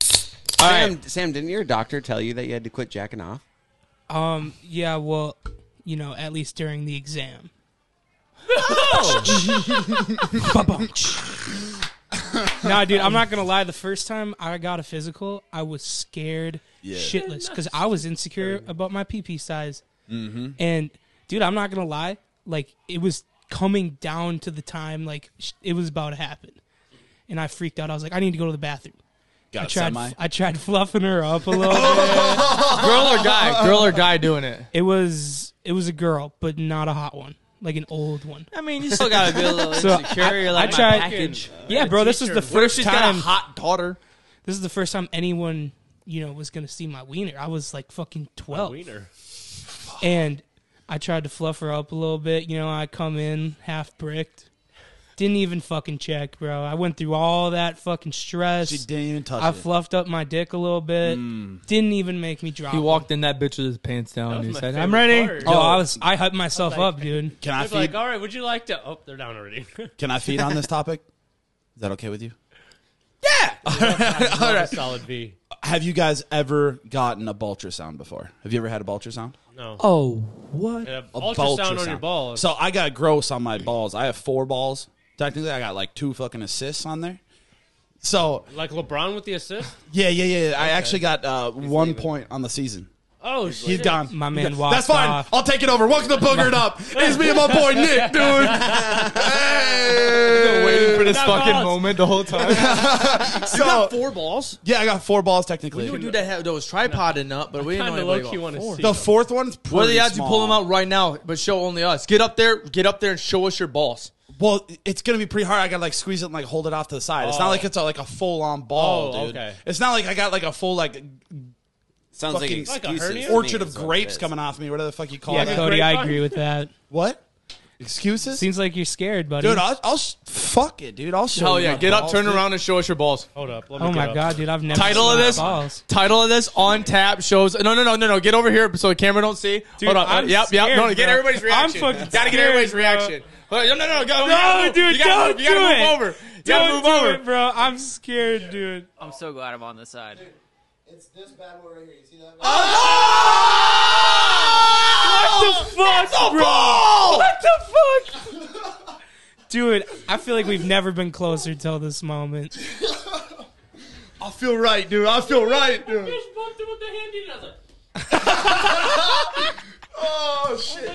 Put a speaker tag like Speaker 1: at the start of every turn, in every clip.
Speaker 1: right.
Speaker 2: Sam, Sam, didn't your doctor tell you that you had to quit jacking off?
Speaker 3: Um, yeah, well, you know, at least during the exam. nah, dude, I'm not gonna lie. The first time I got a physical, I was scared
Speaker 1: Yeah.
Speaker 3: shitless because I was insecure about my PP size. Mm-hmm. And dude, I'm not gonna lie. Like it was coming down to the time like sh- it was about to happen, and I freaked out. I was like, I need to go to the bathroom.
Speaker 1: Got
Speaker 3: I
Speaker 1: a
Speaker 3: tried,
Speaker 1: semi.
Speaker 3: I tried fluffing her up a little bit.
Speaker 4: girl or guy, girl or guy doing it.
Speaker 3: It was it was a girl, but not a hot one, like an old one.
Speaker 4: I mean, you still gotta be a little
Speaker 3: So,
Speaker 4: insecure.
Speaker 3: I-
Speaker 4: You're like
Speaker 3: I
Speaker 4: my
Speaker 3: tried-
Speaker 4: package.
Speaker 3: Yeah, bro, this was the
Speaker 4: What if
Speaker 3: first
Speaker 4: she's got
Speaker 3: time.
Speaker 4: a hot daughter?
Speaker 3: this is the first time anyone you know was gonna see my wiener. I was like fucking twelve,
Speaker 5: Wiener.
Speaker 3: and I tried to fluff her up a little bit. You know, I come in half bricked, didn't even fucking check, bro. I went through all that fucking stress.
Speaker 1: She didn't even touch
Speaker 3: I
Speaker 1: it.
Speaker 3: fluffed up my dick a little bit. Didn't even make me drop.
Speaker 4: He walked in that bitch with his pants down. and
Speaker 5: was
Speaker 4: He
Speaker 5: my
Speaker 4: said,
Speaker 5: favorite
Speaker 4: "I'm ready."
Speaker 5: part.
Speaker 3: Oh, I was I hyped myself
Speaker 5: like-
Speaker 3: up, dude.
Speaker 1: Can I
Speaker 5: They're
Speaker 1: feed?
Speaker 5: like, all right, would you like to? Oh, they're down already.
Speaker 1: Can I feed on this topic? Is that okay with you?
Speaker 5: all right. Solid V.
Speaker 1: Have you guys ever gotten a bultrasound before? Have you ever had a bultrasound?
Speaker 5: No.
Speaker 4: Oh, what?
Speaker 5: Yeah,
Speaker 1: A
Speaker 5: ultrasound, on your balls.
Speaker 1: So I got gross on my balls. I have four balls. Technically, I got like two fucking assists on there. So
Speaker 5: like LeBron with the assist?
Speaker 1: yeah, yeah, yeah. I actually got uh, one point on the season.
Speaker 5: Oh, shit.
Speaker 1: He's gone.
Speaker 3: My
Speaker 1: He's
Speaker 3: man
Speaker 1: gone.
Speaker 3: walked
Speaker 1: That's fine.
Speaker 3: off.
Speaker 1: I'll take it over. Welcome to Boogered Up. It's me and my boy Nick, dude. Hey.
Speaker 4: Waiting for this
Speaker 5: Not
Speaker 4: fucking
Speaker 5: balls.
Speaker 4: moment the whole time.
Speaker 1: So,
Speaker 4: four balls.
Speaker 1: yeah, I got four balls technically.
Speaker 4: You would do that. had- That was tripoding up, but we didn't know
Speaker 5: Kinda
Speaker 4: anybody.
Speaker 5: low-key
Speaker 4: got
Speaker 5: wanna
Speaker 4: four.
Speaker 5: see.
Speaker 1: The fourth one's pretty
Speaker 4: What are the odds you
Speaker 1: small.
Speaker 4: pull them out right now? But show only us. Get up there. Get up there and show us your balls.
Speaker 1: Well, it's gonna be pretty hard. I gotta like squeeze it and like hold it off to the side. It's not
Speaker 5: Oh.
Speaker 1: like it's a, like a full on ball,
Speaker 5: Oh,
Speaker 1: dude.
Speaker 5: okay.
Speaker 1: It's not like I got like a full like
Speaker 2: Sounds like
Speaker 1: Fucking-
Speaker 2: excuses.
Speaker 1: Like
Speaker 5: a
Speaker 2: to
Speaker 5: hernia?
Speaker 2: me
Speaker 1: orchard
Speaker 2: is
Speaker 1: of
Speaker 2: what it
Speaker 1: grapes
Speaker 2: is.
Speaker 1: coming off me. Whatever the fuck you call
Speaker 3: Yeah,
Speaker 1: that.
Speaker 3: Cody, I
Speaker 5: grapevine.
Speaker 3: agree with that.
Speaker 1: What? Excuses?
Speaker 3: Seems like you're scared, buddy.
Speaker 1: dude, I'll, I'll sh- fuck it, dude. I'll show.
Speaker 4: Hell
Speaker 1: you
Speaker 4: yeah!
Speaker 1: my
Speaker 4: Get up,
Speaker 1: balls,
Speaker 4: turn
Speaker 1: dude.
Speaker 4: around, and show us your balls.
Speaker 5: Hold up. Let me
Speaker 3: Oh
Speaker 5: get
Speaker 3: my
Speaker 5: up.
Speaker 3: god, dude! I've never
Speaker 4: Title
Speaker 3: seen
Speaker 4: of
Speaker 3: my
Speaker 4: this?
Speaker 3: Balls.
Speaker 4: Title of this on tap shows. No, no, no, no, no. Get over here so the camera don't see.
Speaker 3: Dude,
Speaker 4: Hold on. uh,
Speaker 3: I'm
Speaker 4: yep, yep. No,
Speaker 3: scared,
Speaker 4: no, get
Speaker 3: bro.
Speaker 4: everybody's
Speaker 3: I'm
Speaker 4: reaction.
Speaker 3: fucking
Speaker 4: Gotta get
Speaker 3: scared,
Speaker 4: everybody's
Speaker 3: bro.
Speaker 4: reaction. Hold on. No, no, no. Go,
Speaker 3: No, dude,
Speaker 4: you gotta
Speaker 3: don't
Speaker 4: move. You gotta
Speaker 3: do
Speaker 4: move
Speaker 3: it.
Speaker 4: over. You gotta
Speaker 3: Don't
Speaker 4: move
Speaker 3: do
Speaker 4: over.
Speaker 3: it, bro. I'm scared, dude.
Speaker 6: I'm so glad I'm on this side.
Speaker 7: It's this bad boy right here. You see that?
Speaker 3: What the fuck, bro? What the fuck, dude? I feel like we've never been closer till this moment.
Speaker 1: I feel right, dude. I feel right, dude.
Speaker 5: Just bumped him with the handy leather.
Speaker 1: Oh shit.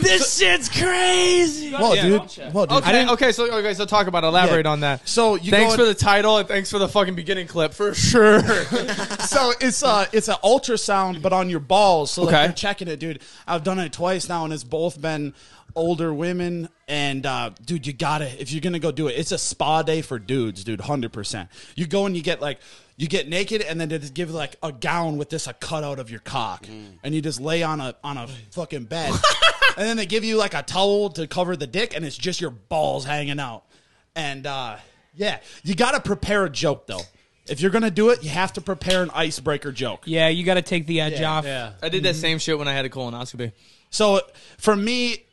Speaker 4: This shit's crazy.
Speaker 1: Well,
Speaker 4: Yeah.
Speaker 1: dude. Well, dude.
Speaker 4: Okay, okay, so okay, so talk about it. elaborate
Speaker 1: Yeah.
Speaker 4: on that.
Speaker 1: So you
Speaker 4: thanks
Speaker 1: go
Speaker 4: for the title and thanks for the fucking beginning clip for sure.
Speaker 1: so it's uh it's an ultrasound but on your balls so
Speaker 4: Okay.
Speaker 1: like you're checking it dude i've done it twice now and it's both been older women and uh dude you gotta if you're gonna go do it it's a spa day for dudes dude 100% you go and you get like you get naked and then they just give like a gown with this a cutout of your cock and you just lay on a on a fucking bed and then they give you like a towel to cover the dick and it's just your balls hanging out and uh yeah you gotta prepare a joke though if you're gonna do it, you have to prepare an icebreaker joke.
Speaker 3: Yeah, you got to take the edge off.
Speaker 5: Yeah.
Speaker 4: I did that same shit when I had a colonoscopy.
Speaker 1: So for me,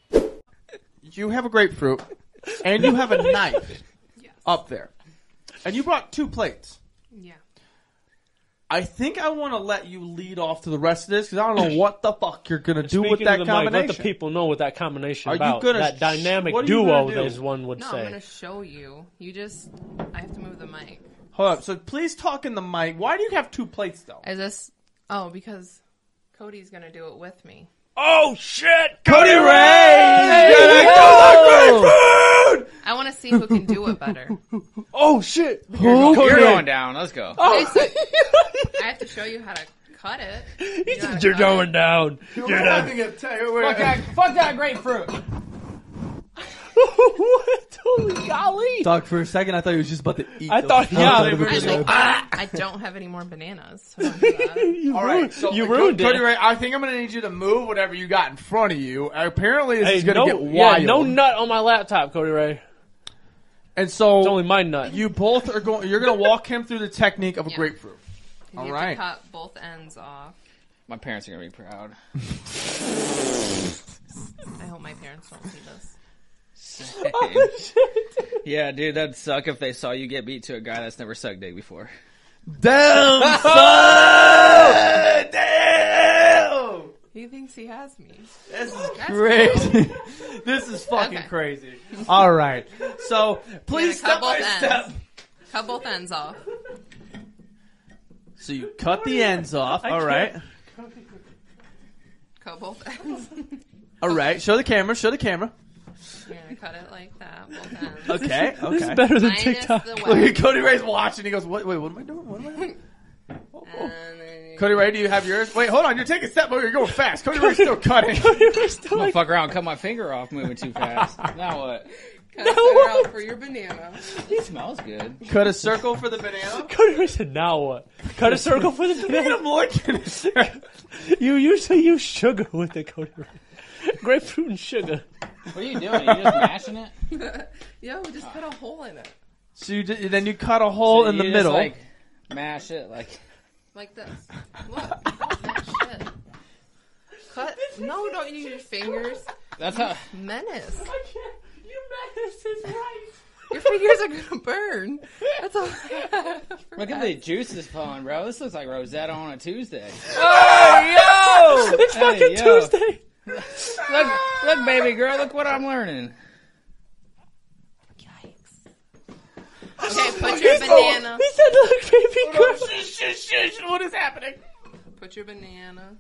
Speaker 8: you have a grapefruit and you have a knife up there. And you brought two plates.
Speaker 9: Yeah.
Speaker 8: I think I want to let you lead off to the rest of this because I don't know what the fuck you're going to do with
Speaker 5: Speaking
Speaker 8: that
Speaker 5: of the mic,
Speaker 8: combination.
Speaker 5: let the people know what that combination
Speaker 8: Are you
Speaker 5: about.
Speaker 8: gonna
Speaker 5: that
Speaker 8: sh-
Speaker 5: dynamic
Speaker 8: what are you
Speaker 5: duo,
Speaker 8: gonna do?
Speaker 5: as one would
Speaker 9: No, I'm
Speaker 5: say.
Speaker 9: gonna show you. You just, I have to move the mic.
Speaker 8: Hold up. So please talk in the mic. Why do you have two plates though?
Speaker 9: Is this? Oh, because Cody's gonna do it with me.
Speaker 5: oh shit!
Speaker 8: Cody Ray!
Speaker 9: I want to see who can do it better.
Speaker 8: Oh shit!
Speaker 6: You're going down. Let's go.
Speaker 10: Oh,
Speaker 8: Oh.
Speaker 9: Okay, so I have to show you how to cut it. You know how to
Speaker 5: You're
Speaker 9: cut
Speaker 5: going
Speaker 9: it?
Speaker 5: down. You're down.
Speaker 8: Fuck that, fuck that grapefruit!
Speaker 5: what? Holy golly!
Speaker 8: Doc, for a second, I thought he was just about to eat.
Speaker 5: I thought- yeah, they were
Speaker 9: I,
Speaker 5: just "Ah!"
Speaker 9: like, I don't have any more bananas. So don't do that.
Speaker 8: All right, so
Speaker 5: You
Speaker 8: Co-
Speaker 5: ruined
Speaker 8: Cody
Speaker 5: it.
Speaker 8: Ray, I think I'm gonna need you to move whatever you got in front of you. Apparently, this
Speaker 5: Hey,
Speaker 8: is gonna
Speaker 5: no,
Speaker 8: get wild.
Speaker 5: yeah, no nut on my laptop, Cody Ray.
Speaker 8: and so
Speaker 5: It's only my nut.
Speaker 8: you both are going. You're gonna walk him through the technique of a
Speaker 9: Yeah.
Speaker 8: grapefruit.
Speaker 9: You
Speaker 8: All
Speaker 9: have
Speaker 8: right.
Speaker 9: to cut both ends off.
Speaker 6: My parents are gonna be proud.
Speaker 9: I hope my parents don't see this.
Speaker 6: yeah, dude, that'd suck if they saw you get beat to a guy that's never sucked dick before.
Speaker 10: Damn, son! Damn!
Speaker 9: He thinks he has me.
Speaker 10: This is
Speaker 9: That's
Speaker 10: crazy. this is fucking
Speaker 9: Okay.
Speaker 10: crazy. All right. So please step
Speaker 9: gotta cut
Speaker 10: by
Speaker 9: both
Speaker 10: step.
Speaker 9: Cut both ends off.
Speaker 10: So you cut the ends off. All right.
Speaker 9: Cut both ends.
Speaker 10: All right. Show the camera. Show the camera.
Speaker 9: You're gonna cut it like that. Both ends.
Speaker 10: Okay.
Speaker 11: This is
Speaker 10: Okay.
Speaker 11: better than
Speaker 9: Minus
Speaker 11: TikTok.
Speaker 9: the
Speaker 10: Look at
Speaker 9: web.
Speaker 10: Cody Ray's watching. He goes, "What? Wait, what am I doing? What am I?" Doing? Oh, oh.
Speaker 9: And then you-
Speaker 10: Cody Ray, do you have yours? Wait, hold on. You're taking a step over. You're going fast. Cody Ray's still cutting.
Speaker 6: I'm gonna fuck around, cut my finger off moving too fast. now what?
Speaker 9: cut it out for your banana.
Speaker 6: It smells good.
Speaker 10: Cut a circle for the banana.
Speaker 5: Cody said, "Now what? Cut a circle for the banana." you usually use sugar with it, Cody. Grapefruit and sugar.
Speaker 6: What are you doing? You're just mashing it.
Speaker 9: Yo, just cut a hole in it,
Speaker 10: So you d- then you cut a hole in the
Speaker 6: You just,
Speaker 10: middle.
Speaker 6: like, mash it like.
Speaker 9: like this. Look, shit. Cut. No, don't use your fingers.
Speaker 6: That's how.
Speaker 9: Menace.
Speaker 5: You menace is right.
Speaker 9: Your fingers are gonna burn. That's all. I have for
Speaker 6: Look at
Speaker 9: that.
Speaker 6: the juices flowing, bro. This looks like Rosetta on a Tuesday.
Speaker 10: Oh,
Speaker 5: It's
Speaker 6: Hey,
Speaker 5: fucking
Speaker 6: yo.
Speaker 5: Tuesday.
Speaker 6: Look, look, baby girl. Look what I'm learning.
Speaker 9: Okay, put your banana.
Speaker 5: He said, "Look, baby girl."
Speaker 10: What is happening?
Speaker 9: Put your banana.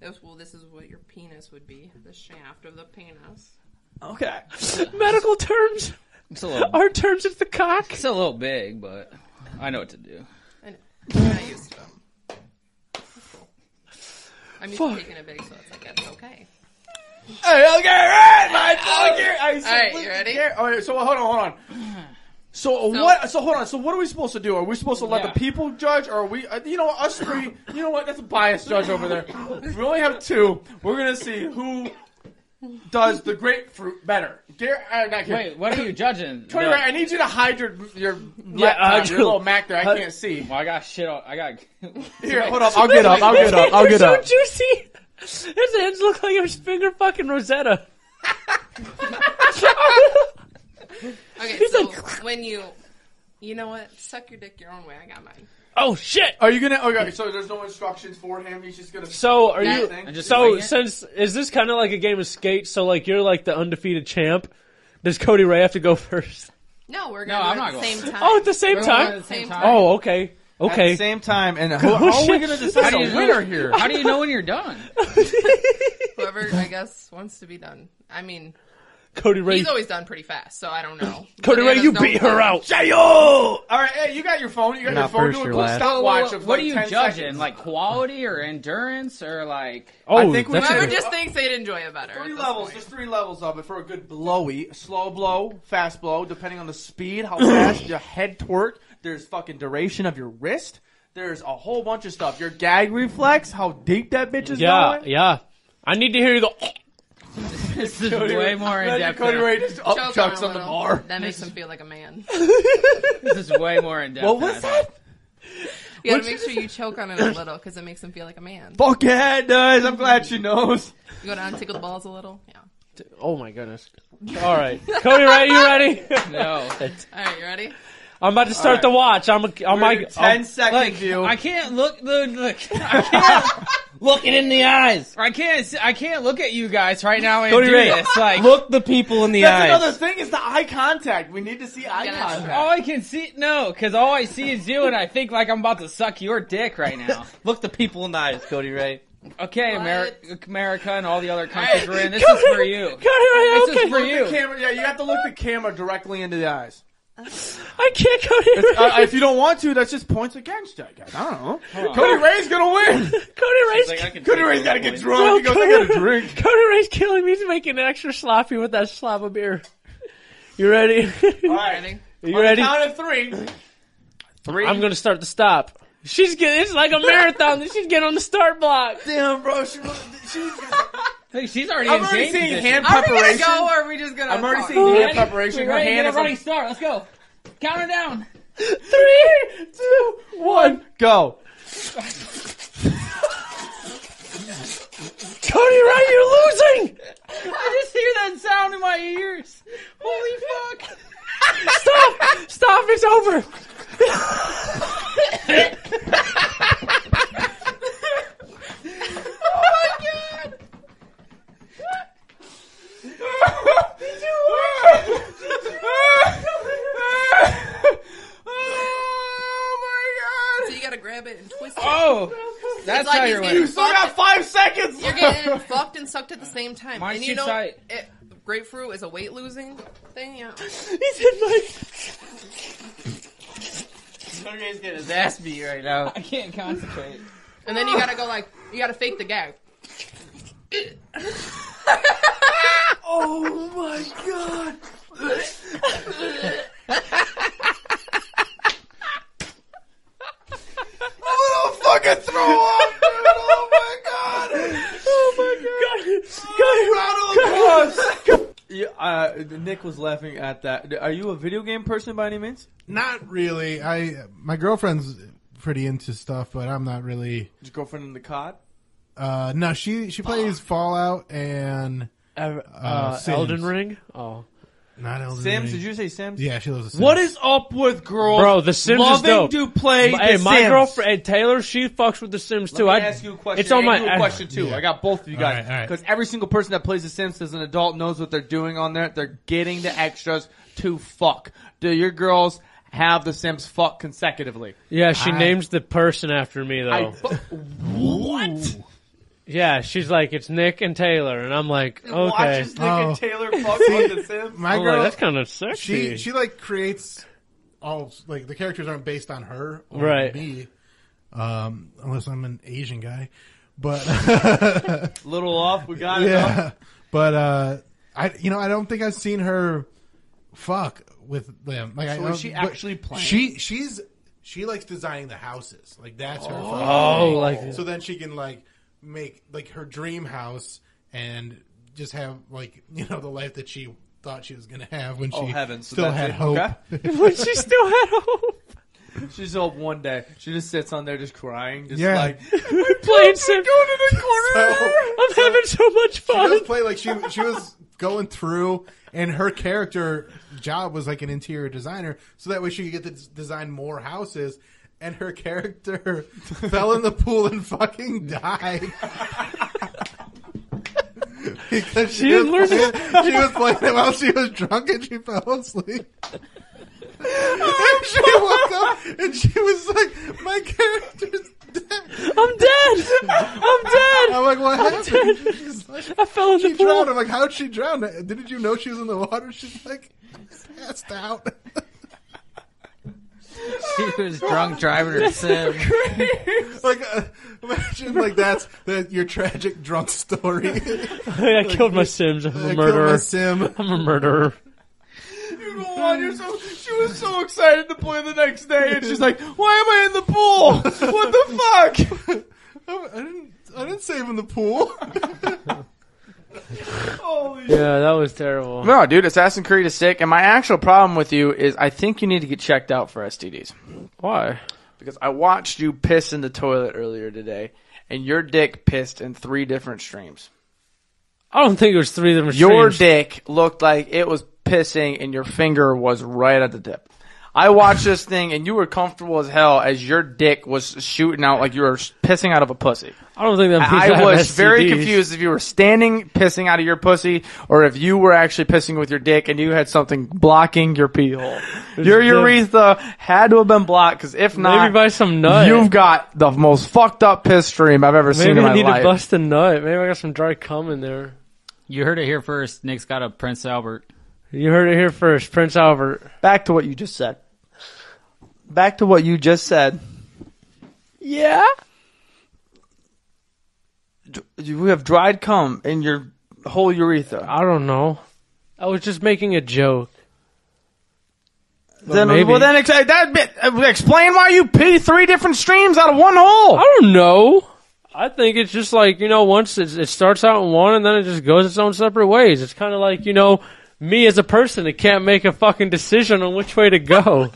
Speaker 9: This, well, this is what your penis would be. The shaft of the penis.
Speaker 10: Okay.
Speaker 5: Medical terms.
Speaker 6: It's a little.
Speaker 5: Our terms is the cock.
Speaker 6: It's a little big, but I know what to do.
Speaker 9: I know. I'm not used to them. I'm used
Speaker 5: Fuck.
Speaker 9: to taking a big, so it's like, that's okay.
Speaker 10: Hey, okay, right, my dog here. Oh, I
Speaker 9: right,
Speaker 10: said,
Speaker 9: you ready?
Speaker 10: here. All right, Oh, so hold on, hold on. So,
Speaker 9: So-
Speaker 10: what? So hold on. So what are we supposed to do? Are we supposed to let
Speaker 6: Yeah.
Speaker 10: the people judge, or are we? uh, You know, what, us three. You know what? That's a biased judge over there. We only have two. We're gonna see who does the grapefruit better. Gar- uh, not Gar-
Speaker 6: Wait, what are you judging?
Speaker 10: Cody
Speaker 6: The-
Speaker 10: Ray, I need you to hide your your
Speaker 5: uh,
Speaker 10: laptop, your little Mac there. I can't see.
Speaker 6: Well, I got shit on. I got.
Speaker 10: Here, hold up. I'll get up. I'll get up. I'll
Speaker 5: They're
Speaker 10: get
Speaker 5: so
Speaker 10: up.
Speaker 5: juicy. His hands look like his finger fucking Rosetta.
Speaker 9: Okay, so when you, you know what? Suck your dick your own way. I got mine.
Speaker 5: Oh shit!
Speaker 10: Are you gonna? Okay, so there's no instructions for him. He's just gonna.
Speaker 5: So are you?
Speaker 10: Nothing.
Speaker 6: just
Speaker 5: So
Speaker 6: wing it?
Speaker 5: since is this kind of like a game of skate? So like you're like the undefeated champ. Does Cody Ray have to go first?
Speaker 9: No, we're
Speaker 6: No,
Speaker 9: gonna
Speaker 6: I'm
Speaker 9: do it
Speaker 6: not
Speaker 9: at the
Speaker 6: going.
Speaker 9: same time.
Speaker 5: Oh, at the same
Speaker 6: We're all at
Speaker 5: time.
Speaker 6: the same
Speaker 9: Same
Speaker 6: time.
Speaker 9: time.
Speaker 5: Oh, okay,
Speaker 10: At the
Speaker 5: okay.
Speaker 10: same time, and who, how are we
Speaker 5: shit.
Speaker 10: gonna decide
Speaker 6: How do
Speaker 10: a
Speaker 6: you-
Speaker 10: winner here?
Speaker 6: How do you know when you're done?
Speaker 9: Whoever, I guess, wants to be done. I mean,
Speaker 5: Cody Ray.
Speaker 9: he's always done pretty fast, so I don't know.
Speaker 5: Cody Ray,
Speaker 9: Bananas
Speaker 5: you
Speaker 9: don't
Speaker 5: beat her
Speaker 9: count.
Speaker 5: out.
Speaker 10: All right, hey, you got your phone. You got
Speaker 3: Not
Speaker 10: your phone.
Speaker 3: first,
Speaker 10: Do a
Speaker 3: you're
Speaker 10: quick
Speaker 3: last.
Speaker 10: stopwatch
Speaker 6: What
Speaker 10: of
Speaker 6: are
Speaker 10: like
Speaker 6: you
Speaker 10: 10
Speaker 6: judging?
Speaker 10: seconds.
Speaker 6: Like quality or endurance or like?
Speaker 5: Oh,
Speaker 10: I think we
Speaker 5: that's
Speaker 10: might
Speaker 9: Whoever
Speaker 5: a,
Speaker 10: do-
Speaker 9: just thinks they'd enjoy it better. at
Speaker 10: three
Speaker 9: this
Speaker 10: levels.
Speaker 9: point.
Speaker 10: There's three levels of it for a good blowy, slow blow, fast blow, depending on the speed, how fast your head twerk. There's fucking duration of your wrist. There's a whole bunch of stuff. Your gag reflex, how deep that bitch is
Speaker 5: yeah,
Speaker 10: going.
Speaker 5: yeah. I need to hear you go.
Speaker 6: This is way more in
Speaker 10: Imagine
Speaker 6: depth.
Speaker 10: Cody Ray just up
Speaker 9: Choke
Speaker 10: chucks
Speaker 9: on, a
Speaker 10: on the
Speaker 9: little.
Speaker 10: bar.
Speaker 9: That makes him feel like a man.
Speaker 6: This is way more in depth.
Speaker 10: What was that?
Speaker 9: You gotta make sure you choke on it a little because it makes him feel like a man.
Speaker 10: Fuck yeah, it does. I'm glad she knows.
Speaker 9: You go down, tickle the balls a little. Yeah.
Speaker 5: Oh my goodness. All right, Cody Ray, you ready?
Speaker 6: No,
Speaker 9: All right, you ready?
Speaker 5: I'm about to start the watch. I'm. A,
Speaker 6: Oh,
Speaker 5: I'm
Speaker 10: Like,
Speaker 5: like.
Speaker 10: 10 second
Speaker 6: like
Speaker 10: view.
Speaker 6: I can't look. Dude, look, I can't look it in the eyes. I can't. see- I can't look at you guys right now and
Speaker 3: Cody
Speaker 6: do
Speaker 3: Ray,
Speaker 6: this. Like
Speaker 3: Look the people in the
Speaker 10: That's
Speaker 3: eyes.
Speaker 10: another thing is the eye contact. We need to see eye
Speaker 9: Yeah, that's
Speaker 10: contact.
Speaker 6: All I can see, no, because all I see is you, and I think like I'm about to suck your dick right now.
Speaker 3: Look the people in the eyes, Cody Ray.
Speaker 6: Okay, Amer-
Speaker 9: What?
Speaker 6: America and all the other countries we're in, this is for you.
Speaker 5: Cody Ray,
Speaker 6: This
Speaker 5: okay.
Speaker 6: is for
Speaker 10: The
Speaker 6: you.
Speaker 10: camera, yeah, you have to look the camera directly into the eyes.
Speaker 5: I can't, Cody Ray.
Speaker 10: Uh, if you don't want to, that's just points against you. I guess. I don't know. Cody Ray's gonna win.
Speaker 5: Cody Ray's.
Speaker 10: Cody Ray's gotta get drunk.
Speaker 5: No,
Speaker 10: he goes,
Speaker 5: Cody-
Speaker 10: I gotta drink.
Speaker 5: Cody Ray's killing me. He's making it extra sloppy with that slob of beer. You ready?
Speaker 10: All right,
Speaker 9: Ready?
Speaker 5: you ready?
Speaker 10: count of three. Three.
Speaker 5: I'm gonna start the stop. She's getting. It's like a marathon. She's getting on the start block.
Speaker 10: Damn, bro. She, really- she's.
Speaker 6: Hey, she's already
Speaker 10: I'm
Speaker 6: in
Speaker 10: already
Speaker 6: game
Speaker 10: seeing
Speaker 6: position.
Speaker 10: hand
Speaker 9: Are we gonna
Speaker 10: preparation.
Speaker 9: go or are we just gonna?
Speaker 10: I'm already
Speaker 9: talk?
Speaker 10: seeing hand
Speaker 6: Ready?
Speaker 10: preparation. Her
Speaker 6: Ready? Get
Speaker 10: hand
Speaker 6: a
Speaker 10: is
Speaker 6: running
Speaker 10: like
Speaker 6: start. Let's go. Count her down.
Speaker 10: three, two, one, go.
Speaker 5: Cody Ray, you're losing.
Speaker 6: I just hear that sound in my ears. Holy fuck!
Speaker 5: Stop! Stop! It's over. Oh,
Speaker 10: Oh
Speaker 9: So you gotta grab it and twist it.
Speaker 4: Oh, that's
Speaker 9: like
Speaker 4: how
Speaker 9: he's
Speaker 4: you're
Speaker 9: getting
Speaker 4: winning.
Speaker 9: fucked.
Speaker 10: five seconds.
Speaker 9: You're getting fucked and sucked at the same time.
Speaker 4: Mine's
Speaker 9: and you
Speaker 4: too
Speaker 9: know,
Speaker 4: tight.
Speaker 9: It, grapefruit is a weight losing thing. Yeah.
Speaker 4: Sergey's getting his ass beat right now. I can't concentrate.
Speaker 9: And then you gotta go like, you gotta fake the gag.
Speaker 10: Oh my god. I'm gonna fucking throw up, dude. Oh my god. Oh my god. Yeah, uh, Nick was laughing at that. Are you a video game person by any means?
Speaker 12: Not really. I my girlfriend's pretty into stuff, but I'm not really.
Speaker 10: Your girlfriend in the COD?
Speaker 12: Uh, no, she she plays Fallout and
Speaker 5: Uh,
Speaker 12: Sims.
Speaker 5: Elden Ring. Oh,
Speaker 12: not Elden
Speaker 10: Sims?
Speaker 12: Ring.
Speaker 10: Did you say Sims?
Speaker 12: Yeah, she loves the Sims.
Speaker 10: What is up with girls?
Speaker 5: Bro, The Sims is
Speaker 10: loving
Speaker 5: dope.
Speaker 10: to play.
Speaker 5: hey,
Speaker 10: the
Speaker 5: my
Speaker 10: Sims?
Speaker 5: girlfriend hey, Taylor, she fucks with The Sims too.
Speaker 10: Let me
Speaker 5: I
Speaker 10: ask you a question.
Speaker 5: It's on
Speaker 10: and
Speaker 5: my
Speaker 10: you a
Speaker 5: I-
Speaker 10: question too.
Speaker 12: yeah.
Speaker 10: I got both of you guys
Speaker 12: Alright, alright.
Speaker 10: because every single person that plays The Sims as an adult knows what they're doing on there. They're getting the extras to fuck. Do your girls have The Sims fuck consecutively?
Speaker 5: Yeah, she
Speaker 12: I-
Speaker 5: names the person after me though.
Speaker 10: I, what?
Speaker 5: yeah, she's like, it's Nick and Taylor, and I'm like, okay,
Speaker 10: Watches Nick
Speaker 12: Oh.
Speaker 10: and Taylor fuck on The Sims.
Speaker 12: my
Speaker 5: I'm like,
Speaker 12: girl?
Speaker 5: Oh, that's kind of sexy.
Speaker 12: she she like creates all like the characters aren't based on her or
Speaker 5: Right.
Speaker 12: me, um, unless I'm an Asian guy. But
Speaker 10: Little off. We got it. huh?
Speaker 12: yeah, but uh, I you know I don't think I've seen her fuck with them. Like, I
Speaker 10: So
Speaker 12: don't-
Speaker 10: is she
Speaker 12: but
Speaker 10: actually playing?
Speaker 12: She she's she likes designing the houses. Like that's her.
Speaker 5: oh,
Speaker 12: Oh,
Speaker 5: like
Speaker 12: so then she can like make like her dream house and just have like you know the life that she thought she was gonna have when she
Speaker 10: Oh, heavens. So
Speaker 12: still
Speaker 10: that's
Speaker 12: had
Speaker 10: it.
Speaker 12: hope.
Speaker 10: Okay.
Speaker 5: when she still had hope.
Speaker 10: She's up one day. She just sits on there just crying, just
Speaker 12: Yeah.
Speaker 10: like
Speaker 5: Playing Sims.
Speaker 12: So-
Speaker 5: I'm having so much
Speaker 12: she
Speaker 5: fun.
Speaker 12: does play like she she was going through, and her character job was like an interior designer, so that way she could get to d- design more houses. And her character fell in the pool and fucking died. because she, was
Speaker 5: learning-
Speaker 12: playing, she was playing it while she was drunk and she fell asleep. and she woke up and she was like, "My character's dead."
Speaker 5: I'm dead. I'm dead.
Speaker 12: I'm like, "What happened?" She's like,
Speaker 5: I fell in
Speaker 12: she
Speaker 5: the pool.
Speaker 12: drowned. I'm like, how'd she drown? Didn't you know she was in the water? She's like, passed out.
Speaker 4: She was drunk driving her sim.
Speaker 12: like, uh, imagine like that's that your tragic drunk story.
Speaker 5: I killed my Sims. I'm
Speaker 12: I
Speaker 5: a
Speaker 12: killed my
Speaker 5: murderer.
Speaker 12: sim.
Speaker 5: I'm a murderer.
Speaker 10: Oh You're so, she was so excited to play the next day, and she's like, "Why am I in the pool? What the fuck?"
Speaker 12: I didn't. I didn't save in the pool.
Speaker 5: Yeah, that was terrible.
Speaker 10: No, dude, Assassin's Creed is sick, and my actual problem with you is I think you need to get checked out for STDs
Speaker 5: Why?
Speaker 10: because I watched you piss in the toilet earlier today, and your dick pissed in three different streams.
Speaker 5: I don't think it was three of them.
Speaker 10: Your dick looked like it was pissing, and your finger was right at the tip. I watched this thing, and you were comfortable as hell as your dick was shooting out like you were pissing out of a pussy.
Speaker 5: I don't think that.
Speaker 10: I
Speaker 5: people have
Speaker 10: was very
Speaker 5: STDs.
Speaker 10: confused if you were standing pissing out of your pussy or if you were actually pissing with your dick and you had something blocking your pee hole. Your
Speaker 5: the-
Speaker 10: urethra had to have been blocked because if
Speaker 5: Maybe
Speaker 10: not,
Speaker 5: by some nut.
Speaker 10: you've got the most fucked up piss stream I've ever seen
Speaker 5: Maybe
Speaker 10: in my
Speaker 5: I need
Speaker 10: life.
Speaker 5: to bust a nut. Maybe I got some dry cum in there.
Speaker 6: You heard it here first. Nick's got a Prince Albert.
Speaker 5: You heard it here first, Prince Albert.
Speaker 10: Back to what you just said. Back to what you just said. Yeah. D- You have dried cum in your whole urethra.
Speaker 5: I don't know. I was just making a joke.
Speaker 10: then,
Speaker 5: maybe.
Speaker 10: well, then ex- that bit, uh, explain why you pee three different streams out of one hole.
Speaker 5: I don't know. I think it's just like you know, once it, it starts out in one, and then it just goes its own separate ways. It's kind of like you know, me as a person, it can't make a fucking decision on which way to go.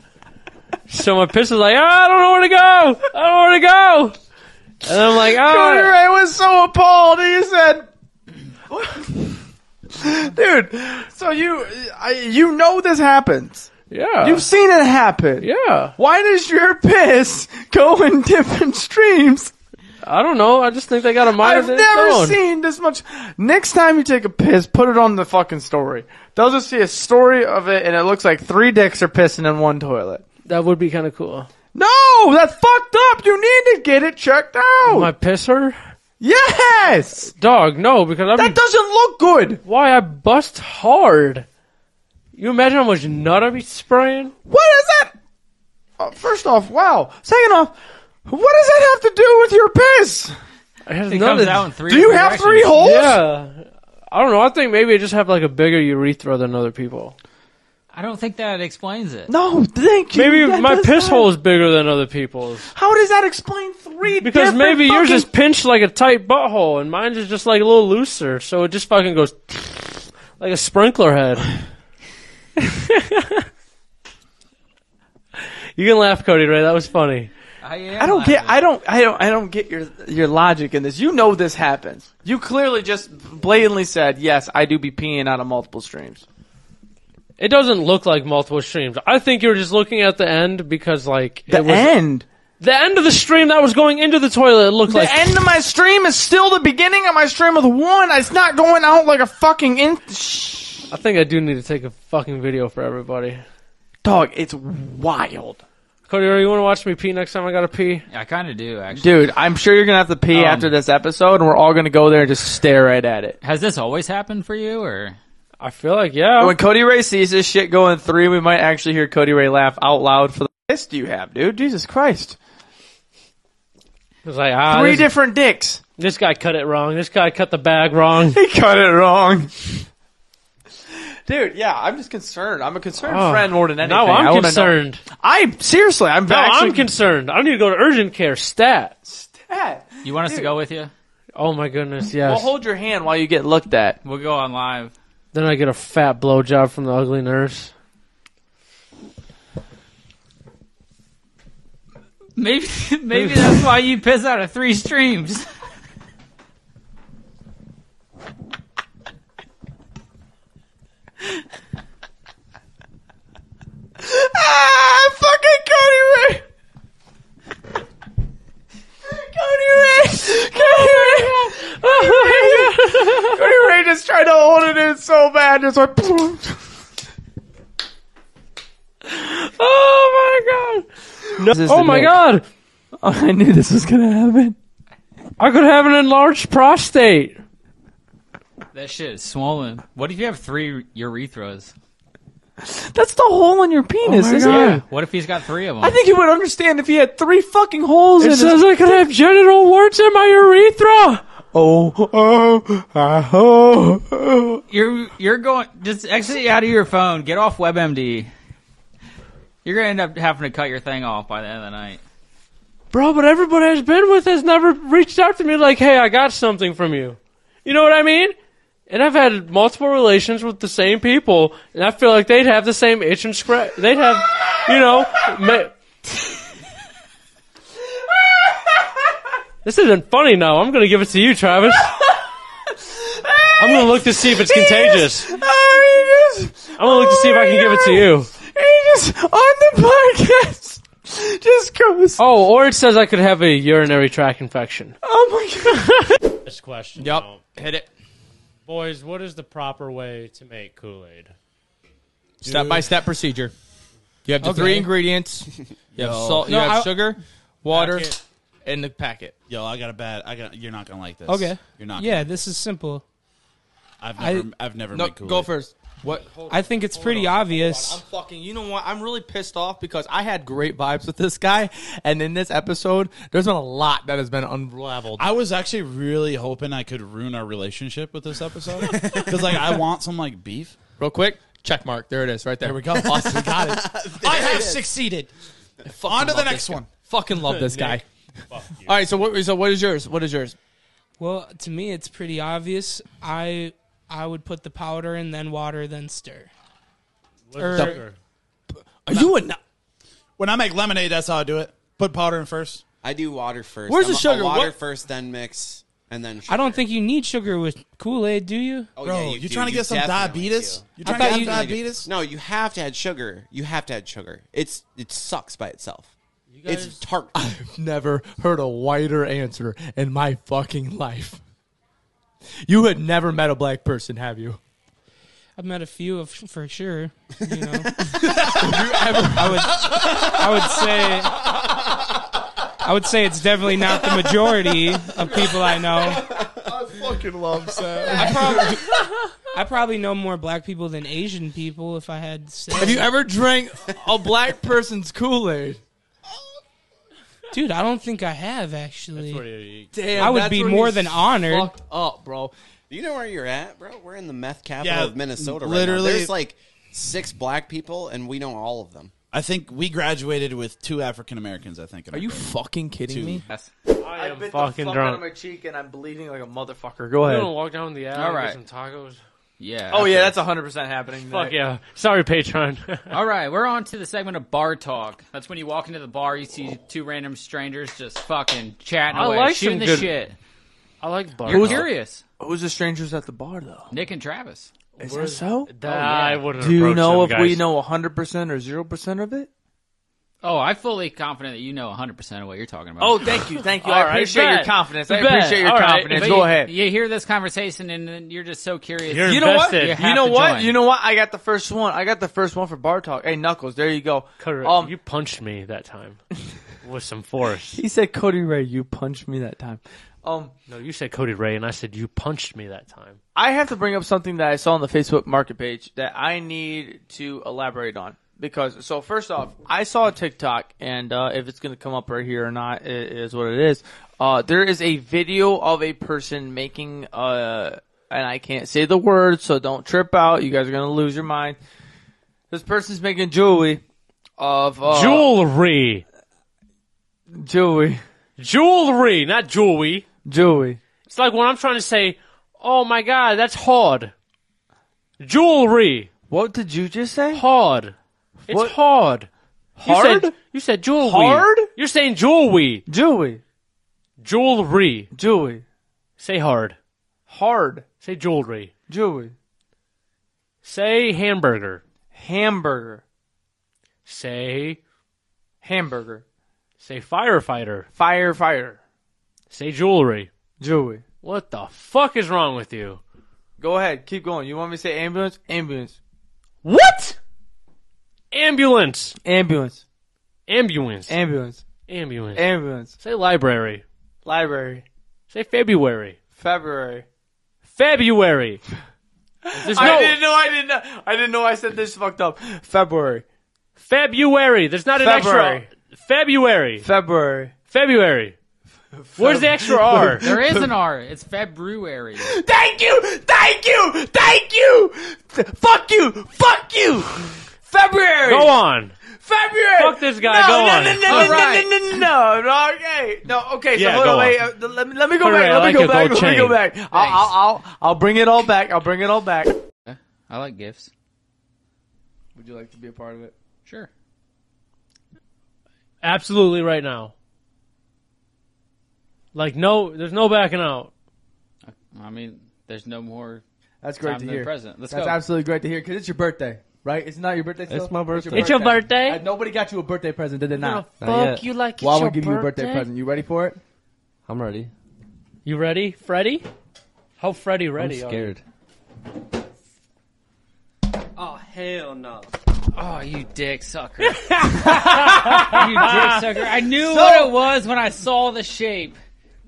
Speaker 5: so my piss is like, "Ah, I don't know where to go. I don't know where to go. And I'm like,
Speaker 4: "Oh,
Speaker 10: Cody
Speaker 5: ah,
Speaker 10: Ray was so appalled. He said, "Dude, so you, I, you know this happens.
Speaker 5: Yeah.
Speaker 4: You've seen it happen.
Speaker 5: Yeah.
Speaker 4: Why does your piss go in different streams?
Speaker 5: I don't know. I just think they got a mind
Speaker 4: I've
Speaker 5: of their
Speaker 4: never
Speaker 5: own.
Speaker 4: seen this much. Next time you take a piss, put it on the fucking story. They'll just see a story of it, and it looks like three dicks are pissing in one toilet.
Speaker 5: That would be kind of cool.
Speaker 4: No, that's fucked up. You need to get it checked out.
Speaker 5: My pisser?
Speaker 4: Yes.
Speaker 5: Dog, no, because I'm. That
Speaker 4: doesn't look good.
Speaker 5: Why I bust hard? You imagine how much nut I be spraying?
Speaker 4: What is that? Uh, first off, wow. Second off, what does that have to do with your piss?
Speaker 5: It has
Speaker 13: It
Speaker 5: none
Speaker 13: comes
Speaker 5: to-
Speaker 13: out in three
Speaker 4: Do you have directions. three holes?
Speaker 5: Yeah. I don't know. I think maybe I just have like a bigger urethra than other people.
Speaker 13: I don't think that explains it.
Speaker 4: No, thank you.
Speaker 5: Maybe
Speaker 4: That
Speaker 5: my
Speaker 4: does
Speaker 5: piss
Speaker 4: not-
Speaker 5: hole is bigger than other people's.
Speaker 4: How does that explain three?
Speaker 5: Because
Speaker 4: different
Speaker 5: maybe yours
Speaker 4: fucking-
Speaker 5: is pinched like a tight butthole, and mine's is just like a little looser, so it just fucking goes like a sprinkler head. you can laugh, Cody. Right? That was funny.
Speaker 4: I don't get. I don't. I don't. I don't get your your logic in this. You know this happens. You clearly just blatantly said, "Yes, I do be peeing out of multiple streams."
Speaker 5: It doesn't look like multiple streams. I think you were just looking at the end because like
Speaker 4: The
Speaker 5: it was,
Speaker 4: end.
Speaker 5: the end of the stream that was going into the toilet. It looked
Speaker 4: The
Speaker 5: like
Speaker 4: end of my stream is still the beginning of my stream with one. It's not going out like a fucking in.
Speaker 5: I think I do need to take a fucking video for everybody.
Speaker 4: Dog, it's wild.
Speaker 5: Cody, you want to watch me pee next time I gotta pee?
Speaker 13: I kind of do actually.
Speaker 4: Dude, I'm sure you're gonna have to pee
Speaker 5: Um,
Speaker 4: after this episode, and we're all gonna go there and just stare right at it.
Speaker 13: Has this always happened for you, or
Speaker 5: I feel like yeah.
Speaker 4: When Cody Ray sees this shit going three, we might actually hear Cody Ray laugh out loud for the fist you have, dude. Jesus Christ.
Speaker 5: It's like ah,
Speaker 4: Three
Speaker 5: this-
Speaker 4: different dicks.
Speaker 5: This guy cut it wrong. This guy cut the bag wrong.
Speaker 4: He cut it wrong. Dude, yeah, I'm just concerned. I'm a concerned
Speaker 5: Oh.
Speaker 4: friend more than anything.
Speaker 5: Now I'm
Speaker 4: I wanna know-
Speaker 5: concerned.
Speaker 4: I seriously, I'm
Speaker 5: Now
Speaker 4: actually-
Speaker 5: I'm concerned. I need to go to urgent care. Stat.
Speaker 13: you want us to go with you?
Speaker 5: Oh my goodness,
Speaker 4: Well,
Speaker 5: yes.
Speaker 4: hold your hand while you get looked at.
Speaker 13: We'll go on live.
Speaker 5: then I get a fat blowjob from the ugly nurse.
Speaker 13: Maybe maybe that's why you piss out of three streams.
Speaker 4: Ah, fucking Cody Ray! Cody Ray! Cody Ray!
Speaker 5: Oh
Speaker 4: Cody Ray! Cody Ray just tried to hold it in so bad, just like.
Speaker 5: Oh my god!
Speaker 4: This is
Speaker 5: oh
Speaker 4: the
Speaker 5: my
Speaker 4: Nick.
Speaker 5: god!
Speaker 4: I knew this was gonna happen.
Speaker 5: I could have an enlarged prostate.
Speaker 13: That shit is swollen. What if you have three urethras?
Speaker 4: That's the hole in your
Speaker 5: Oh
Speaker 4: penis, isn't it?
Speaker 13: What if he's got three of them?
Speaker 4: Oh I think you would understand if he had three fucking holes in
Speaker 5: It
Speaker 4: his.
Speaker 5: says I could have genital warts in my urethra.
Speaker 4: Oh, oh, ah, oh, oh.
Speaker 13: You're you're going just exit out of your phone. Get off WebMD. You're gonna end up having to cut your thing off by the end of the night.
Speaker 5: Bro, but everybody I've been with has never reached out to me like, hey, I got something from you. You know what I mean? And I've had multiple relations with the same people, and I feel like they'd have the same itch and scratch. They'd have, you know. Ma- this isn't funny now. I'm going to give it to you, Travis. I'm going to look to see if it's contagious. I'm
Speaker 4: Oh, he just.
Speaker 5: going to look to see if I can give it to you.
Speaker 4: He just on the podcast just goes. Oh,
Speaker 5: Oh, or it says I could have a urinary tract infection.
Speaker 14: Oh.
Speaker 4: Oh my god!
Speaker 14: This question.
Speaker 4: Yep,
Speaker 14: though.
Speaker 4: hit it.
Speaker 14: Boys, what is the proper way to make Kool Aid?
Speaker 4: Step by
Speaker 10: step procedure.
Speaker 4: You have
Speaker 10: the three
Speaker 4: ingredients.
Speaker 10: You have
Speaker 1: No.
Speaker 10: salt. You
Speaker 1: No,
Speaker 10: have
Speaker 1: I-
Speaker 10: sugar, water,
Speaker 1: Packet.
Speaker 10: and the packet.
Speaker 1: Yo, I got a bad. I got. You're not gonna like this.
Speaker 3: Okay.
Speaker 1: You're not.
Speaker 3: Yeah,
Speaker 1: Gonna,
Speaker 3: this is simple.
Speaker 1: I've
Speaker 3: I-
Speaker 1: never. I, have never
Speaker 10: No,
Speaker 1: made Kool-Aid.
Speaker 10: go first. What?
Speaker 3: I think it's pretty obvious.
Speaker 10: I'm fucking. You know what? I'm really pissed off because I had great vibes with this guy, and in this episode, there's been a lot that has been unraveled.
Speaker 1: I was actually really hoping I could ruin our relationship with this episode because, like, I want some like beef.
Speaker 10: Real quick, check mark. There it is, right there.
Speaker 1: There we go.
Speaker 10: Awesome. Got it.
Speaker 1: I have succeeded.
Speaker 10: Fucking
Speaker 1: On to the
Speaker 10: love
Speaker 1: next
Speaker 10: this guy.
Speaker 1: one.
Speaker 10: Fucking love this guy.
Speaker 14: Nick,
Speaker 10: All
Speaker 14: fuck you.
Speaker 10: right. So what? So what is yours? What is yours?
Speaker 3: Well, to me, it's pretty obvious. I I would put the powder in, then water, then stir. Er, Or-
Speaker 10: Are you a? n-
Speaker 1: When I make lemonade, that's how I do it. Put powder in first.
Speaker 2: I do water first.
Speaker 10: Where's
Speaker 2: I'm
Speaker 10: the
Speaker 2: a-
Speaker 10: sugar?
Speaker 2: A water
Speaker 10: What-
Speaker 2: first, then mix,
Speaker 1: and then
Speaker 3: I don't think you need sugar with Kool Aid, do you?
Speaker 1: Oh, yeah, you do. You definitely do.
Speaker 3: I thought you
Speaker 1: No, you have to add sugar. You have to add sugar. It's it sucks by itself. it's tart.
Speaker 10: I've never heard a whiter answer in my fucking life. You had never met a black person, have you?
Speaker 3: I've met a few of for sure. You know,
Speaker 10: I
Speaker 3: would, I would say, I would say it's definitely not the majority of people I know.
Speaker 15: I fucking love Sam.
Speaker 3: I probably, I probably know more black people than Asian people. If I had, to say.
Speaker 10: Have you ever drank a black person's Kool Aid?
Speaker 3: Dude, I don't think I have actually.
Speaker 10: Damn,
Speaker 3: I would
Speaker 10: that's
Speaker 3: be
Speaker 10: where
Speaker 3: more
Speaker 10: you
Speaker 3: than honored.
Speaker 10: Fucked up, Oh, bro.
Speaker 1: Do you know where you're at, bro? We're in the meth capital
Speaker 16: Yeah,
Speaker 1: of Minnesota. right
Speaker 16: literally-
Speaker 1: now. there's like six black people, and we know all of them.
Speaker 16: I think we graduated with two African Americans. I think. in
Speaker 1: Are
Speaker 16: our
Speaker 1: you
Speaker 16: grade.
Speaker 10: fucking kidding
Speaker 16: Two.
Speaker 10: me?
Speaker 5: I am
Speaker 4: bit the
Speaker 5: fucking
Speaker 4: fuck out of
Speaker 5: drunk.
Speaker 4: my cheek and I'm bleeding like a motherfucker.
Speaker 5: You
Speaker 4: Go ahead.
Speaker 5: wanna walk down the alley
Speaker 4: All
Speaker 5: and
Speaker 4: right.
Speaker 5: get some tacos.
Speaker 6: Yeah.
Speaker 4: Oh yeah,
Speaker 6: okay.
Speaker 4: that's 100 percent happening.
Speaker 5: Fuck
Speaker 4: tonight.
Speaker 5: yeah. Sorry, Patreon.
Speaker 6: All right, we're on to the segment of bar talk. That's when you walk into the bar, you see two random strangers just fucking chatting
Speaker 5: I
Speaker 6: away,
Speaker 5: like
Speaker 6: shooting
Speaker 5: some
Speaker 6: the
Speaker 5: good-
Speaker 6: shit.
Speaker 5: I like bar.
Speaker 6: You're
Speaker 5: talk.
Speaker 6: curious.
Speaker 4: Who's the strangers at the bar though?
Speaker 6: Nick and Travis. Uh,
Speaker 4: Is
Speaker 6: Where-
Speaker 4: that so? Oh,
Speaker 10: Oh,
Speaker 6: That- I wouldn't
Speaker 4: Do you
Speaker 6: approach
Speaker 4: know if
Speaker 6: them,
Speaker 4: we
Speaker 6: guys.
Speaker 4: know 100 percent or 0 percent of it?
Speaker 6: Oh, I'm fully confident that you know 100% of what you're talking about.
Speaker 4: Oh, thank you, thank you. I appreciate your confidence. I appreciate your confidence.
Speaker 6: But
Speaker 4: Go
Speaker 6: you-
Speaker 4: ahead.
Speaker 6: You hear this conversation and then you're just so curious.
Speaker 4: you know what?
Speaker 6: You
Speaker 4: You,
Speaker 6: have
Speaker 4: know
Speaker 6: to
Speaker 4: what?
Speaker 6: join.
Speaker 4: You know what? I got the first one. I got the first one for bar talk. Hey, Knuckles, there you go.
Speaker 5: Cutter,
Speaker 4: Um,
Speaker 5: you punched me that time with some force.
Speaker 4: He said, "Cody Ray, you punched me that time." Um,
Speaker 5: no, you said Cody Ray, and I said you punched me that time.
Speaker 4: I have to bring up something that I saw on the Facebook market page that I need to elaborate on because so first off, I saw a TikTok and uh, if it's going to come up right here or not i- is what it is. Uh, there is a video of a person making uh, and I can't say the word, so don't trip out. You guys are going to lose your mind. This person's making jewelry of uh,
Speaker 5: jewelry,
Speaker 4: jewelry,
Speaker 5: jewelry, not jewelry.
Speaker 4: jewelry.
Speaker 5: It's like when I'm trying to say, "Oh my god, that's hard." Jewelry.
Speaker 4: What did you just say?
Speaker 5: Hard. It's
Speaker 4: What?
Speaker 5: hard. You
Speaker 4: Hard?
Speaker 5: said, you said jewelry.
Speaker 4: Hard?
Speaker 5: You're saying jewelry.
Speaker 4: Jewelry.
Speaker 5: Jewelry.
Speaker 4: Jewelry.
Speaker 5: Say hard.
Speaker 4: Hard.
Speaker 5: Say jewelry.
Speaker 4: Jewelry.
Speaker 5: Say hamburger.
Speaker 4: Hamburger.
Speaker 5: Say
Speaker 4: hamburger.
Speaker 5: Say firefighter.
Speaker 4: Firefighter.
Speaker 5: Say jewelry.
Speaker 4: Jewelry.
Speaker 5: What the fuck is wrong with you?
Speaker 4: Go ahead, keep going. You want me to say ambulance? Ambulance.
Speaker 5: What? Ambulance.
Speaker 4: Ambulance.
Speaker 5: Ambulance.
Speaker 4: Ambulance.
Speaker 5: Ambulance.
Speaker 4: Ambulance.
Speaker 5: Say library.
Speaker 4: Library.
Speaker 5: Say February.
Speaker 4: February.
Speaker 5: February. There's
Speaker 4: I
Speaker 5: no-
Speaker 4: didn't know. I didn't know. I didn't know. I said this fucked up. February.
Speaker 5: February. There's not an
Speaker 4: February.
Speaker 5: extra. February.
Speaker 4: February.
Speaker 5: February. Where's the extra R?
Speaker 6: There is an R. It's February.
Speaker 4: Thank you. Thank you. Thank you. Th- Fuck you. Fuck you. February.
Speaker 5: Go on.
Speaker 4: February.
Speaker 5: Fuck this guy,
Speaker 4: No,
Speaker 5: go
Speaker 4: no,
Speaker 5: on.
Speaker 4: No, no,
Speaker 6: All
Speaker 4: no,
Speaker 6: right.
Speaker 4: no, no, no, no. Okay. No. Okay. So
Speaker 5: Yeah,
Speaker 4: hold
Speaker 5: go
Speaker 4: on. Wait,
Speaker 5: on.
Speaker 4: uh, let, me- let me go
Speaker 5: Put it
Speaker 4: back.
Speaker 5: right,
Speaker 4: Let
Speaker 5: I
Speaker 4: me
Speaker 5: like
Speaker 4: go
Speaker 5: a
Speaker 4: back.
Speaker 5: gold
Speaker 4: Let me go
Speaker 5: chain.
Speaker 4: back. I'll, I'll, I'll, I'll bring it all back. I'll bring it all back.
Speaker 6: I like gifts.
Speaker 4: Would you like to be a part of it?
Speaker 6: Sure.
Speaker 5: Absolutely right now. Like no, there's no backing out.
Speaker 6: I mean, there's no more.
Speaker 10: That's great
Speaker 6: time
Speaker 10: to
Speaker 6: than
Speaker 10: hear.
Speaker 6: present. Let's
Speaker 10: That's
Speaker 6: go.
Speaker 10: absolutely great to hear because it's your birthday, right? It's not your birthday. Still?
Speaker 5: It's my birthday.
Speaker 6: It's your birthday?
Speaker 10: Uh, nobody got you a birthday present, did they
Speaker 5: gonna
Speaker 10: not?
Speaker 5: fuck Not yet. you like it's
Speaker 10: Well, I
Speaker 5: your
Speaker 10: will give you a birthday
Speaker 5: birthday?
Speaker 10: present. You ready for it?
Speaker 17: I'm ready.
Speaker 5: You ready, Freddy? How Freddy ready?
Speaker 17: I'm
Speaker 5: are
Speaker 17: scared.
Speaker 18: Oh hell no!
Speaker 6: Oh, you dick sucker. you dick sucker. I knew what it was when I saw the shape.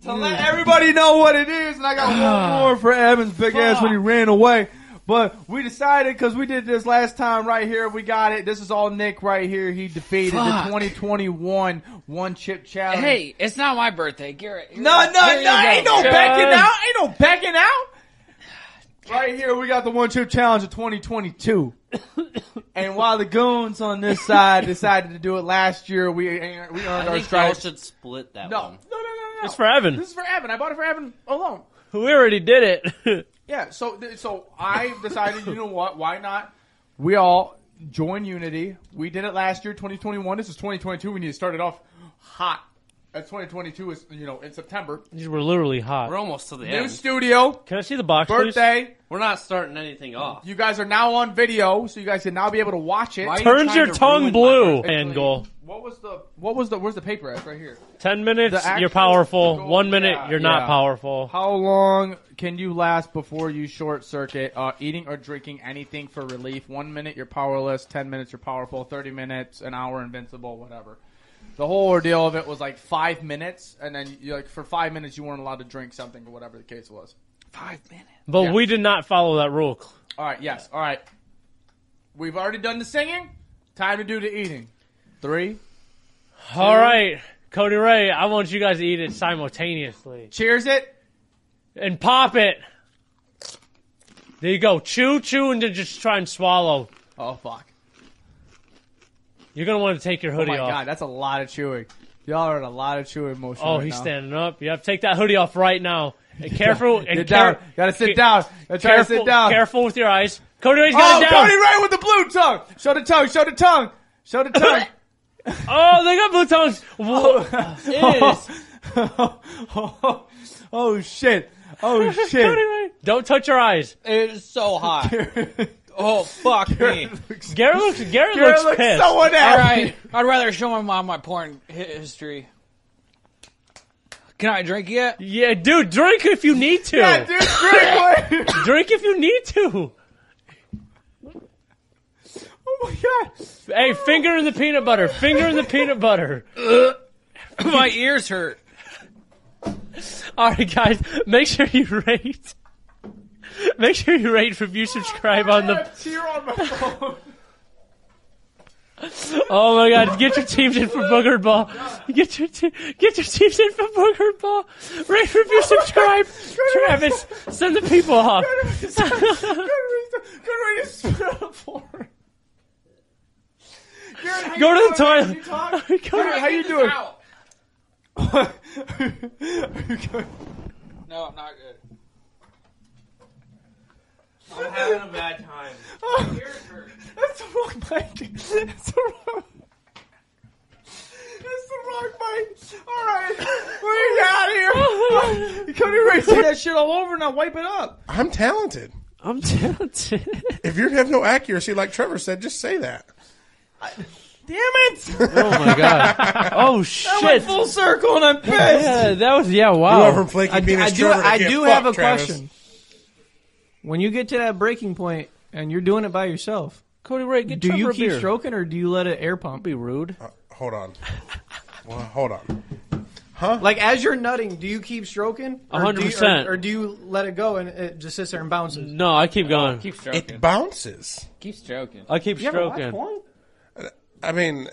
Speaker 10: To let everybody know what it is, and I got one more for Evan's big ass when he ran away. But we decided because we did this last time right here. We got it. This is all Nick right here. He defeated
Speaker 6: Fuck.
Speaker 10: the 2021 one chip challenge.
Speaker 6: Hey, it's not my birthday, Garrett. Here-
Speaker 10: No, no,
Speaker 6: here you
Speaker 10: no!
Speaker 6: go.
Speaker 10: Ain't no backing out! Ain't no backing out! Right here, we got the one chip challenge of 2022. and while the goons on this side decided to do it last year, we we earned
Speaker 18: I
Speaker 10: our
Speaker 18: think y'all
Speaker 10: stripes.
Speaker 18: should split that
Speaker 10: No,
Speaker 18: one.
Speaker 10: no, no, no, no!
Speaker 5: It's for Evan.
Speaker 10: This is for Evan. I bought it for Evan alone.
Speaker 5: We already did it.
Speaker 10: Yeah. So, th- so I decided, you know what? Why not? We all join unity. We did it last year, 2021. This is 2022. We need to start it off hot. As 2022 is, you know, in September.
Speaker 5: These were literally hot.
Speaker 10: We're almost
Speaker 6: to the
Speaker 10: New
Speaker 6: end.
Speaker 10: studio.
Speaker 5: Can I see the box? please?
Speaker 10: Birthday.
Speaker 6: We're not starting anything off.
Speaker 10: You guys are now on video, so you guys can now be able to watch it.
Speaker 5: Why are you Turns trying your to tongue ruin blue. my- And goal.
Speaker 10: What was the? What was the? Where's the paper at? Right here.
Speaker 5: Ten minutes,
Speaker 10: The actual-
Speaker 5: you're powerful.
Speaker 10: the goal-
Speaker 5: One minute,
Speaker 10: yeah,
Speaker 5: you're not
Speaker 10: yeah.
Speaker 5: powerful.
Speaker 10: How long can you last before you short circuit uh, eating or drinking anything for relief? One minute you're powerless, ten minutes you're powerful, thirty minutes, an hour invincible, whatever. The whole ordeal of it was like five minutes, and then you, like for five minutes you weren't allowed to drink something or whatever the case was. Five minutes.
Speaker 5: But
Speaker 10: Yeah.
Speaker 5: we did not follow that rule.
Speaker 10: All right. Yes. All right. We've already done the singing. Time to do the eating. Three.
Speaker 5: All right, Cody Ray, I want you guys to eat it simultaneously.
Speaker 10: Cheers it
Speaker 5: and pop it. There you go. Chew, chew, and then just try and swallow.
Speaker 10: Oh fuck!
Speaker 5: You're gonna want to take your hoodie
Speaker 10: oh my
Speaker 5: off.
Speaker 10: god, that's a lot of chewing. Y'all are in a lot of chewing motion.
Speaker 5: Oh,
Speaker 10: right
Speaker 5: he's
Speaker 10: now.
Speaker 5: standing up. You have to take that hoodie off right now. And careful. And
Speaker 10: Get down.
Speaker 5: care-
Speaker 10: Gotta sit
Speaker 5: ca-
Speaker 10: down. Gotta try to sit
Speaker 5: careful-
Speaker 10: down.
Speaker 5: Careful with your eyes. Cody Ray's
Speaker 10: oh,
Speaker 5: got it down.
Speaker 10: Cody Ray with the blue tongue. Show the tongue. Show the tongue. Show the tongue.
Speaker 5: oh, they got blue tongues. Whoa.
Speaker 10: oh, shit. Oh shit.
Speaker 5: Cody Ray. Don't touch your eyes.
Speaker 6: It is so hot. oh fuck me.
Speaker 5: Garrett looks. Garrett,
Speaker 6: Garrett
Speaker 5: looks,
Speaker 6: looks
Speaker 5: pissed.
Speaker 6: so unhappy. All right. I'd rather show my mom my porn hi- history. Can I drink yet?
Speaker 5: Yeah, dude, drink if you need to.
Speaker 6: Yeah, dude,
Speaker 5: drink. drink if you need to.
Speaker 10: Oh my
Speaker 5: god. Hey, finger in the peanut butter. Finger in the peanut butter.
Speaker 6: my ears hurt.
Speaker 5: All right, guys, make sure you rate. Make sure you rate, review, subscribe on the.
Speaker 10: tear on my phone.
Speaker 5: Oh my God! Get your teams in for Booger Ball. Get your te- get your teams in for Booger Ball. Rate, review, subscribe. Travis, send the people off. Go to the toilet.
Speaker 10: How, how you doing?
Speaker 6: No, I'm not good.
Speaker 10: I'm having a bad time.
Speaker 5: Oh.
Speaker 10: That's the wrong mic. That's the wrong. That's the wrong mic. All right, we out of here. Cody Ray, see that shit all over and I'll wipe it up.
Speaker 19: I'm talented.
Speaker 5: I'm talented.
Speaker 19: if you have no accuracy, like Trevor said, just say that.
Speaker 10: Damn it!
Speaker 5: Oh my god! Oh shit!
Speaker 10: That went full circle and I'm pissed.
Speaker 5: Yeah, that was yeah. Wow.
Speaker 19: You went from flaky
Speaker 20: I, do-
Speaker 19: penis
Speaker 20: I do,
Speaker 19: Trevor to
Speaker 20: I
Speaker 19: get
Speaker 20: do
Speaker 19: fucked,
Speaker 20: have a
Speaker 19: Travis.
Speaker 20: question. When you get to that breaking point and you're doing it by yourself,
Speaker 5: Cody Ray, get
Speaker 20: do
Speaker 5: Trevor
Speaker 20: you
Speaker 5: a
Speaker 20: keep
Speaker 5: beer.
Speaker 20: stroking or do you let it air pump?
Speaker 5: Be rude.
Speaker 19: Uh, Hold on. Well, hold on.
Speaker 20: Like as you're nutting, do you keep stroking? Or do you-
Speaker 5: 100%.
Speaker 20: Or, or do you let it go and it just sits there and bounces?
Speaker 5: No, I keep going.
Speaker 20: Keep
Speaker 19: It bounces.
Speaker 20: Keep stroking.
Speaker 5: I keep stroking.
Speaker 19: I mean,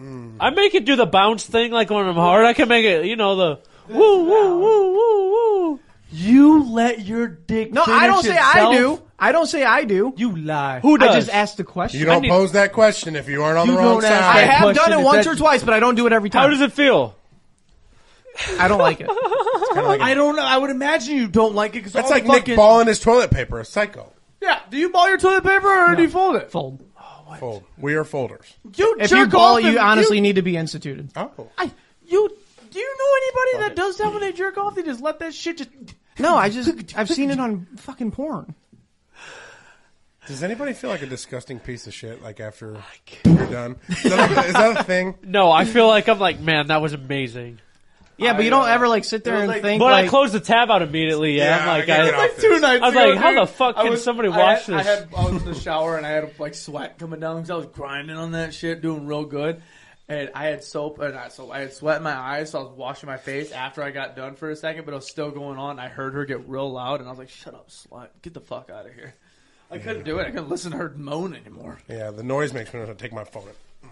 Speaker 19: mm.
Speaker 5: I make it do the bounce thing like when I'm hard. I can make it, you know, the woo woo woo woo woo.
Speaker 10: You let your dick.
Speaker 20: No, I don't say I do. I don't say I do.
Speaker 10: You lie.
Speaker 19: Who
Speaker 20: I
Speaker 19: does?
Speaker 20: just asked the question.
Speaker 19: you
Speaker 20: I
Speaker 19: don't
Speaker 20: need-
Speaker 19: pose that question if you aren't on
Speaker 20: You
Speaker 19: the wrong
Speaker 20: don't ask that
Speaker 19: side.
Speaker 20: I have question. done it Is once that- or twice, but I don't do it every time.
Speaker 5: How does it feel?
Speaker 20: I don't like it.
Speaker 10: I don't know. I would imagine you don't like it because
Speaker 19: That's like Nick balling his toilet paper. A psycho.
Speaker 10: Yeah. Do you ball your toilet paper or do you fold it?
Speaker 20: Fold.
Speaker 19: Fold. We are folders.
Speaker 10: You
Speaker 20: If
Speaker 10: jerk
Speaker 20: you ball,
Speaker 10: off and
Speaker 20: you honestly
Speaker 10: You,
Speaker 20: need to be instituted.
Speaker 19: Oh.
Speaker 10: you do you know anybody that does that when they jerk off? They just let that shit just.
Speaker 20: No, I just I've seen it on fucking porn.
Speaker 19: Does anybody feel like a disgusting piece of shit like after you're done? Is that, a, is that a thing?
Speaker 5: No, I feel like I'm like, man, that was amazing.
Speaker 20: Yeah, but you don't ever uh, like sit there and think.
Speaker 5: But I
Speaker 20: like,
Speaker 5: closed the tab out immediately. Yeah,
Speaker 20: Yeah,
Speaker 5: I'm like,
Speaker 20: I
Speaker 5: I,
Speaker 20: gotta get off
Speaker 10: Like two nights
Speaker 5: I was
Speaker 10: ago,
Speaker 5: like, how
Speaker 10: dude,
Speaker 5: the fuck
Speaker 10: I
Speaker 5: can
Speaker 10: was-
Speaker 5: somebody
Speaker 10: I
Speaker 5: watch
Speaker 10: had-
Speaker 5: this?
Speaker 10: I, had, I was in the shower and I had like sweat coming down because I was grinding on that shit, doing real good. And I had soap and I, so I had sweat in my eyes, so I was washing my face after I got done for a second, but it was still going on. I heard her get real loud and I was like, "Shut up, slut! Get the fuck out of here!" I couldn't do it. I couldn't listen to her moan anymore.
Speaker 19: Yeah, the noise makes me want to take my phone. and-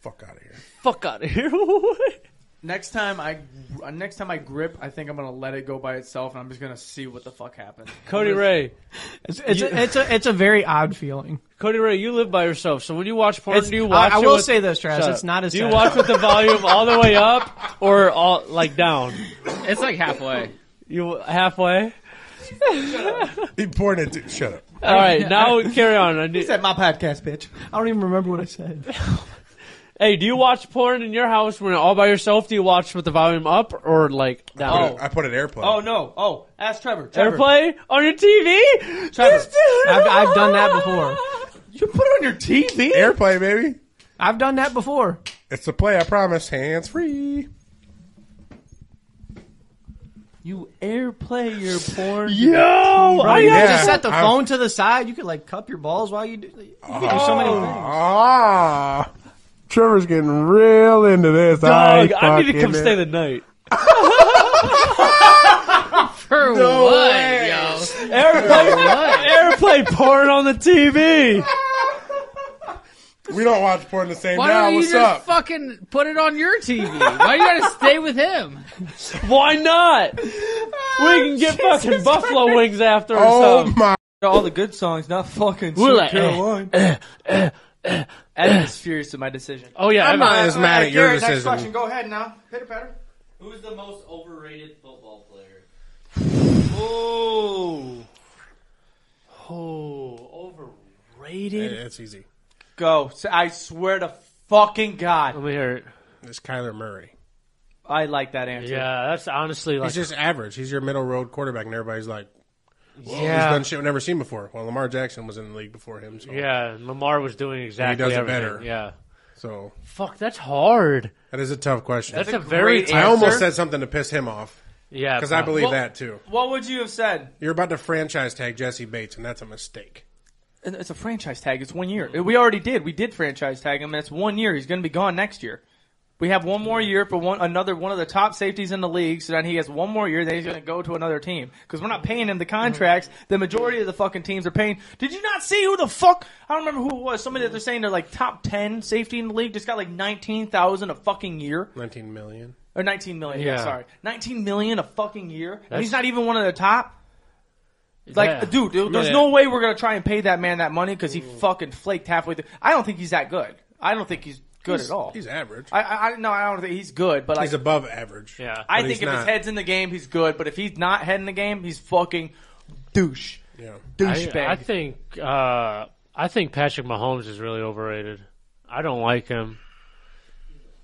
Speaker 19: Fuck out of here.
Speaker 5: Fuck out of here.
Speaker 10: next time I, uh, next time I grip, I think I'm gonna let it go by itself, and I'm just gonna see what the fuck happens.
Speaker 5: Cody Ray.
Speaker 20: It's, it's, a, it's a it's a very odd feeling.
Speaker 5: Cody Ray, you live by yourself, so when you watch porn,
Speaker 20: It's-
Speaker 5: do you watch?
Speaker 20: I- I
Speaker 5: it
Speaker 20: will
Speaker 5: with-
Speaker 20: say this, Travis,
Speaker 5: Shut
Speaker 20: it's
Speaker 5: up.
Speaker 20: not as
Speaker 5: Do you
Speaker 20: sad.
Speaker 5: watch with the volume all the way up or all like down?
Speaker 13: It's like halfway.
Speaker 5: You halfway.
Speaker 19: He poured it. to- Shut up.
Speaker 5: All right, now carry on. I need,
Speaker 10: my podcast, bitch.
Speaker 20: I don't even remember what I said.
Speaker 5: Hey, do you watch porn in your house when you're all by yourself? Do you watch with the volume up or like down?
Speaker 19: put it- I put it airplay.
Speaker 10: Oh no! Oh, ask Trevor. Trevor.
Speaker 5: airplay on your TV. Trevor,
Speaker 20: I've, I've done that before.
Speaker 10: You put it on your TV?
Speaker 19: Airplay, baby.
Speaker 20: I've done that before.
Speaker 19: It's a play, I promise. Hands free.
Speaker 20: You airplay your porn.
Speaker 19: Yo,
Speaker 20: Bro,
Speaker 19: I
Speaker 20: you
Speaker 19: got-
Speaker 20: just set the
Speaker 19: Yeah, I-
Speaker 20: phone to the side. You could like cup your balls while you do. You could do so
Speaker 21: Oh.
Speaker 20: many things.
Speaker 19: Ah. Trevor's getting real into this.
Speaker 5: Dog,
Speaker 19: I,
Speaker 5: I need to
Speaker 19: fucking
Speaker 5: come
Speaker 19: it.
Speaker 5: stay the night.
Speaker 6: For
Speaker 5: No
Speaker 6: what,
Speaker 5: way.
Speaker 6: yo?
Speaker 5: Airplay, airplay porn on the TV.
Speaker 19: We don't watch porn the same
Speaker 6: Why
Speaker 19: now.
Speaker 6: don't you
Speaker 19: What's
Speaker 6: just
Speaker 19: up?
Speaker 6: fucking put it on your TV? Why do you gotta stay with him?
Speaker 5: Why not? We can get fucking buffalo wings after or
Speaker 10: Oh
Speaker 5: something.
Speaker 19: my!
Speaker 10: All the good songs, not fucking
Speaker 5: We're
Speaker 10: Sweet
Speaker 5: like, eh,
Speaker 10: Caroline.
Speaker 5: Adam is
Speaker 10: furious with my decision.
Speaker 5: Oh, yeah,
Speaker 10: I'm
Speaker 5: Evan-
Speaker 10: not as
Speaker 19: uh,
Speaker 10: mad at your
Speaker 5: Garrett, next
Speaker 10: decision.
Speaker 5: question.
Speaker 10: Go ahead now. Hit it better.
Speaker 22: Who's the most overrated football player?
Speaker 10: Oh.
Speaker 5: Oh,
Speaker 19: Yeah,
Speaker 5: overrated.
Speaker 19: that's easy.
Speaker 10: Go. S- I swear to fucking God. Let
Speaker 5: me hear it.
Speaker 19: It's Kyler Murray.
Speaker 10: I like that answer.
Speaker 5: Yeah, that's honestly
Speaker 19: He's just average. He's your middle road quarterback, and everybody's like, well, he's
Speaker 5: Yeah.
Speaker 19: done shit we've never seen before. Well, Lamar Jackson was in the league before him, so
Speaker 5: Yeah, Lamar was doing exactly
Speaker 19: he does
Speaker 5: everything.
Speaker 19: it better.
Speaker 5: Yeah.
Speaker 19: So
Speaker 5: Fuck, that's hard.
Speaker 19: that is a tough question.
Speaker 5: That's That's a a very great
Speaker 19: I almost
Speaker 5: answer.
Speaker 19: said something to piss him off.
Speaker 5: Yeah,
Speaker 19: because I
Speaker 5: probably.
Speaker 19: believe
Speaker 5: Well-
Speaker 19: that too.
Speaker 10: What would you have said?
Speaker 19: You're about to franchise tag Jesse Bates, and that's a mistake.
Speaker 10: And It's a franchise tag. It's one year. We already did. We did franchise tag him. and It's one year. He's going to be gone next year. We have one more year for one another one of the top safeties in the league. So then he has one more year. Then he's going to go to another team because we're not paying him the contracts. The majority of the fucking teams are paying. Did you not see who the fuck? I don't remember who it was. Somebody that they're saying they're like top ten safety in the league just got like nineteen thousand a fucking year.
Speaker 19: Nineteen million.
Speaker 10: Or nineteen million. Yeah.
Speaker 19: Yeah.
Speaker 10: sorry, nineteen million a fucking year. and
Speaker 19: That's-
Speaker 10: he's not even one of the top. Like,
Speaker 19: Yeah.
Speaker 10: dude, dude, there's
Speaker 19: Yeah.
Speaker 10: no way we're gonna try and pay that man that money because he
Speaker 5: Mm.
Speaker 10: fucking flaked halfway through. I don't think he's that good. I don't think he's good
Speaker 19: He's-
Speaker 10: at all.
Speaker 19: He's average.
Speaker 10: I, I, I no, I don't think he's good, but
Speaker 19: he's
Speaker 10: like,
Speaker 19: above average. Yeah,
Speaker 10: I think if his head's in the game, he's good. But if he's not head in the game, he's fucking douche,
Speaker 19: yeah.
Speaker 10: douchebag.
Speaker 5: I, I think uh, I think Patrick Mahomes is really overrated. I don't like him.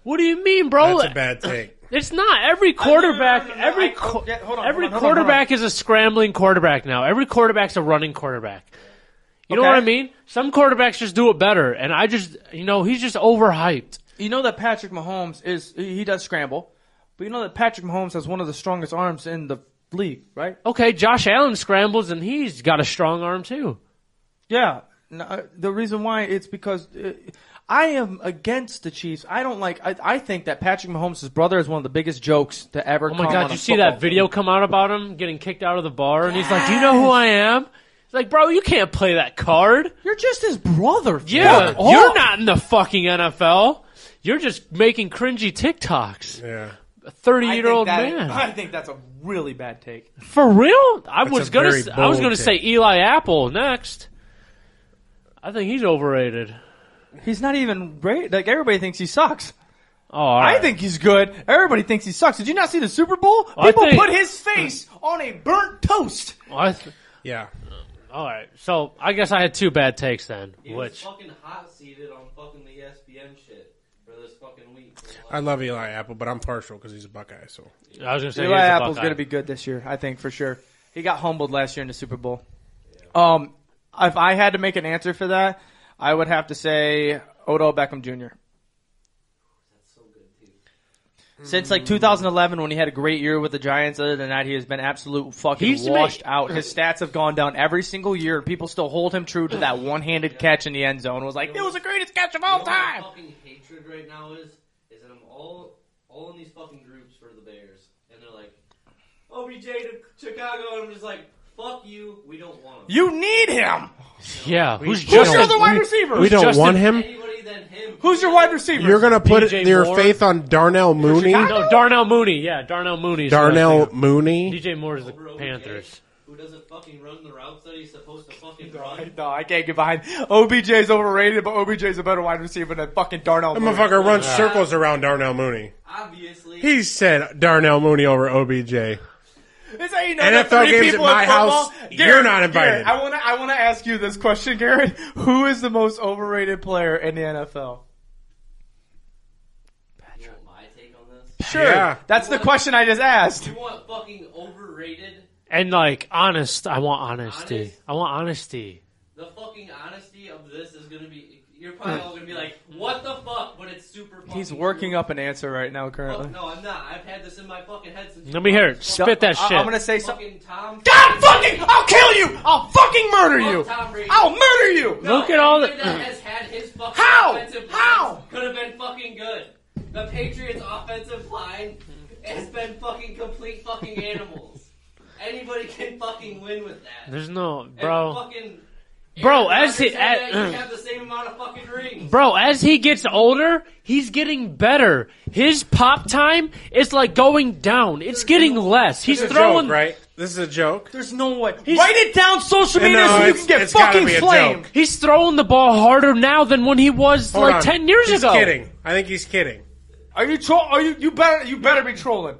Speaker 5: What do you mean, bro?
Speaker 4: Oh,
Speaker 19: That's a bad take.
Speaker 5: It's not every quarterback. Every qu- every quarterback is a scrambling quarterback now. Every quarterback's a running quarterback. You know
Speaker 10: Okay.
Speaker 5: what I mean? Some quarterbacks just do it better, and I just you know he's just overhyped.
Speaker 10: You know that Patrick Mahomes is he he does scramble, but you know that Patrick Mahomes has one of the strongest arms in the league, right?
Speaker 5: Okay, Josh Allen scrambles, and he's got a strong arm too.
Speaker 10: Yeah. No, uh, the reason why it's because uh, I am against the Chiefs. I don't like. I, I think that Patrick Mahomes' brother is one of the biggest jokes to ever.
Speaker 5: Oh my god, you see that video come out about him getting kicked out of the bar and he's like, Do you know who I am? He's like, Bro, you can't play that card.
Speaker 10: You're just his brother.
Speaker 5: Yeah.
Speaker 10: Fuck off.
Speaker 5: You're not in the fucking NFL. You're just making cringy TikToks.
Speaker 19: Yeah.
Speaker 5: A thirty year old man.
Speaker 10: I think that's a really bad take.
Speaker 5: For real? I
Speaker 10: That's
Speaker 5: was
Speaker 10: a
Speaker 5: gonna
Speaker 10: very
Speaker 5: s- I was
Speaker 10: bold
Speaker 5: gonna say
Speaker 10: take.
Speaker 5: Eli Apple next. I think he's overrated.
Speaker 10: He's not even great. Like everybody thinks he sucks.
Speaker 5: Oh, all
Speaker 10: I
Speaker 5: right.
Speaker 10: think he's good. Everybody thinks he sucks. Did you not see the Super Bowl?
Speaker 5: I
Speaker 10: People
Speaker 5: think-
Speaker 10: put his face on a burnt toast.
Speaker 5: I th- um,
Speaker 19: yeah.
Speaker 5: All right. So I guess I had two bad takes then.
Speaker 22: He was
Speaker 5: Which
Speaker 22: fucking hot seated on fucking the
Speaker 23: E
Speaker 22: ESPN shit for this fucking week.
Speaker 19: I love Eli Apple, but I'm partial because he's a Buckeye. So
Speaker 5: I was gonna say
Speaker 10: Eli
Speaker 5: he's a
Speaker 10: Apple's
Speaker 5: Buckeye.
Speaker 10: going to be good this year, I think for sure. He got humbled last year in the Super Bowl. Um, if I had to make an answer for that, I would have to say Odell Beckham Jr. Since like 2011, when he had a great year with the Giants, other than that, he has been absolute fucking
Speaker 5: He's made-
Speaker 10: washed out. His stats have gone down every single year. People still hold him true to that one-handed catch in the end zone. It was like, it was a greatest catch of all time.
Speaker 22: fucking hatred right now is is that I'm all all in these fucking groups for the Bears, and they're like, OBJ to Chicago, and I'm just like, fuck you, we don't want him.
Speaker 10: You need him.
Speaker 5: Yeah,
Speaker 19: We-
Speaker 5: who's
Speaker 19: we don't-
Speaker 5: Justin?
Speaker 10: Who's your other wide receiver?
Speaker 19: we don't want him.
Speaker 10: Who's your wide receiver?
Speaker 19: You're gonna put
Speaker 5: DJ
Speaker 19: your
Speaker 5: Moore.
Speaker 19: faith on Darnell Mooney.
Speaker 5: No, Darnell Mooney. Yeah, Darnell Mooney.
Speaker 19: Darnell Mooney.
Speaker 5: DJ Moore
Speaker 22: Oh,
Speaker 5: is the Panthers.
Speaker 22: Who doesn't fucking run the routes that he's supposed to fucking run?
Speaker 10: No, I can't get behind. OBJ's overrated, but OBJ's a better wide receiver than fucking Darnell.
Speaker 19: That
Speaker 10: Mooney.
Speaker 19: motherfucker runs circles around Darnell Mooney.
Speaker 22: Obviously,
Speaker 19: He said Darnell Mooney over OBJ.
Speaker 10: This ain't no
Speaker 19: NFL
Speaker 10: three
Speaker 19: games
Speaker 10: people
Speaker 19: at
Speaker 10: in
Speaker 19: my
Speaker 10: football.
Speaker 19: house,
Speaker 10: Garrett,
Speaker 19: you're not
Speaker 10: Garrett,
Speaker 19: invited.
Speaker 10: I want to. I want to ask you this question, Garrett. Who is the most overrated player in the NFL?
Speaker 4: Sure.
Speaker 5: Yeah.
Speaker 4: That's the question I just asked.
Speaker 23: You want fucking overrated?
Speaker 5: And like honest, I want honesty. I want honesty.
Speaker 23: The fucking honesty of this is gonna be. You're probably all gonna be like, "What the fuck?" But it's super. Fucking
Speaker 4: He's working up an answer right now, currently.
Speaker 23: Fuck, no, I'm not. I've had this in my fucking head since.
Speaker 5: Let me hear it. Spit that
Speaker 4: I-
Speaker 5: shit.
Speaker 4: I'm gonna say
Speaker 23: something. Tom.
Speaker 4: God fucking! I'll kill you! I'll Oh, fucking murder
Speaker 23: Fuck
Speaker 4: you!
Speaker 23: Tom Brady.
Speaker 4: I'll murder you!
Speaker 23: No,
Speaker 5: Look at all the-
Speaker 23: anybody that has had his fucking
Speaker 4: How?
Speaker 23: offensive How? Could have been fucking good. The Patriots' offensive line has been fucking complete fucking animals. Anybody can fucking win with that.
Speaker 5: There's no
Speaker 23: And
Speaker 5: bro.
Speaker 23: fucking
Speaker 5: Bro,
Speaker 23: Aaron
Speaker 5: as he
Speaker 23: Rodgers had that,
Speaker 5: as,
Speaker 23: you have the same amount of fucking rings.
Speaker 5: Bro, as he gets older, he's getting better. His pop time is like going down. It's getting less. He's
Speaker 19: This is a
Speaker 5: throwing
Speaker 19: joke, right. This is a joke.
Speaker 4: There's no way.
Speaker 5: Write it down social
Speaker 19: No, media so you it's- can get it's gotta fucking be a flamed. joke.
Speaker 5: He's throwing the ball harder now than when he was
Speaker 19: Hold
Speaker 5: like
Speaker 19: on.
Speaker 5: 10 years
Speaker 19: He's
Speaker 5: ago.
Speaker 19: kidding. I think he's kidding.
Speaker 4: Are you troll? Are you? You better. You better be trolling.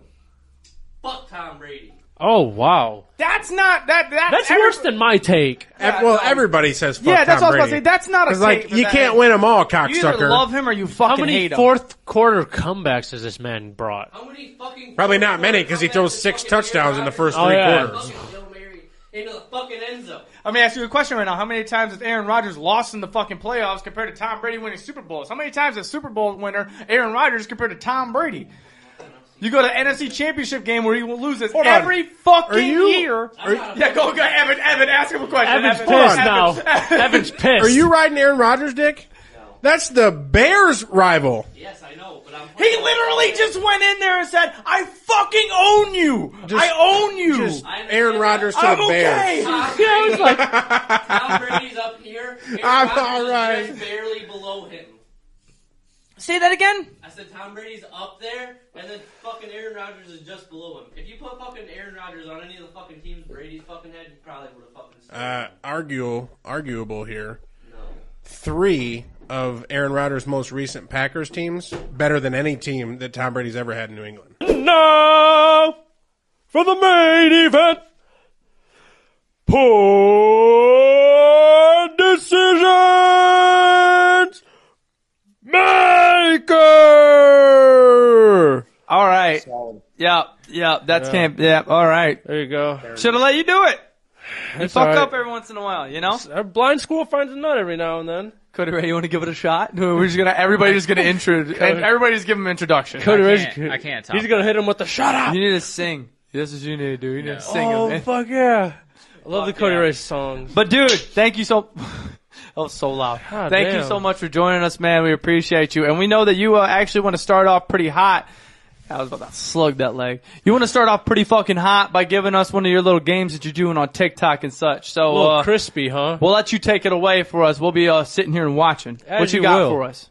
Speaker 23: Fuck Tom Brady.
Speaker 5: Oh, wow.
Speaker 4: That's not that. That's,
Speaker 5: That's
Speaker 4: every-
Speaker 5: worse than my take.
Speaker 19: Ev- well, everybody says fuck
Speaker 4: um, Yeah, that's what I
Speaker 19: Tom
Speaker 4: was about to
Speaker 19: Brady.
Speaker 4: say. That's not a
Speaker 19: 'Cause, like
Speaker 4: take for
Speaker 19: you
Speaker 4: that.
Speaker 19: can't win them all,
Speaker 4: You either
Speaker 19: cocksucker.
Speaker 4: love him or you
Speaker 5: How
Speaker 4: fucking
Speaker 5: many
Speaker 4: hate him.
Speaker 5: fourth quarter comebacks has this man brought?
Speaker 23: How many fucking
Speaker 19: Probably not many because he throws six touchdowns in the first
Speaker 5: Oh,
Speaker 19: three
Speaker 5: yeah.
Speaker 19: quarters.
Speaker 23: into the fucking end zone?
Speaker 4: I'm gonna ask you a question right now. How many times has Aaron Rodgers lost in the fucking playoffs compared to Tom Brady winning Super Bowls? How many times has Super Bowl winner Aaron Rodgers compared to Tom Brady? You go to NFC Championship game where he loses
Speaker 19: Hold on.
Speaker 4: every fucking
Speaker 19: Are you-
Speaker 4: year. yeah, go, go, Evan, Evan, ask him a question.
Speaker 19: Evan's
Speaker 4: Evan,
Speaker 19: pissed
Speaker 4: Evan, Evan.
Speaker 19: Are you riding Aaron Rodgers, Dick? That's the Bears rival.
Speaker 4: He literally just went in there and said, "I fucking own you. I own you."
Speaker 19: Just Aaron Rodgers to
Speaker 4: I'm
Speaker 19: the Bears.
Speaker 4: okay.
Speaker 5: I was like,
Speaker 23: Tom Brady's up here. Aaron
Speaker 19: I'm
Speaker 23: Rodgers
Speaker 19: all
Speaker 23: is
Speaker 19: right.
Speaker 23: just barely below him.
Speaker 4: Say that again.
Speaker 23: I said Tom Brady's up there, and then fucking Aaron Rodgers is just below him. If you put fucking Aaron Rodgers on any of the fucking teams Brady's fucking had, you probably would have fucking.
Speaker 19: Uh, arguable, arguable here. Three of Aaron Rodgers' most recent Packers teams better than any team that Tom Brady's ever had in New England.
Speaker 5: Now for the main event. Poor decisions maker.
Speaker 10: All right. Yep. Yep. That's
Speaker 5: Yeah.
Speaker 10: camp. Yep. All right.
Speaker 5: There you go.
Speaker 10: Should have let you do it. You
Speaker 5: It's
Speaker 10: fuck
Speaker 5: all right.
Speaker 10: up every once in a while, you know.
Speaker 5: Our uh, blind school finds a nut every now and then.
Speaker 4: Cody Ray, you want to give it a shot? No, we're just gonna everybody just gonna intro.
Speaker 5: Cody-
Speaker 4: everybody just give him introduction.
Speaker 5: Cody Ray's-
Speaker 10: I can't top
Speaker 5: He's gonna hit him with the shut up.
Speaker 4: You need to sing. This is you need to do. You need to sing.
Speaker 5: oh
Speaker 4: man.
Speaker 5: fuck yeah! I love the
Speaker 10: Fuck
Speaker 5: Cody
Speaker 10: yeah.
Speaker 5: Ray songs.
Speaker 10: But dude, thank you so. that was so loud.
Speaker 5: God
Speaker 10: thank you
Speaker 5: damn.
Speaker 10: so much for joining us, man. We appreciate you, and we know that you uh, actually want to start off pretty hot. I was about to slug that leg. You want to start off pretty fucking hot by giving us one of your little games that you're doing on TikTok and such.
Speaker 5: a
Speaker 10: So
Speaker 5: little
Speaker 10: uh,
Speaker 5: crispy, huh?
Speaker 10: we'll let you take it away for us. We'll be uh, sitting here and watching.
Speaker 5: As
Speaker 10: what you,
Speaker 5: you
Speaker 10: got
Speaker 5: will.
Speaker 10: for us?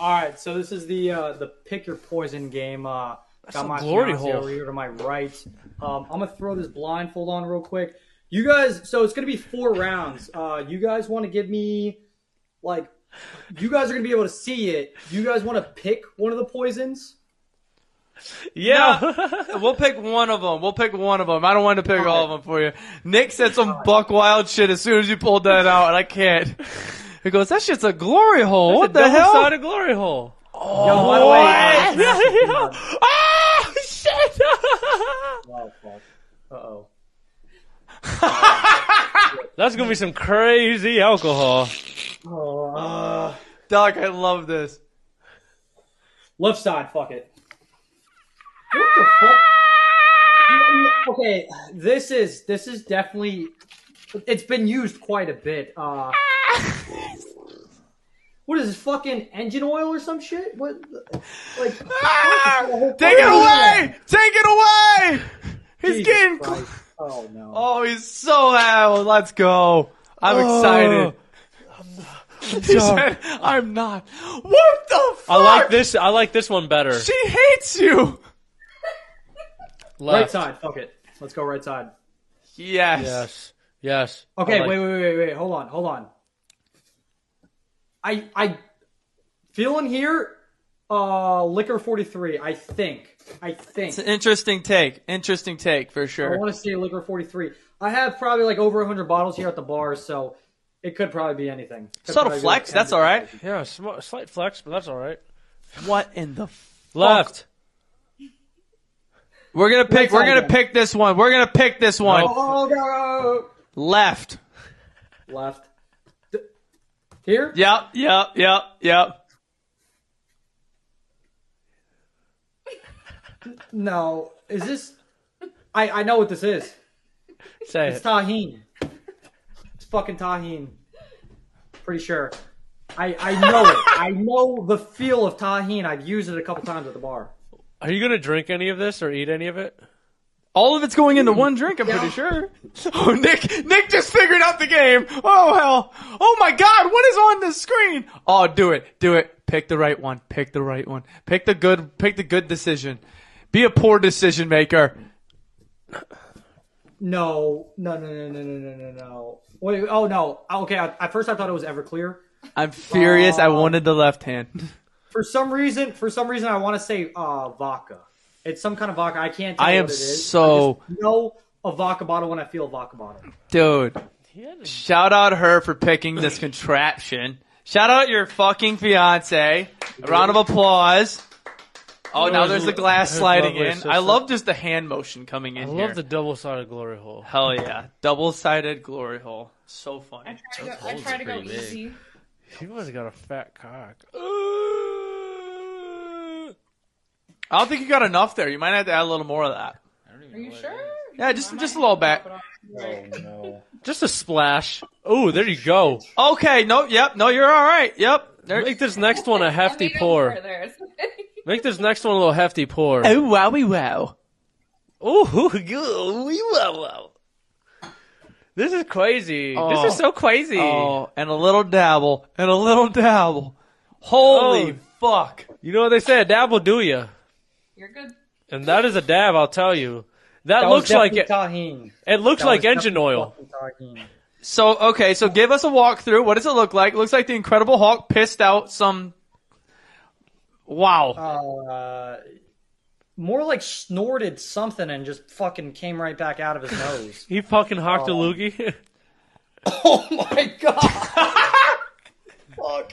Speaker 21: All right, so this is the uh, the pick your poison game. Uh,
Speaker 10: a
Speaker 21: got my
Speaker 10: glory
Speaker 21: glory
Speaker 10: hole.
Speaker 21: over here to my right. Um, I'm gonna throw this blindfold on real quick. You guys, so it's gonna be four rounds. Uh, you guys want to give me like, you guys are gonna be able to see it. You guys want to pick one of the poisons?
Speaker 10: Yeah, we'll pick one of them. We'll pick one of them. I don't want to pick all of them for you. Nick said some buck wild shit as soon as you pulled that out, and I can't. He goes, "That shit's a glory hole. what the hell?"
Speaker 5: Double-sided glory hole.
Speaker 10: Oh,
Speaker 21: Yo, by the way, uh,
Speaker 5: what? Ah, shit!
Speaker 21: Oh, fuck. Uh oh.
Speaker 5: That's gonna be some crazy alcohol.
Speaker 21: Oh, uh,
Speaker 10: Doc, I love this.
Speaker 21: Left side, fuck it. What the fuck? Okay, this is this is definitely it's been used quite a bit. Uh What is this fucking engine oil or some shit? What the- like
Speaker 10: Ah!
Speaker 4: Ah, Take it away! Take it away! He's
Speaker 21: Jesus
Speaker 4: getting.
Speaker 21: Christ. Oh no.
Speaker 10: Oh, he's so out. Let's go. I'm
Speaker 4: Oh.
Speaker 10: excited.
Speaker 4: He said,
Speaker 10: I'm not. What the fuck?
Speaker 5: I like this. I like this one better.
Speaker 10: She hates you.
Speaker 21: Right
Speaker 5: Left.
Speaker 21: side, fuck it. Let's go right side.
Speaker 10: Yes.
Speaker 5: Yes. Yes.
Speaker 21: Okay,
Speaker 5: I like-
Speaker 21: wait, wait, wait, wait, hold on, hold on. I I feeling here uh liquor 43, I think. I think.
Speaker 10: It's an interesting take. Interesting take for
Speaker 21: I
Speaker 10: sure.
Speaker 21: want to say liquor 43. I have probably like over 100 bottles here at the bar, so it could probably be anything. Could
Speaker 10: Subtle
Speaker 21: probably be
Speaker 10: flex.
Speaker 21: like
Speaker 10: That's
Speaker 21: 10.
Speaker 10: all right.
Speaker 5: Yeah, sm- slight flex, but that's all right.
Speaker 10: What in the
Speaker 5: Left.
Speaker 10: We're gonna pick.
Speaker 21: Right
Speaker 10: We're
Speaker 21: side
Speaker 10: gonna
Speaker 21: then.
Speaker 10: pick this one. We're gonna pick this one.
Speaker 21: Oh, no.
Speaker 10: Left.
Speaker 21: Left. D- Here?
Speaker 10: Yep. Yep. Yep. Yep.
Speaker 21: No. Is this. I, I know what this is.
Speaker 5: Say
Speaker 21: it's
Speaker 5: it.
Speaker 21: tahine. It's fucking tahine. Pretty sure. I, I know it. I know the feel of tahine. I've used it a couple times at the bar.
Speaker 5: Are you gonna drink any of this or eat any of it?
Speaker 10: All of it's going into one drink. I'm pretty sure. Oh, Nick! Nick just figured out the game. Oh hell! Oh my God! What is on the screen? Oh, do it! Do it! Pick the right one. Pick the right one. Pick the good. Pick the good decision. Be a poor decision maker.
Speaker 21: No, no, no, no, no, no, no, no, no. Wait, oh no. Okay, I, at first I thought it was Everclear. Uh,
Speaker 10: I'm furious. I wanted the left hand.
Speaker 21: For some reason, for some reason, I want to say uh, vodka. It's some kind of vodka. I can't. Tell
Speaker 10: I am
Speaker 21: what it is.
Speaker 10: so-
Speaker 21: I just know a vodka bottle when I feel a vodka bottle.
Speaker 10: Dude, shout out her for picking this contraption. Shout out your fucking fiance. A round of applause. Oh, now there's the glass
Speaker 5: His
Speaker 10: sliding
Speaker 5: lovely
Speaker 10: in.
Speaker 5: sister.
Speaker 10: I love just the hand motion coming in
Speaker 5: I
Speaker 10: here.
Speaker 5: love the double sided glory hole.
Speaker 10: Hell yeah, double sided glory hole. So funny.
Speaker 5: I tried to go- I Those tried to holes are go pretty easy. She must have got a fat cock.
Speaker 10: Uh, I don't think you got enough there. You might have to add a little more of that.
Speaker 4: Are you sure?
Speaker 10: Yeah, just just a little bit.
Speaker 5: Just a splash. Oh, there you go.
Speaker 10: Okay. No. Yep. No. You're all right. Yep.
Speaker 5: Make this next one a hefty pour. Make this next one a little hefty pour.
Speaker 10: Oh wowie wow.
Speaker 5: Ooh, hoo, goo,
Speaker 24: Mm-hmm.
Speaker 5: wee, wow, wow. This is crazy. This is so crazy.
Speaker 10: Oh, and a little dabble, and a little dabble. Holy fuck!
Speaker 5: You know what they say? A dab will do ya.
Speaker 4: You're good.
Speaker 5: And that is a dab, I'll tell you. That,
Speaker 21: was
Speaker 5: looks like it.
Speaker 21: definitely tahine.
Speaker 5: It looks
Speaker 21: That
Speaker 5: like
Speaker 21: was
Speaker 5: engine
Speaker 21: definitely
Speaker 5: oil.
Speaker 21: fucking tahine.
Speaker 10: So okay, so give us a walkthrough. What does it look like? It looks like the Incredible Hulk pissed out some. Wow.
Speaker 21: Uh, more like snorted something and just fucking came right back out of his nose.
Speaker 5: He fucking hawked a
Speaker 21: Oh.
Speaker 5: loogie.
Speaker 21: oh my god!
Speaker 10: Oh,
Speaker 21: fuck.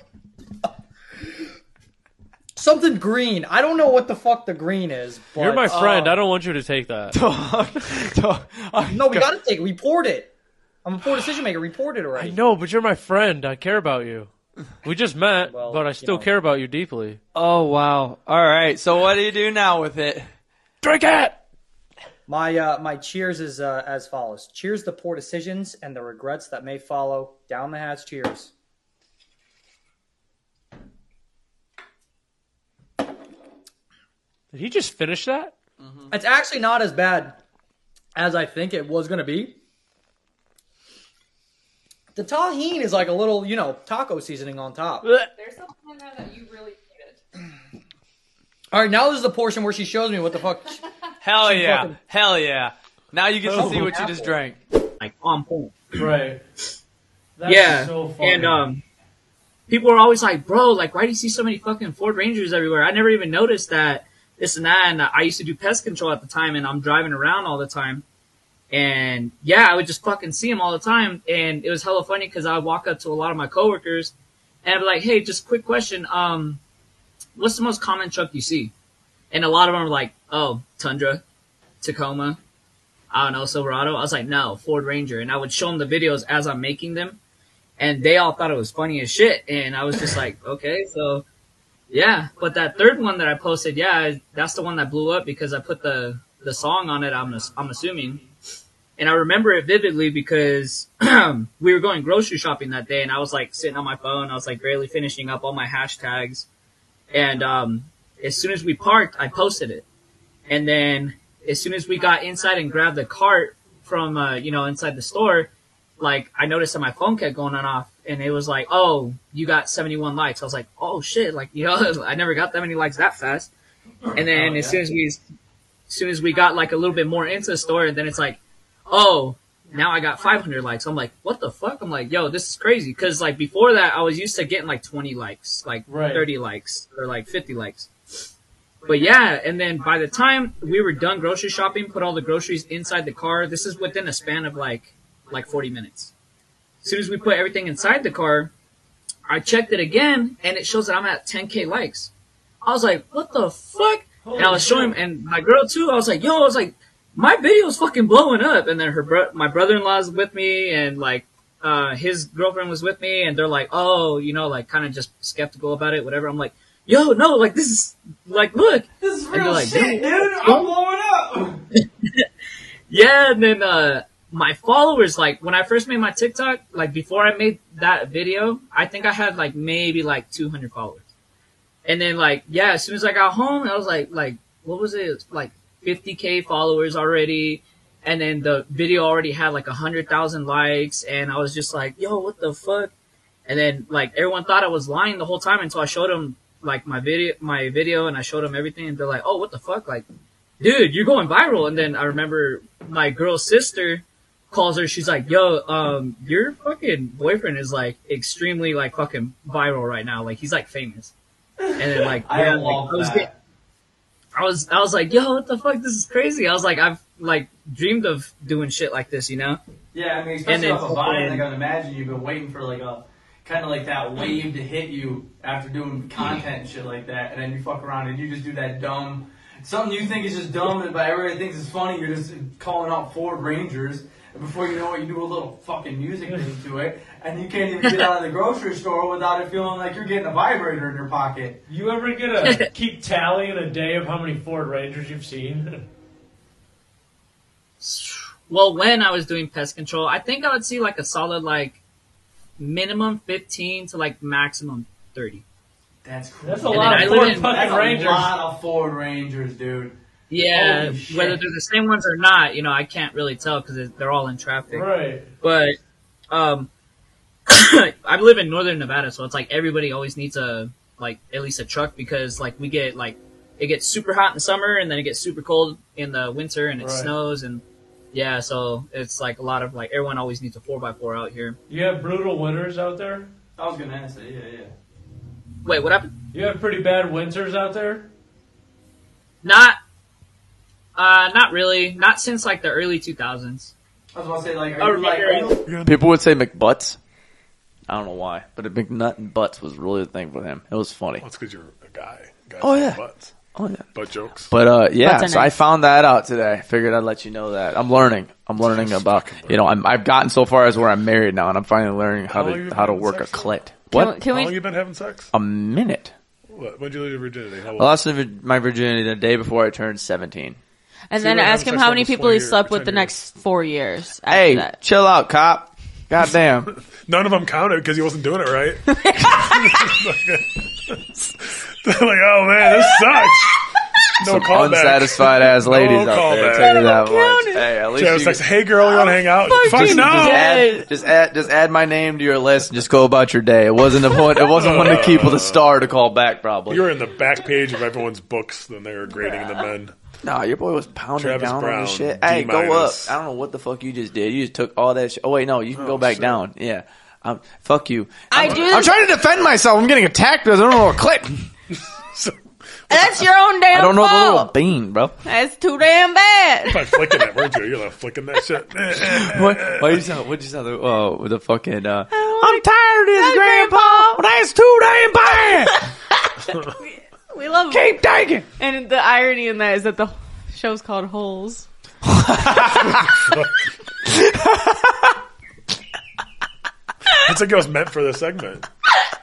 Speaker 21: Something green. I don't know what the fuck the green is. But,
Speaker 5: You're my friend. Oh
Speaker 21: uh,
Speaker 5: I don't want you to take that.
Speaker 21: no, we gotta take. it. We poured it. I'm a poor decision maker. We poured it already.
Speaker 5: I know, but you're my friend. I care about you. We just met, but I still care about you deeply.
Speaker 10: Oh wow! All right. So what do you do now with it?
Speaker 5: Drink it.
Speaker 21: My uh, my cheers is uh, as follows: Cheers the poor decisions and the regrets that may follow. Down the hatch, cheers.
Speaker 5: Did he just finish that?
Speaker 21: It's actually not as bad as I think it was gonna be. The tahine is like a little, you know, taco seasoning on top.
Speaker 4: There's something in there that you really hated.
Speaker 21: All right, now this is the portion where she shows me what the fuck.
Speaker 10: Hell
Speaker 21: She
Speaker 10: yeah!
Speaker 21: fucking-
Speaker 10: Hell yeah! Now you get to
Speaker 21: Oh.
Speaker 10: see what you just drank.
Speaker 24: Like on point.
Speaker 5: Right.
Speaker 24: yeah. and um, people are always like, "Bro, like, why do you see so many fucking Ford Rangers everywhere?" I never even noticed that this and that. And I used to do pest control at the time, and I'm driving around all the time. And yeah, I would just fucking see them all the time, and it was hella funny because I would walk up to a lot of my coworkers, and I'd be like, "Hey, just quick question. Um, what's the most common truck you see?" And a lot of them were like, "Oh, Tundra, Tacoma." I don't know, Silverado. I was like, no, Ford Ranger. And I would show them the videos as I'm making them and they all thought it was funny as shit. And I was just like, okay, so yeah. But that third one that I posted, yeah, that's the one that blew up because I put the the song on it. I'm ass- I'm assuming, and I remember it vividly because we were going grocery shopping that day, and I was like sitting on my phone. I was like barely finishing up all my hashtags, and um, as soon as we parked, I posted it, and then as soon as we got inside and grabbed the cart from uh, you know inside the store like I noticed that my phone kept going on and off and it was like, Oh, you got seventy one likes. I was like, Oh shit, like you know, I never got that many likes that fast. And then as soon as we as soon as we got like a little bit more into the store, then it's like, Oh, now I got five hundred likes. I'm like, What the fuck? I'm like, yo, this is crazy. Cause like before that I was used to getting like twenty likes, like
Speaker 5: Right.
Speaker 24: thirty likes or like fifty likes. But yeah, and then by the time we were done grocery shopping, put all the groceries inside the car, this is within a span of like like 40 minutes. As soon as we put everything inside the car, I checked it again and it shows that I'm at 10k likes. I was like, what the fuck? and I was showing, and my girl too. I was like, "Yo," I was like, "My video's fucking blowing up." And then her, bro- my brother-in-law's with me, and like, uh, his girlfriend was with me, and they're like, "Oh, you know," like kind of just skeptical about it, whatever. I'm like, "Yo, no, like this is like, look, this is
Speaker 4: real shit, dude. I'm blowing
Speaker 24: up." yeah, and then uh, my followers, like when I first made my TikTok, like before I made that video, I think I had like maybe like 200 followers. And then like, yeah, as soon as I got home, I was like, like, what was it? It was, Like 50k followers already. And then the video already had like a hundred thousand likes. And I was just like, yo, what the fuck? And then like everyone thought I was lying the whole time until I showed them like my video, my video and I showed them everything and they're like, oh, what the fuck? Like, dude, you're going viral. And then I remember my girl's sister calls her. She's like, yo, um, your fucking boyfriend is like extremely like fucking viral right now. Like he's like famous. And then like,
Speaker 4: I
Speaker 24: yeah, like,
Speaker 4: love
Speaker 24: I was
Speaker 4: that.
Speaker 24: getting, I was, I was like, yo, what the fuck? This is crazy. I was like, I've like dreamed of doing shit like this, you know?
Speaker 4: Yeah, I mean,
Speaker 24: And
Speaker 4: especially
Speaker 24: then-
Speaker 4: off of Vine, like I'd imagine you've been waiting for like a kind of like that wave to hit you after doing content and shit like that, and then you fuck around and you just do that dumb something you think is just dumb, but everybody thinks is funny. You're just calling out Ford Rangers, and before you know it, you do a little fucking music thing to it, and you can't even get out of the grocery store without it feeling like you're getting a vibrator in your pocket.
Speaker 5: You ever get a keep tally in a day of how many Ford Rangers you've seen?
Speaker 24: Well, when I was doing pest control, I think I would see like a solid like minimum 15 to like maximum 30.
Speaker 4: That's crazy.
Speaker 24: That's a lot of Ford fucking
Speaker 4: That's
Speaker 24: Rangers.
Speaker 4: a lot of Ford Rangers, dude.
Speaker 24: Yeah,
Speaker 4: Holy shit.
Speaker 24: whether they're the same ones or not, you know, I can't really tell because they're all in traffic.
Speaker 4: Right.
Speaker 24: But um, I live in northern Nevada, so it's like everybody always needs a like at least a truck because like we get like it gets super hot in summer and then it gets super cold in the winter and it
Speaker 5: Right.
Speaker 24: snows and yeah, so it's like a lot of like everyone always needs a four x four out here.
Speaker 5: You have brutal winters out there.
Speaker 4: I was gonna ask that. Yeah, yeah.
Speaker 24: Wait, what happened?
Speaker 5: You have pretty bad winters out there.
Speaker 24: Not, uh, not really. Not since like the early two thousands.
Speaker 4: I was about to say like,
Speaker 24: are you, like, are
Speaker 10: People would say McButts. I don't know why, but a McNutt and Butts was really the thing with him. It was funny.
Speaker 25: That's because you're a guy. Guys
Speaker 10: Oh,
Speaker 25: have
Speaker 10: yeah.
Speaker 25: Butts.
Speaker 10: Oh yeah.
Speaker 25: Butt jokes.
Speaker 10: But uh, yeah,
Speaker 25: Butts are
Speaker 10: so I
Speaker 25: nice.
Speaker 10: found that out today. I figured I'd let you know that. I'm learning. I'm learning about you know. I'm, I've gotten so far as where I'm married now, and I'm finally learning how
Speaker 25: How long you
Speaker 10: to
Speaker 25: been
Speaker 10: how to
Speaker 25: having
Speaker 10: work a
Speaker 25: sex for?
Speaker 10: clit.
Speaker 25: How
Speaker 10: What?
Speaker 25: long you been having sex?
Speaker 10: A minute.
Speaker 25: What? When'd you leave your virginity? How
Speaker 10: I
Speaker 25: old?
Speaker 10: lost my virginity the day before I turned 17.
Speaker 23: And
Speaker 25: So
Speaker 23: then
Speaker 25: you were
Speaker 23: ask
Speaker 25: having
Speaker 23: him
Speaker 25: sex
Speaker 23: how many
Speaker 25: almost
Speaker 23: people
Speaker 25: four
Speaker 23: he
Speaker 25: year-
Speaker 23: slept
Speaker 25: for
Speaker 23: with the
Speaker 25: 10
Speaker 23: next four years. after
Speaker 10: Hey,
Speaker 23: that.
Speaker 10: chill out, cop. Goddamn.
Speaker 25: None of them counted because he wasn't doing it right. They're like, oh man, this sucks. No
Speaker 10: Some
Speaker 25: callback.
Speaker 10: unsatisfied ass ladies
Speaker 25: no
Speaker 10: out there.
Speaker 25: callback.
Speaker 10: I tell you that much. Hey, at
Speaker 25: She
Speaker 10: least
Speaker 25: has
Speaker 10: you
Speaker 25: sex. Hey girl, you want to hang out? Fuck
Speaker 10: just,
Speaker 25: no.
Speaker 10: add, just add, just add my name to your list and just go about your day. It wasn't a point. It wasn't one to keep with a star to call back. Probably.
Speaker 25: You were in the back page of everyone's books when they were grading the men.
Speaker 10: Nah, your boy was pounding
Speaker 25: Travis
Speaker 10: down on
Speaker 25: Brown,
Speaker 10: the shit.
Speaker 25: D
Speaker 10: Hey, go up.
Speaker 25: minus.
Speaker 10: I don't know what the fuck you just did. You just took all that shit. Oh wait, no, you can go back down. Yeah. Um, fuck you.
Speaker 23: I
Speaker 10: I'm,
Speaker 23: do
Speaker 10: I'm
Speaker 23: this-
Speaker 10: trying to defend myself. I'm getting attacked because I don't know a click.
Speaker 23: That's your own damn
Speaker 10: I don't know the
Speaker 23: fault.
Speaker 10: little bean, bro.
Speaker 23: That's too damn bad.
Speaker 25: By flicking it, weren't you? You're like flicking that shit. Eh,
Speaker 10: what? Why you sound? What you sound? like- Oh, with the fucking. Uh,
Speaker 4: I'm tired of this, Grandpa. That's too damn bad.
Speaker 23: We love
Speaker 10: Keep digging.
Speaker 23: And the irony in that is that the show's called Holes.
Speaker 25: That's like it was meant for this segment.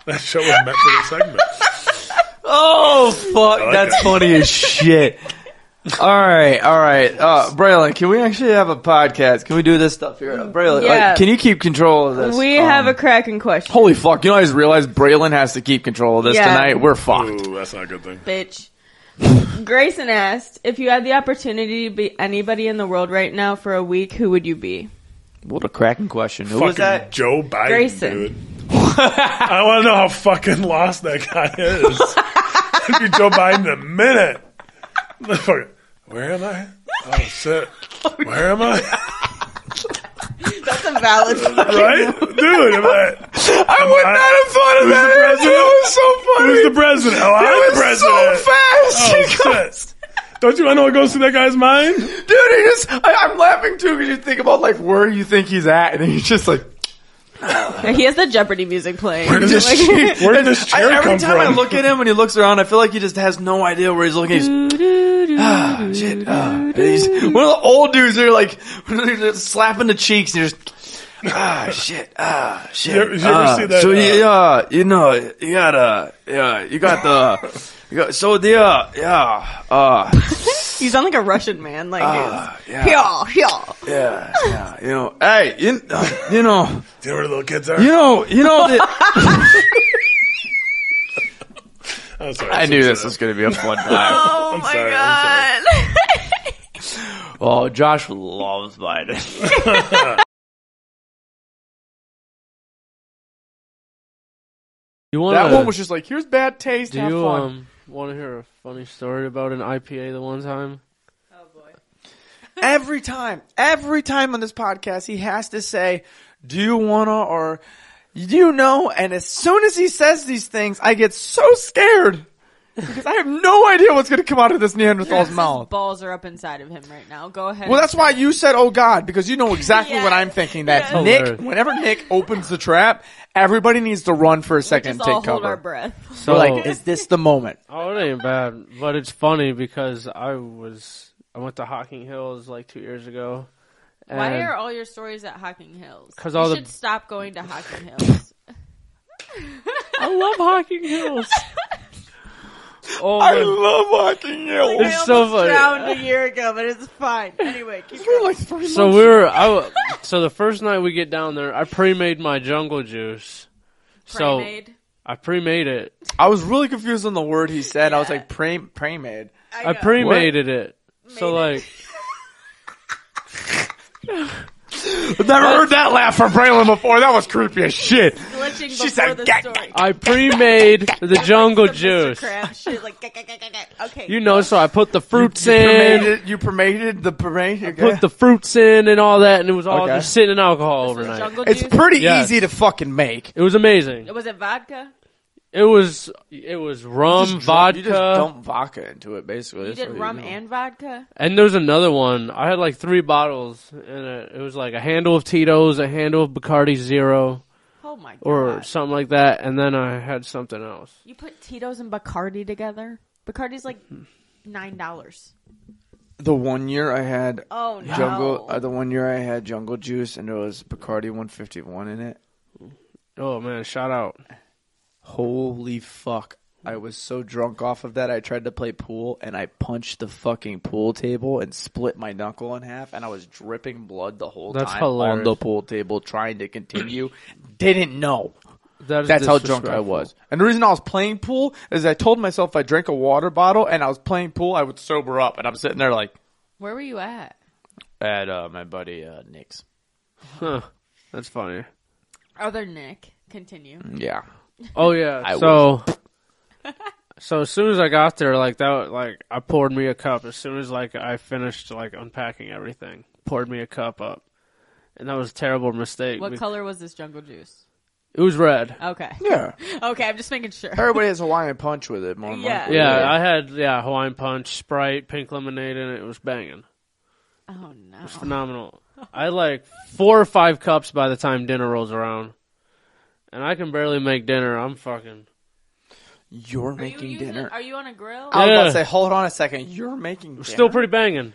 Speaker 25: That show was meant for this segment.
Speaker 10: Oh fuck,
Speaker 25: I like
Speaker 10: that's
Speaker 25: it.
Speaker 10: funny as shit. All right, all right, uh, Braylon. Can we actually have a podcast? Can we do this stuff here, Braylon? like,
Speaker 23: Yeah.
Speaker 10: can you keep control of this?
Speaker 23: We
Speaker 10: Um,
Speaker 23: have a cracking question,
Speaker 10: Holy fuck! You know, I just realized Braylon has to keep control of this
Speaker 23: Yeah.
Speaker 10: tonight. We're fucked.
Speaker 25: Ooh, that's not a good thing.
Speaker 23: bitch. Grayson asked, if you had the opportunity to be anybody in the world right now for a week, who would you be?
Speaker 10: What a cracking question. Who
Speaker 25: fucking
Speaker 10: was that?
Speaker 25: Joe Biden,
Speaker 23: Grayson.
Speaker 25: dude. I want to know how fucking lost that guy is. It'd be Joe Biden in a minute. Motherfucker, Where am I? Oh shit! Where am I?
Speaker 23: That's a valid
Speaker 25: right, dude? Am I?
Speaker 10: I would not have thought
Speaker 25: of that. The president?
Speaker 10: was so funny.
Speaker 25: Who's the president? Oh,
Speaker 4: It
Speaker 25: I'm
Speaker 4: was
Speaker 25: the president.
Speaker 4: so fast.
Speaker 25: Oh, shit. Don't you want to know what goes through that guy's mind? Dude,
Speaker 10: he just, I, I'm laughing too because you think about like where you think he's at and he's just like,
Speaker 23: he has the Jeopardy music playing.
Speaker 13: Where did this
Speaker 23: Like-
Speaker 13: shit-
Speaker 25: Where did this
Speaker 13: I-
Speaker 25: chair
Speaker 13: every
Speaker 25: come
Speaker 13: time I
Speaker 25: from?
Speaker 13: look at him and he looks around, I feel like he just has no idea where he's looking. He's, ah, shit. ah." And he's- one of the old dudes. They're like they're slapping the cheeks. And just ah, shit. Ah, shit.
Speaker 25: You ever- you ever
Speaker 13: ah."
Speaker 25: see that,
Speaker 13: So
Speaker 25: uh,
Speaker 13: you, uh, you know, you got uh, yeah, you got the, you got, so the, uh, yeah, uh,
Speaker 23: you sound like a Russian man. Like,
Speaker 13: Ah,
Speaker 23: he's,
Speaker 13: yeah.
Speaker 23: yeah, yeah.
Speaker 13: yeah, yeah, you know, hey, you, uh, you know,
Speaker 25: you know where the little kids are?
Speaker 13: You know, you know. The,
Speaker 25: I'm sorry,
Speaker 13: I
Speaker 25: I'm
Speaker 13: knew
Speaker 25: so
Speaker 13: this
Speaker 25: sorry.
Speaker 13: was going to be a fun time.
Speaker 23: Oh my god.
Speaker 13: Oh, Josh loves Biden.
Speaker 5: You
Speaker 10: that
Speaker 5: wanna-
Speaker 10: one was just like, here's bad taste.
Speaker 5: Do
Speaker 10: have
Speaker 5: you
Speaker 10: fun.
Speaker 5: um want to hear a funny story about an IPA the one time?
Speaker 10: every time, every time on this podcast, he has to say, "Do you wanna?" or "Do you know?" And as soon as he says these things, I get so scared because I have no idea what's going to come out of this Neanderthal's
Speaker 23: His
Speaker 10: mouth.
Speaker 23: balls are up inside of him right now. Go ahead.
Speaker 10: Well, that's why you said, "Oh God," because you know exactly what I'm thinking. That
Speaker 23: yes.
Speaker 10: Nick,
Speaker 23: Alert.
Speaker 10: whenever Nick opens the trap, everybody needs to run for a second
Speaker 23: just
Speaker 10: and
Speaker 23: all
Speaker 10: take
Speaker 23: hold
Speaker 10: cover.
Speaker 23: our breath.
Speaker 10: So, We're like, is this the moment?
Speaker 5: Oh, it ain't bad, but it's funny because I was I went to Hocking Hills like two years ago. And
Speaker 23: Why are all your stories at Hocking Hills?
Speaker 5: Uh, 'Cause
Speaker 23: You
Speaker 5: all the-
Speaker 23: should stop going to Hocking Hills.
Speaker 5: I love Hocking Hills. oh,
Speaker 10: I
Speaker 5: my-
Speaker 10: love Hocking Hills.
Speaker 5: It's so funny.
Speaker 23: drowned a year ago, but it's fine. Anyway, keep going.
Speaker 5: So we were. I, w- so the first night we get down there, I pre-made my jungle juice. So
Speaker 23: Pre-made?
Speaker 5: I pre-made it.
Speaker 10: I was really confused on the word he said. I was like, "Pray, pray, made."
Speaker 5: I, pre-mated it. so like,
Speaker 10: I've never heard that laugh from Braylon before. That was creepy as shit.
Speaker 23: Glitching
Speaker 10: She
Speaker 23: before
Speaker 10: said,
Speaker 23: the
Speaker 10: "Gah,
Speaker 23: story.
Speaker 5: I pre-made the jungle juice.
Speaker 23: Crap, shit, like, gah, gah, gah, gah, gah. okay.
Speaker 5: You know, so I put the fruits
Speaker 10: you
Speaker 5: in.
Speaker 10: permated- you permated the parade.
Speaker 5: Put the fruits in and all that, and it was all
Speaker 10: Okay.
Speaker 5: just sitting in alcohol overnight.
Speaker 23: jungle
Speaker 10: It's
Speaker 23: juice?
Speaker 10: pretty
Speaker 5: Yes.
Speaker 10: easy to fucking make.
Speaker 5: It was amazing.
Speaker 23: Was it vodka?
Speaker 5: It was it was rum,
Speaker 10: You just dr-
Speaker 5: vodka.
Speaker 10: you just dump vodka into it, basically.
Speaker 23: You did rum and vodka?
Speaker 5: And there's another one. I had like three bottles, and it, it was like a handle of Tito's, a handle of Bacardi Zero,
Speaker 23: Oh my god.
Speaker 5: or something like that. And then I had something else.
Speaker 23: You put Tito's and Bacardi together? Bacardi's like $9.
Speaker 10: The one year I had
Speaker 23: Oh, no.
Speaker 10: jungle, uh, the one year I had jungle juice, and it was Bacardi 151 in it.
Speaker 5: Oh man, shout out!
Speaker 10: Holy fuck! I was so drunk off of that. I tried to play pool, and I punched the fucking pool table and split my knuckle in half, and I was dripping blood the whole
Speaker 5: That's
Speaker 10: time on
Speaker 5: hilarious.
Speaker 10: the pool table, trying to continue. Didn't know.
Speaker 5: That is
Speaker 10: That's how drunk I
Speaker 5: disrespectful.
Speaker 10: was. And the reason I was playing pool is I told myself if I drank a water bottle and I was playing pool, I would sober up. And I'm sitting there like
Speaker 23: Where were you at?
Speaker 10: at uh, my buddy uh, Nick's.
Speaker 5: Huh. That's funny.
Speaker 23: Other Nick. Continue.
Speaker 10: Yeah.
Speaker 5: Oh yeah.
Speaker 10: I
Speaker 5: so so as soon as I got there, like that, like I poured me a cup. As soon as like I finished like unpacking everything, poured me a cup up, and that was a terrible mistake.
Speaker 23: What
Speaker 5: be-
Speaker 23: color was this jungle juice?
Speaker 5: It was red.
Speaker 23: Okay.
Speaker 10: Yeah.
Speaker 23: okay, I'm just making sure.
Speaker 10: Everybody has Hawaiian punch with it. More than
Speaker 23: Yeah.
Speaker 10: likely.
Speaker 5: Yeah, I had yeah Hawaiian punch, Sprite, pink lemonade, and it was banging.
Speaker 23: Oh no.
Speaker 5: It was phenomenal. I had like four or five cups by the time dinner rolls around, and I can barely make dinner. I'm fucking.
Speaker 10: You're making dinner.
Speaker 23: Are you on a grill?
Speaker 10: I was about
Speaker 5: Yeah.
Speaker 10: to say, hold on a second. You're making dinner?
Speaker 5: Still pretty banging.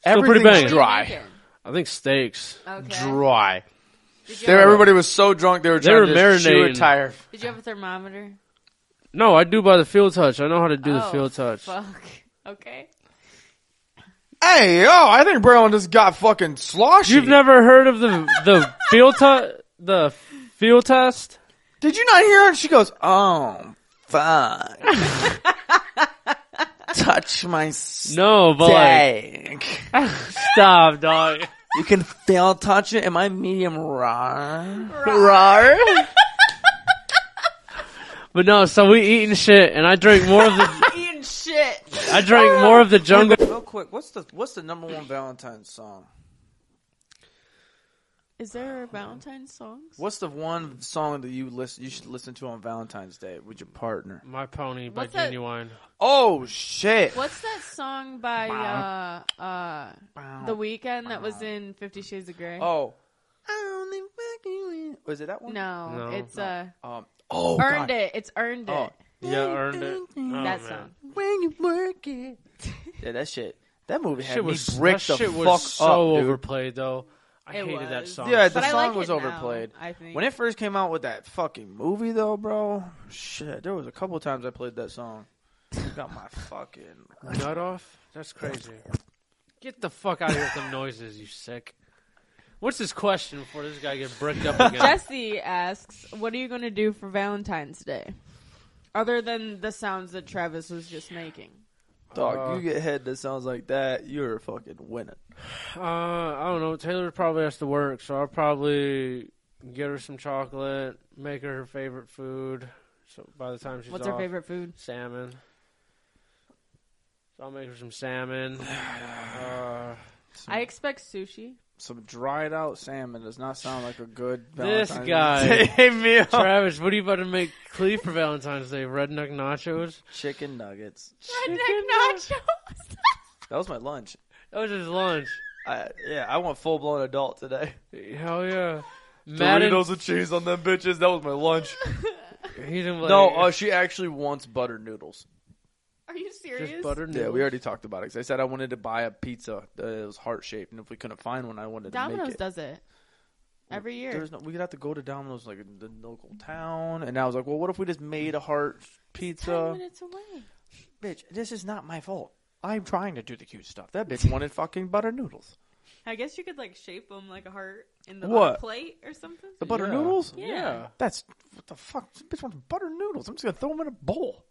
Speaker 5: Still pretty
Speaker 10: Everything's
Speaker 5: banging.
Speaker 10: dry.
Speaker 5: I think steaks.
Speaker 10: Dry.
Speaker 23: you
Speaker 10: They-
Speaker 23: have-
Speaker 10: everybody was so drunk they were
Speaker 5: They
Speaker 10: trying
Speaker 5: were
Speaker 10: to chew a
Speaker 5: marinating.
Speaker 10: tire.
Speaker 23: Did you have a thermometer?
Speaker 5: No, I do by the field touch. I know how to do the
Speaker 23: Oh,
Speaker 5: field touch.
Speaker 23: Fuck. Okay.
Speaker 10: Hey, yo, I think Braylon just got fucking sloshy.
Speaker 5: You've never heard of the the field tu- the field test?
Speaker 10: Did you not hear her? She goes, oh, fuck. Touch my steak.
Speaker 5: No, but like, stop, dog.
Speaker 10: You can fail touch it. Am I medium raw? Raw?
Speaker 5: But no, so we eating shit, and I drink more of the
Speaker 23: Eating shit.
Speaker 5: I drank more of the jungle.
Speaker 10: Real quick, what's the what's the number one Valentine's song?
Speaker 23: Is there a Valentine's song?
Speaker 10: What's the one song that you listen you should listen to on Valentine's Day with your partner?
Speaker 5: My Pony by
Speaker 23: What's that-
Speaker 5: Genuine.
Speaker 10: Oh shit!
Speaker 23: What's that song by uh uh The Weeknd that was in Fifty Shades of Grey?
Speaker 10: Oh. Was it that one?
Speaker 23: No,
Speaker 10: No.
Speaker 23: it's
Speaker 10: No.
Speaker 23: uh,
Speaker 10: Um,
Speaker 23: oh, earned it. It's earned
Speaker 10: Oh.
Speaker 23: it.
Speaker 10: Yeah, earned it. Oh, man.
Speaker 23: that song.
Speaker 10: When you work it. Yeah, that shit. That movie had
Speaker 5: Shit
Speaker 10: me
Speaker 5: was-
Speaker 10: bricked
Speaker 5: that
Speaker 10: the
Speaker 5: shit
Speaker 10: fuck
Speaker 5: was
Speaker 10: up,
Speaker 5: so
Speaker 10: dude.
Speaker 5: overplayed, though. I
Speaker 23: It
Speaker 5: hated that
Speaker 23: was.
Speaker 5: song.
Speaker 10: Yeah, the
Speaker 23: But I
Speaker 10: song
Speaker 23: like
Speaker 10: was
Speaker 23: it now,
Speaker 10: overplayed.
Speaker 23: I think.
Speaker 10: When it first came out with that fucking movie, though, bro, shit, there was a couple times I played that song. Got my fucking
Speaker 5: nut off. That's crazy. Get the fuck out of here with them noises, you sick. What's this question before this guy get bricked up again?
Speaker 23: Jesse asks, "What are you going to do for Valentine's Day, other than the sounds that Travis was just making?"
Speaker 10: dog.
Speaker 5: Uh,
Speaker 10: you get head that sounds like that, you're a fucking winner.
Speaker 5: Uh, I don't know. Taylor probably has to work, so I'll probably get her some chocolate, make her her favorite food. So by the time she's
Speaker 23: What's her
Speaker 5: off,
Speaker 23: favorite food?
Speaker 5: Salmon. So I'll make her some salmon. Uh,
Speaker 23: I expect sushi.
Speaker 10: Some dried out salmon does not sound like a good.
Speaker 5: this
Speaker 10: Valentine's
Speaker 5: guy,
Speaker 10: Day meal.
Speaker 5: Travis, what are you about to make Cleve for Valentine's Day? Redneck nachos,
Speaker 10: chicken nuggets.
Speaker 23: Redneck nachos.
Speaker 10: That was my lunch.
Speaker 5: That was his lunch.
Speaker 10: I, yeah, I went full blown adult today.
Speaker 5: Hell yeah. Madden-
Speaker 10: Doritos with cheese on them bitches. That was my lunch.
Speaker 5: He's in
Speaker 10: no,
Speaker 5: like-
Speaker 10: uh, she actually wants butter noodles.
Speaker 23: Are you serious?
Speaker 10: Yeah, we already talked about it. 'cause I said I wanted to buy a pizza that was heart shaped, and if we couldn't find one, I wanted to
Speaker 23: Domino's
Speaker 10: make it.
Speaker 23: does it every year.
Speaker 10: There's no, we'd have to go to Domino's like in the local town, and I was like, well, what if we just made a heart pizza?
Speaker 23: minutes away.
Speaker 10: Bitch, this is not my fault. I'm trying to do the cute stuff. That bitch wanted fucking butter noodles.
Speaker 23: I guess you could like shape them like a heart in the
Speaker 10: What?
Speaker 23: plate or something.
Speaker 10: The butter noodles?
Speaker 23: Yeah.
Speaker 10: That's what the fuck. This bitch wants butter noodles. I'm just gonna throw them in a bowl.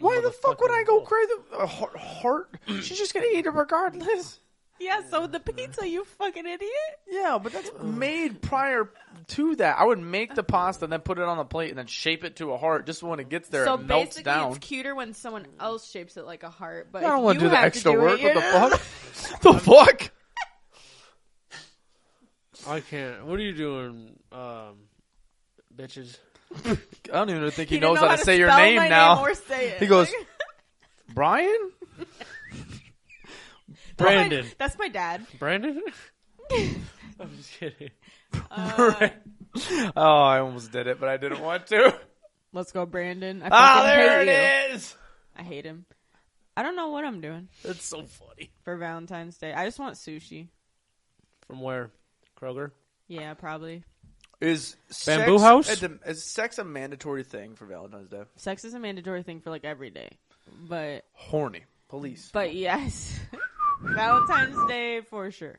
Speaker 10: Why the fuck would I go crazy? A heart, heart? She's just gonna eat it regardless.
Speaker 23: Yeah, so the pizza, you fucking idiot.
Speaker 10: Yeah, but that's made prior to that. I would make the pasta, then put it on the plate, and then shape it to a heart. Just when it gets there,
Speaker 23: so
Speaker 10: it melts
Speaker 23: basically,
Speaker 10: down.
Speaker 23: it's cuter when someone else shapes it like a heart. But
Speaker 10: I don't
Speaker 23: if
Speaker 10: want
Speaker 23: you
Speaker 10: to do the
Speaker 23: have
Speaker 10: extra
Speaker 23: do it,
Speaker 10: work.
Speaker 23: you
Speaker 10: What the
Speaker 23: know?
Speaker 10: fuck? the fuck?
Speaker 5: I can't. What are you doing, um, bitches?
Speaker 10: I don't even think he,
Speaker 5: He didn't
Speaker 10: knows
Speaker 5: know
Speaker 10: how,
Speaker 5: how
Speaker 10: to
Speaker 5: to
Speaker 10: say your
Speaker 5: spell
Speaker 10: name
Speaker 5: my
Speaker 10: now.
Speaker 5: name or say it.
Speaker 10: He goes, Brian.
Speaker 5: Brandon.
Speaker 23: That's my dad.
Speaker 5: Brandon? I'm just kidding.
Speaker 23: Uh,
Speaker 10: oh, I almost did it, but I didn't want to.
Speaker 23: Let's go, Brandon. I
Speaker 10: Ah,
Speaker 23: fucking
Speaker 10: there
Speaker 23: hate
Speaker 10: it
Speaker 23: you.
Speaker 10: is.
Speaker 23: I hate him. I don't know what I'm doing.
Speaker 5: That's so funny.
Speaker 23: For Valentine's Day, I just want sushi.
Speaker 5: From where? Kroger?
Speaker 23: Yeah, probably.
Speaker 10: Is
Speaker 5: Bamboo
Speaker 10: sex
Speaker 5: House?
Speaker 10: a dem- is sex a mandatory thing for Valentine's Day?
Speaker 23: Sex is a mandatory thing for like every day, but
Speaker 10: Horny police.
Speaker 23: but yes, Valentine's Day for sure.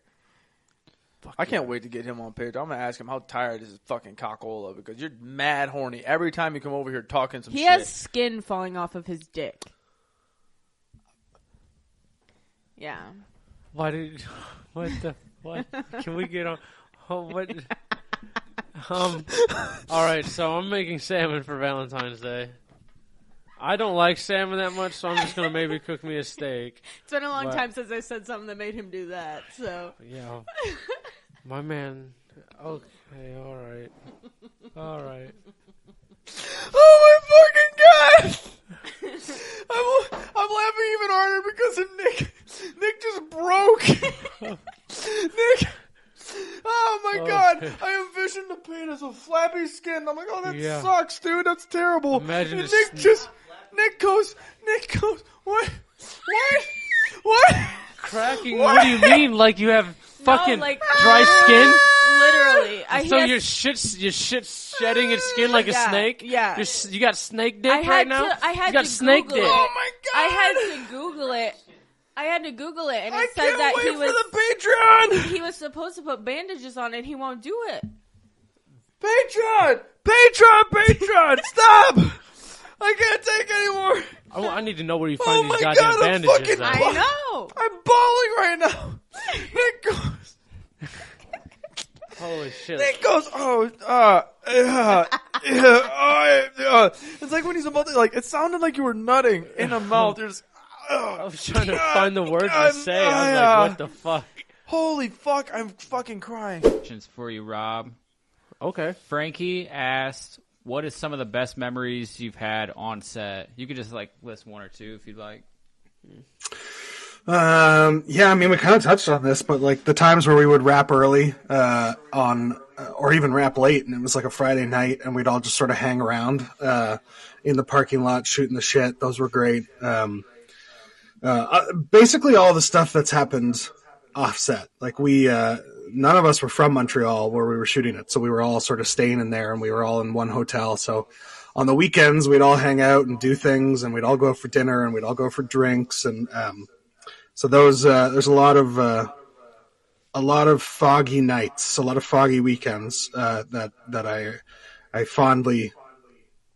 Speaker 10: I can't wait to get him on page. I'm gonna ask him how tired is his fucking cockola because you're mad horny every time you come over here talking some
Speaker 23: He
Speaker 10: shit.
Speaker 23: has skin falling off of his dick. Yeah.
Speaker 5: Why did. What the. What? Can we get on. Oh, what? Um. Alright, so I'm making salmon for Valentine's Day. I don't like salmon that much, so I'm just going to maybe cook me a steak.
Speaker 23: It's been a long
Speaker 5: But-
Speaker 23: time since I said something that made him do that. So
Speaker 5: Yeah. My man. Okay, alright. Alright.
Speaker 10: Oh my fucking god! I'm, I'm laughing even harder because of Nick. Nick just broke. Nick. Oh my
Speaker 5: Oh.
Speaker 10: god! I envisioned the penis with flabby skin. I'm like, oh, that
Speaker 5: Yeah.
Speaker 10: sucks, dude. That's terrible.
Speaker 5: Imagine
Speaker 10: and
Speaker 5: a
Speaker 10: Nick
Speaker 5: sn-
Speaker 10: just. Nick goes. Nick goes. What? What? What?
Speaker 5: Cracking? What do you mean? Like you have fucking
Speaker 23: Oh, like-
Speaker 5: dry skin?
Speaker 23: literally, I
Speaker 5: so
Speaker 23: had-
Speaker 5: your shit's your shit's shedding its skin like
Speaker 23: Yeah,
Speaker 5: a snake.
Speaker 23: yeah.
Speaker 5: Your s- you got snake dick
Speaker 23: I had
Speaker 5: right now.
Speaker 23: to. I had
Speaker 5: you got
Speaker 23: to
Speaker 5: snake
Speaker 23: Google
Speaker 5: dick.
Speaker 23: it.
Speaker 10: Oh
Speaker 23: I had to Google it. I had to Google it, and it said
Speaker 10: can't
Speaker 23: that
Speaker 10: wait
Speaker 23: he
Speaker 10: for
Speaker 23: was
Speaker 10: the Patreon!
Speaker 23: He was supposed to put bandages on, and he won't do it.
Speaker 10: Patron! Patron! Patron! Stop! I can't take anymore.
Speaker 5: I, wa- I need to know where you find
Speaker 10: Oh my
Speaker 5: these goddamn
Speaker 10: God, I'm
Speaker 5: bandages.
Speaker 10: fucking-
Speaker 5: at.
Speaker 10: I
Speaker 23: know.
Speaker 10: I'm bawling right now. Nick goes.
Speaker 5: Holy shit!
Speaker 10: Nick goes. Oh, uh, yeah, yeah, oh, yeah." It's like when he's about to, like. It sounded like you were nutting in a mouth. You're just. oh, I
Speaker 5: was trying to find the words
Speaker 19: Uh,
Speaker 5: to say. I was like, what the fuck?
Speaker 10: Holy fuck! I'm fucking crying.
Speaker 5: questions for you, Rob. Okay.
Speaker 6: Frankie asked, "What is some of the best memories you've had on set?" You could just like list one or two if you'd like.
Speaker 19: Hmm.
Speaker 7: Um, yeah, I mean, we kind of touched on this, but like the times where we would wrap early uh, on uh, or even rap late, and it was like a Friday night, and we'd all just sort of hang around uh, in the parking lot shooting the shit. Those were great. Um, uh, uh, basically, all the stuff that's happened offset. Like we, uh, none of us were from Montreal where we were shooting it, so we were all sort of staying in there, and we were all in one hotel. So on the weekends, we'd all hang out and do things, and we'd all go for dinner, and we'd all go for drinks, and um, so those uh, there's a lot of uh, a lot of foggy nights, a lot of foggy weekends uh, that that I I fondly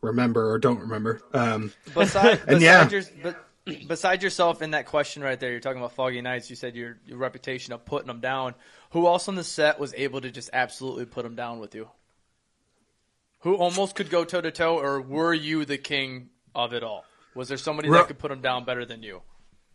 Speaker 7: remember or don't remember. Um,
Speaker 10: Besides,
Speaker 7: and
Speaker 10: besides,
Speaker 7: yeah,
Speaker 10: your, but, besides yourself in that question right there, you're talking about foggy nights. You said your, your reputation of putting them down. Who else on the set was able to just absolutely put them down with you? Who almost could go toe to toe, or were you the king of it all? Was there somebody
Speaker 7: Ro-
Speaker 10: that could put them down better than you?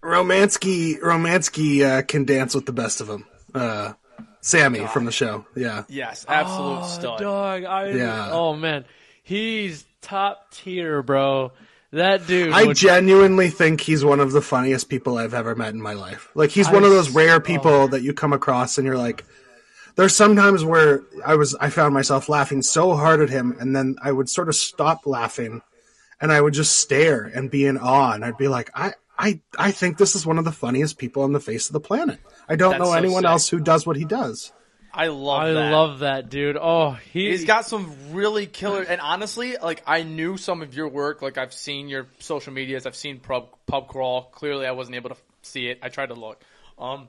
Speaker 7: Romansky Romansky uh, can dance with the best of them. Uh, Sammy from the show, yeah.
Speaker 10: Yes, absolute
Speaker 5: oh,
Speaker 10: stud.
Speaker 5: Dog, I,
Speaker 7: Yeah.
Speaker 5: Oh man, he's top tier, bro. That dude.
Speaker 7: I
Speaker 5: would-
Speaker 7: genuinely think he's one of the funniest people I've ever met in my life. Like he's one
Speaker 5: I
Speaker 7: of those
Speaker 5: s-
Speaker 7: rare people that you come across and you're like there's sometimes where I was I found myself laughing so hard at him and then I would sort of stop laughing and I would just stare and be in awe and I'd be like I I I think this is one of the funniest people on the face of the planet. I don't
Speaker 10: That's
Speaker 7: know
Speaker 10: so
Speaker 7: anyone
Speaker 10: sick.
Speaker 7: else who does what he does.
Speaker 10: I love
Speaker 5: I
Speaker 10: that.
Speaker 5: love that dude. Oh, he,
Speaker 10: He's got some really killer. And honestly, like I knew some of your work. Like I've seen your social medias. I've seen pub pub crawl. Clearly, I wasn't able to see it. I tried to look. Um,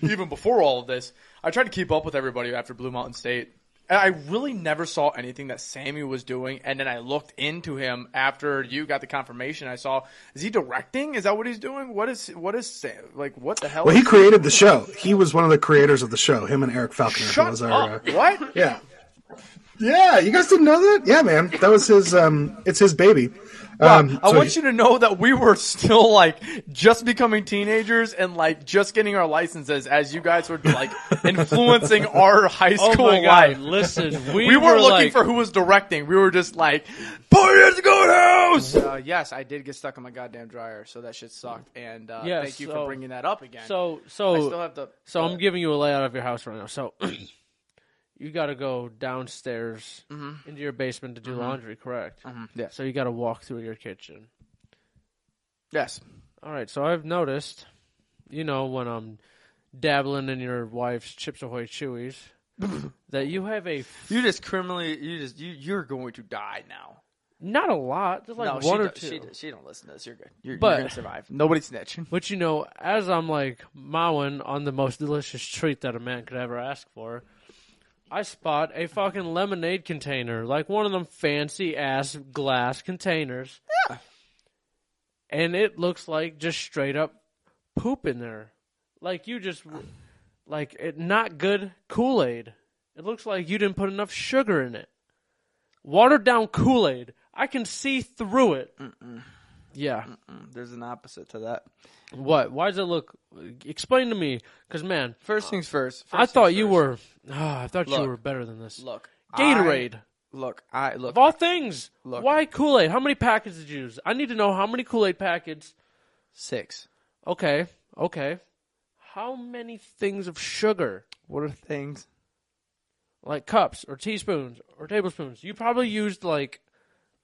Speaker 10: even before all of this, I tried to keep up with everybody after Blue Mountain State. And I really never saw anything that Sammy was doing. And then I looked into him after you got the confirmation. I saw is he directing? Is that what he's doing? What is what is Sam? Like what the hell?
Speaker 7: Well,
Speaker 10: is
Speaker 7: he created the show. He was one of the creators of the show. Him and Eric Falconer who was
Speaker 10: Shut
Speaker 7: our, uh,
Speaker 10: up! What?
Speaker 7: Yeah. Yeah, you guys didn't know that? Yeah, man. That was his um it's his baby. Um
Speaker 10: I
Speaker 7: so
Speaker 10: want you to know that we were still like just becoming teenagers and like just getting our licenses as you guys were like influencing our high
Speaker 5: Oh my
Speaker 10: school
Speaker 5: God,
Speaker 10: life.
Speaker 5: listen, we
Speaker 10: weren't
Speaker 5: were,
Speaker 10: looking
Speaker 5: like-
Speaker 10: for who was directing. We were just like, four years ago house. Uh, yes, I did get stuck in my goddamn dryer, so that shit sucked. And uh,
Speaker 5: Yeah,
Speaker 10: thank you
Speaker 5: so-
Speaker 10: for bringing that up again.
Speaker 5: So so
Speaker 10: I still have to.
Speaker 5: so I'm giving you a layout of your house right now. So you got to go downstairs
Speaker 10: Mhm.
Speaker 5: into your basement to do
Speaker 10: Mhm.
Speaker 5: laundry, correct?
Speaker 10: Mhm. Yeah.
Speaker 5: So you got to walk through your kitchen.
Speaker 10: Yes.
Speaker 5: All right. So I've noticed, you know, when I'm dabbling in your wife's Chips Ahoy Chewies, that you have a
Speaker 10: you just criminally you just you you're going to die now.
Speaker 5: not a lot, just like
Speaker 10: no,
Speaker 5: one
Speaker 10: she
Speaker 5: or
Speaker 10: do-
Speaker 5: two.
Speaker 10: She, she don't listen to this. You're good. You're,
Speaker 5: But-
Speaker 10: you're gonna survive. Nobody snitch.
Speaker 5: But you know, as I'm like mowing on the most delicious treat that a man could ever ask for, I spot a fucking lemonade container, like one of them fancy ass glass containers. Yeah. And it looks like just straight up poop in there. Like you just like it not good Kool-Aid. It looks like you didn't put enough sugar in it. Watered down Kool-Aid. I can see through it. Yeah.
Speaker 10: There's an opposite to that.
Speaker 5: What? Why does it look? Explain to me, because man.
Speaker 10: First things first.
Speaker 5: I
Speaker 10: First
Speaker 5: thought
Speaker 10: things
Speaker 5: you
Speaker 10: first.
Speaker 5: were. ah, I thought you
Speaker 10: Look.
Speaker 5: were better than this.
Speaker 10: Look,
Speaker 5: Gatorade.
Speaker 10: I- look, I look.
Speaker 5: Of all things,
Speaker 10: Look.
Speaker 5: why Kool Aid? How many packets did you use? I need to know how many Kool Aid packets.
Speaker 10: Six.
Speaker 5: Okay. Okay. How many things of sugar?
Speaker 10: What are things?
Speaker 5: Like cups or teaspoons or tablespoons. You probably used like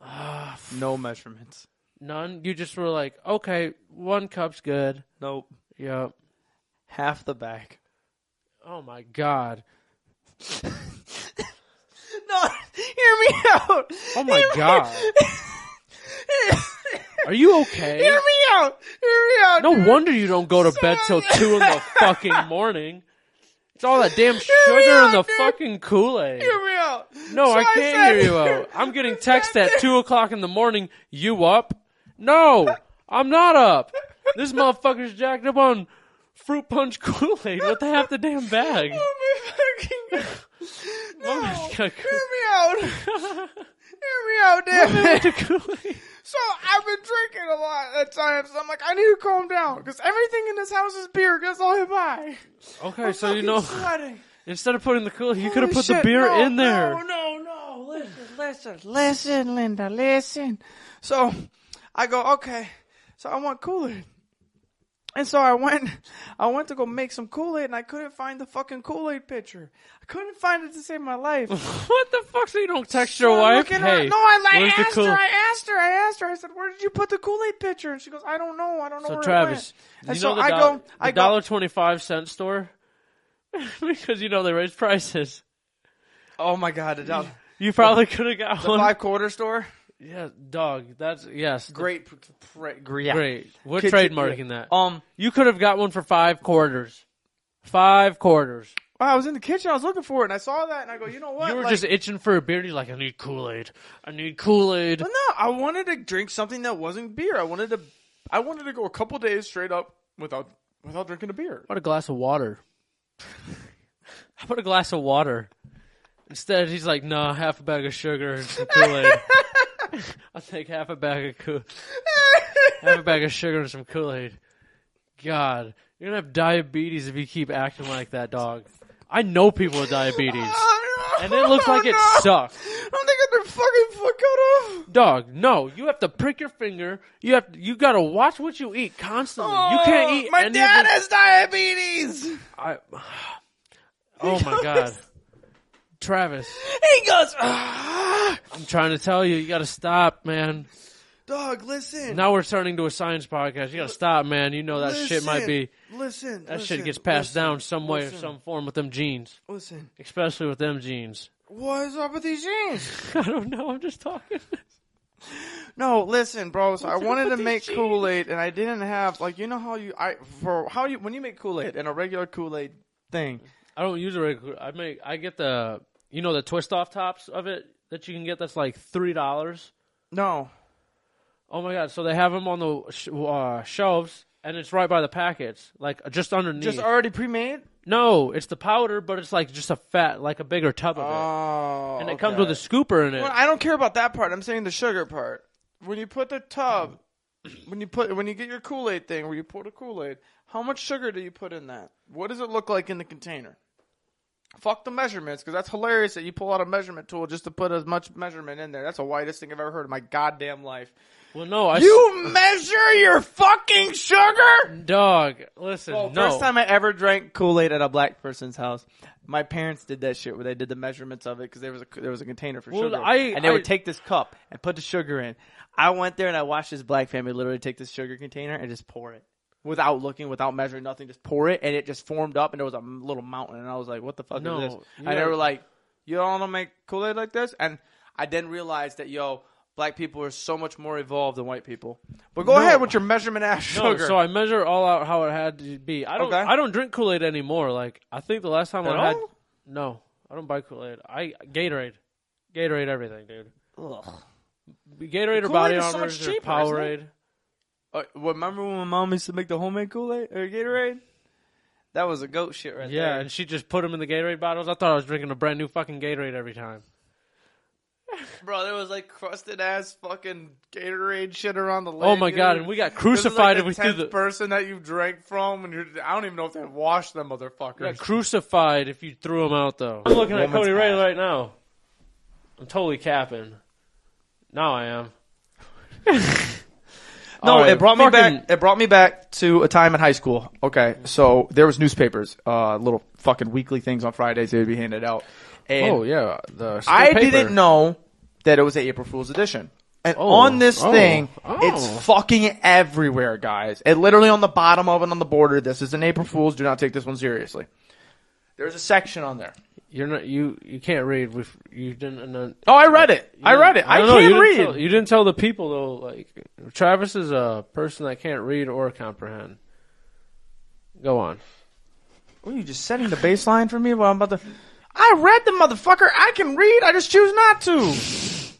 Speaker 5: ah,
Speaker 10: No measurements.
Speaker 5: none. You just were like, okay, one cup's good.
Speaker 10: Nope.
Speaker 5: Yep.
Speaker 10: Half the bag.
Speaker 5: Oh my god.
Speaker 10: No, hear me out.
Speaker 5: Oh my god. Are you okay?
Speaker 10: Hear me out. Hear me out.
Speaker 5: No wonder you don't go to bed till two in the fucking morning. It's all that damn sugar in the fucking Kool Aid.
Speaker 10: Hear me out.
Speaker 5: No,
Speaker 10: So
Speaker 5: I can't
Speaker 10: said-
Speaker 5: hear you out. I'm getting text at two o'clock in the morning. You up? No, I'm not up. This motherfucker's jacked up on fruit punch Kool Aid with half the damn bag.
Speaker 4: oh
Speaker 5: Oh
Speaker 10: Hear me out. Hear me out, damn it.
Speaker 4: So I've been drinking a lot at times. I'm like, I need to calm down because everything in this house is beer. That's all I buy.
Speaker 5: Okay, so you know,
Speaker 4: sweating.
Speaker 5: instead of putting the Kool Aid, you could have
Speaker 4: Holy
Speaker 5: put the
Speaker 4: shit,
Speaker 5: beer
Speaker 4: no,
Speaker 5: in there.
Speaker 4: No, no, no. Listen, listen,
Speaker 10: Listen, Linda, listen. So
Speaker 4: I go, okay. So I want Kool Aid.
Speaker 10: And so I went, I went to go make some Kool Aid, and I couldn't find the fucking Kool Aid pitcher. I couldn't find it to save my life.
Speaker 5: what the fuck? So you don't text your wife? Hey,
Speaker 10: no, I, I
Speaker 5: where's the
Speaker 10: asked
Speaker 5: Kool-
Speaker 10: her. I asked her. I asked her. I said, "Where did you put the Kool Aid pitcher?" And she goes, "I don't know. I don't know
Speaker 5: So
Speaker 10: where
Speaker 5: Travis,
Speaker 10: it went."
Speaker 5: you
Speaker 10: And so
Speaker 5: know the,
Speaker 10: I
Speaker 5: dollar-
Speaker 10: go, I
Speaker 5: the
Speaker 10: go,
Speaker 5: dollar twenty five cent store because you know they raise prices.
Speaker 10: Oh my god, the dollar.
Speaker 5: You probably could have got
Speaker 10: the
Speaker 5: one.
Speaker 10: five quarter store.
Speaker 5: Yeah, dog. That's yes.
Speaker 10: Great, pr- pr- gr- yeah.
Speaker 5: Great. We're
Speaker 10: Kid- kid-
Speaker 5: trademarking that.
Speaker 10: Um,
Speaker 5: you could have got one for five quarters. Five quarters.
Speaker 10: Wow, I was in the kitchen. I was looking for it, and I saw that, and I go, "You know what?"
Speaker 5: You were
Speaker 10: Like-
Speaker 5: just itching for a beer. and You're like, I need Kool Aid. I need Kool Aid.
Speaker 10: But no, I wanted to drink something that wasn't beer. I wanted to, I wanted to go a couple days straight up without without drinking a beer.
Speaker 5: What a glass of water. How about a glass of water? Instead, he's like, nah, half a bag of sugar and some Kool Aid. I'll take half a bag of Kool half a bag of sugar and some Kool Aid. God, you're gonna have diabetes if you keep acting like that, dog. I know people with diabetes, and it looks like it sucks.
Speaker 10: I'm thinking their fucking foot cut off.
Speaker 5: Dog, no, you have to prick your finger. You have you got to watch what you eat constantly. you can't
Speaker 10: Oh,
Speaker 5: eat.
Speaker 10: My
Speaker 5: any
Speaker 10: dad
Speaker 5: of the-
Speaker 10: has diabetes.
Speaker 5: I, oh my god, Travis,
Speaker 10: He goes, "Ah."
Speaker 5: I'm trying to tell you, you got to stop, man.
Speaker 10: dog. Listen.
Speaker 5: Now we're turning to a science podcast. You got to stop, man. You know that shit might
Speaker 10: Listen.
Speaker 5: be.
Speaker 10: Listen,
Speaker 5: that
Speaker 10: listen,
Speaker 5: shit gets passed
Speaker 10: listen,
Speaker 5: down some way
Speaker 10: listen.
Speaker 5: or some form with them genes.
Speaker 10: Listen.
Speaker 5: especially with them genes.
Speaker 10: What is up with these jeans?
Speaker 5: I don't know. I'm just talking.
Speaker 10: No, listen, bro. So I
Speaker 5: What's up
Speaker 10: wanted
Speaker 5: with
Speaker 10: to
Speaker 5: these
Speaker 10: make
Speaker 5: jeans?
Speaker 10: Kool Aid, and I didn't have like you know how you I for how you when you make Kool Aid and a regular Kool Aid thing.
Speaker 5: I don't use a regular. I make. I get the you know the twist off tops of it that you can get. That's like three dollars.
Speaker 10: No.
Speaker 5: Oh my god! So they have them on the sh- uh, shelves, and it's right by the packets, like uh, just underneath.
Speaker 10: Just already pre-made.
Speaker 5: no, it's the powder, but it's like just a fat, like a bigger tub of it, and it comes
Speaker 10: Oh, okay.
Speaker 5: with a scooper in it.
Speaker 10: Well, I don't care about that part. I'm saying the sugar part. When you put the tub, when you put when you get your Kool Aid thing, where you pour the Kool Aid, how much sugar do you put in that? What does it look like in the container? Fuck the measurements, because that's hilarious that you pull out a measurement tool just to put as much measurement in there. That's the whitest thing I've ever heard in my goddamn life.
Speaker 5: Well, no, I
Speaker 10: you measure your fucking sugar,
Speaker 5: dog. Listen, no.
Speaker 10: First time I ever drank Kool Aid at a black person's house. My parents did that shit where they did the measurements of it because there was a there was a container for
Speaker 5: Well,
Speaker 10: sugar,
Speaker 5: I-
Speaker 10: and they
Speaker 5: I-
Speaker 10: would take this cup and put the sugar in. I went there and I watched this black family literally take this sugar container and just pour it without looking, without measuring, nothing, just pour it, and it just formed up, and there was a m- little mountain, and I was like, "What the fuck
Speaker 5: No,
Speaker 10: is this?"
Speaker 5: you
Speaker 10: And they
Speaker 5: gotta-
Speaker 10: were like, "You all don't make Kool Aid like this," and I then realized that yo. Black people are so much more evolved than white people. But go
Speaker 5: No.
Speaker 10: ahead with your measurement ass
Speaker 5: No,
Speaker 10: sugar.
Speaker 5: so I measure all out how it had to be. I don't.
Speaker 10: Okay.
Speaker 5: I don't drink Kool Aid anymore. Like I think the last time
Speaker 10: At
Speaker 5: I had. No, I don't buy Kool Aid. I Gatorade, Gatorade everything, dude. Gatorade or
Speaker 10: Kool-Aid
Speaker 5: Body
Speaker 10: is so
Speaker 5: Armor
Speaker 10: much cheaper,
Speaker 5: or
Speaker 10: isn't
Speaker 5: Powerade.
Speaker 10: Uh, remember when my mom used to make the homemade Kool Aid or Gatorade? That was a goat shit right
Speaker 5: yeah,
Speaker 10: there.
Speaker 5: and she just put them in the Gatorade bottles. I thought I was drinking a brand new fucking Gatorade every time.
Speaker 10: bro, there was like crusted ass fucking Gatorade shit around the.
Speaker 5: Oh my
Speaker 10: lanyard.
Speaker 5: God, and we got
Speaker 10: This is,
Speaker 5: crucified
Speaker 10: like
Speaker 5: if we
Speaker 10: the
Speaker 5: threw
Speaker 10: tenth
Speaker 5: the-
Speaker 10: person that you drank from, and you're, I don't even know if they washed them motherfuckers.
Speaker 5: You got crucified if you threw them out though.
Speaker 10: I'm looking at
Speaker 5: Woman's
Speaker 10: Cody
Speaker 5: Ray right now. I'm totally capping. Now I am.
Speaker 10: No,
Speaker 5: All right,
Speaker 10: it brought me
Speaker 5: fucking-
Speaker 10: back. It brought me back to a time in high school. Okay, so there was newspapers, uh, little fucking weekly things on Fridays. They would be handed out. And
Speaker 5: Oh, yeah, the school
Speaker 10: I
Speaker 5: paper.
Speaker 10: didn't know that it was an April Fool's edition. And on this
Speaker 5: oh,
Speaker 10: thing,
Speaker 5: oh.
Speaker 10: it's fucking everywhere, guys. It literally on the bottom of it on the border. This is an April Fool's. Do not take this one seriously. There's a section on there.
Speaker 5: You're not you. You can't read. We've, you didn't. Uh,
Speaker 10: Oh, I read it. I read it. I,
Speaker 5: don't know,
Speaker 10: can't
Speaker 5: you
Speaker 10: read.
Speaker 5: Didn't tell, you didn't tell the people though. Like Travis is a person that can't read or comprehend. Go on.
Speaker 10: Were you just setting the baseline for me while I'm about to? I read the motherfucker. I can read. I just choose not to.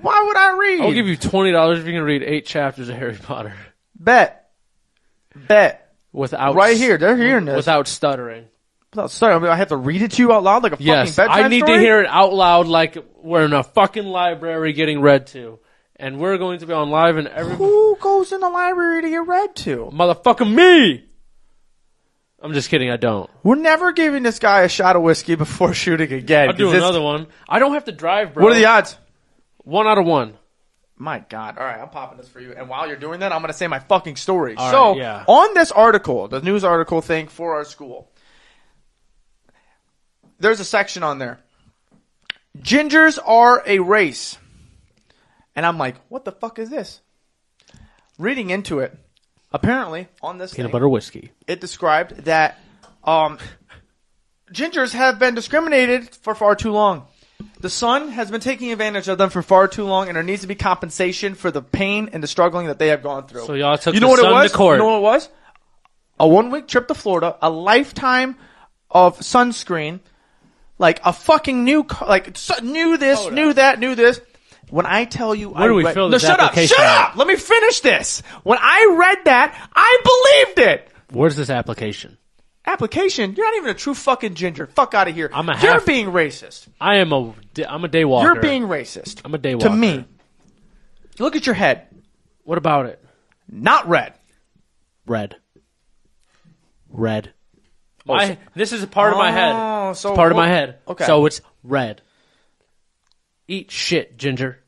Speaker 10: Why would I read?
Speaker 5: I'll give you twenty dollars if you can read eight chapters of Harry Potter
Speaker 10: bet, bet
Speaker 5: without
Speaker 10: right here. They're hearing this.
Speaker 5: without stuttering.
Speaker 10: Without stuttering, I, mean, I have to read it to you out loud like a
Speaker 5: Yes,
Speaker 10: fucking bedtime
Speaker 5: I need
Speaker 10: story?
Speaker 5: to hear it out loud, like we're in a fucking library getting read to, and we're going to be on live and every
Speaker 10: Who goes in the library to get read to?
Speaker 5: motherfucker me. I'm just kidding. I don't.
Speaker 10: We're never giving this guy a shot of whiskey before shooting again.
Speaker 5: I'll do
Speaker 10: 'cause it's-
Speaker 5: another one. I don't have to drive, bro.
Speaker 10: What are the odds?
Speaker 5: One out of one.
Speaker 10: My God. All right, I'm popping this for you. And while you're doing that, I'm going to say my fucking story.
Speaker 13: All
Speaker 10: so,
Speaker 13: right, yeah.
Speaker 10: on this article, the news article thing for our school, there's a section on there. Gingers are a race. And I'm like, what the fuck is this? Reading into it, apparently, on this
Speaker 5: Peanut
Speaker 10: thing,
Speaker 5: butter whiskey.
Speaker 10: it described that um, gingers have been discriminated for far too long. The sun has been taking advantage of them for far too long, and there needs to be compensation for the pain and the struggling that they have gone through.
Speaker 5: So y'all took
Speaker 10: you know what
Speaker 5: the sun
Speaker 10: it
Speaker 5: to
Speaker 10: was?
Speaker 5: court.
Speaker 10: You know what it was? A one week trip to Florida, a lifetime of sunscreen, like a fucking new, co- like su- knew this, knew that, knew this. When I tell you,
Speaker 5: Where
Speaker 10: I
Speaker 5: do we
Speaker 10: read-
Speaker 5: fill
Speaker 10: no,
Speaker 5: this
Speaker 10: shut up,
Speaker 5: application
Speaker 10: shut
Speaker 5: out?
Speaker 10: up. Let me finish this. When I read that, I believed it.
Speaker 5: Where's this application?
Speaker 10: Application, you're not even a true fucking ginger. Fuck out of here. I'm a you're
Speaker 5: half-
Speaker 10: being racist.
Speaker 5: I am a I'm a day walker.
Speaker 10: You're being racist.
Speaker 5: I'm a day
Speaker 10: To
Speaker 5: walker.
Speaker 10: me. Look at your head.
Speaker 5: What about it?
Speaker 10: Not red.
Speaker 5: Red. Red. My, this is a part of my
Speaker 10: Oh,
Speaker 5: head. It's
Speaker 10: so
Speaker 5: part of
Speaker 10: what-
Speaker 5: my head.
Speaker 10: okay.
Speaker 5: So it's red. Eat shit, Ginger.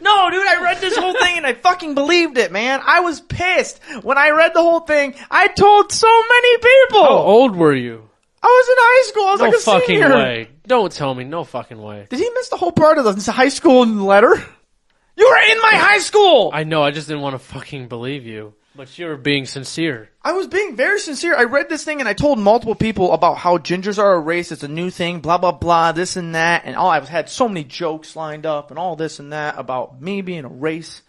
Speaker 10: No, dude, I read this whole thing and I fucking believed it, man. I was pissed when I read the whole thing. I told so many people.
Speaker 5: How old were you?
Speaker 10: I was in high school. Oh. I was
Speaker 5: Oh, no
Speaker 10: like a
Speaker 5: fucking
Speaker 10: senior.
Speaker 5: way. Don't tell me. No fucking way.
Speaker 10: Did he miss the whole part of this high school letter? You were in my high school.
Speaker 5: I know. I just didn't want to fucking believe you. But you were being sincere.
Speaker 10: I was being very sincere. I read this thing and I told multiple people about how gingers are a race. It's a new thing, blah, blah, blah, this and that. And all I had so many jokes lined up and all this and that about me being a race.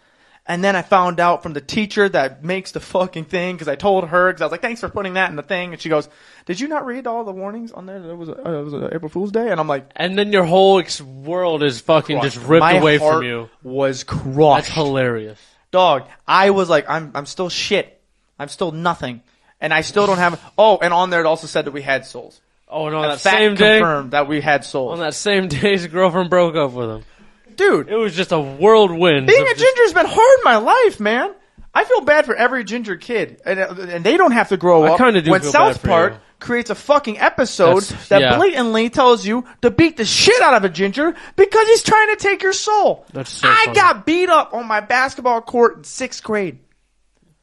Speaker 10: And then I found out from the teacher that makes the fucking thing because I told her because I was like, thanks for putting that in the thing. And she goes, did you not read all the warnings on there? That was, uh, it was uh, April Fool's Day. And I'm like,
Speaker 5: And then your whole ex- world is fucking just ripped
Speaker 10: My
Speaker 5: away
Speaker 10: heart
Speaker 5: from you.
Speaker 10: Was crushed.
Speaker 5: That's hilarious.
Speaker 10: dog, I was like, I'm, I'm still shit. I'm still nothing. And I still don't have, oh, and on there it also said that we had souls.
Speaker 5: Oh, and on
Speaker 10: A
Speaker 5: that
Speaker 10: fact
Speaker 5: same day,
Speaker 10: confirmed that we had souls.
Speaker 5: on that same day, his girlfriend broke up with him.
Speaker 10: Dude,
Speaker 5: it was just a whirlwind.
Speaker 10: Being
Speaker 5: of
Speaker 10: a ginger's been hard in my life, man. I feel bad for every ginger kid, and, uh, and they don't have to grow
Speaker 5: I
Speaker 10: up.
Speaker 5: kinda do
Speaker 10: when
Speaker 5: feel
Speaker 10: South
Speaker 5: bad for
Speaker 10: Park
Speaker 5: you.
Speaker 10: creates a fucking episode
Speaker 5: That's-
Speaker 10: that
Speaker 5: yeah.
Speaker 10: blatantly tells you to beat the shit out of a ginger because he's trying to take your soul.
Speaker 5: That's so
Speaker 10: I
Speaker 5: funny.
Speaker 10: got beat up on my basketball court in sixth grade.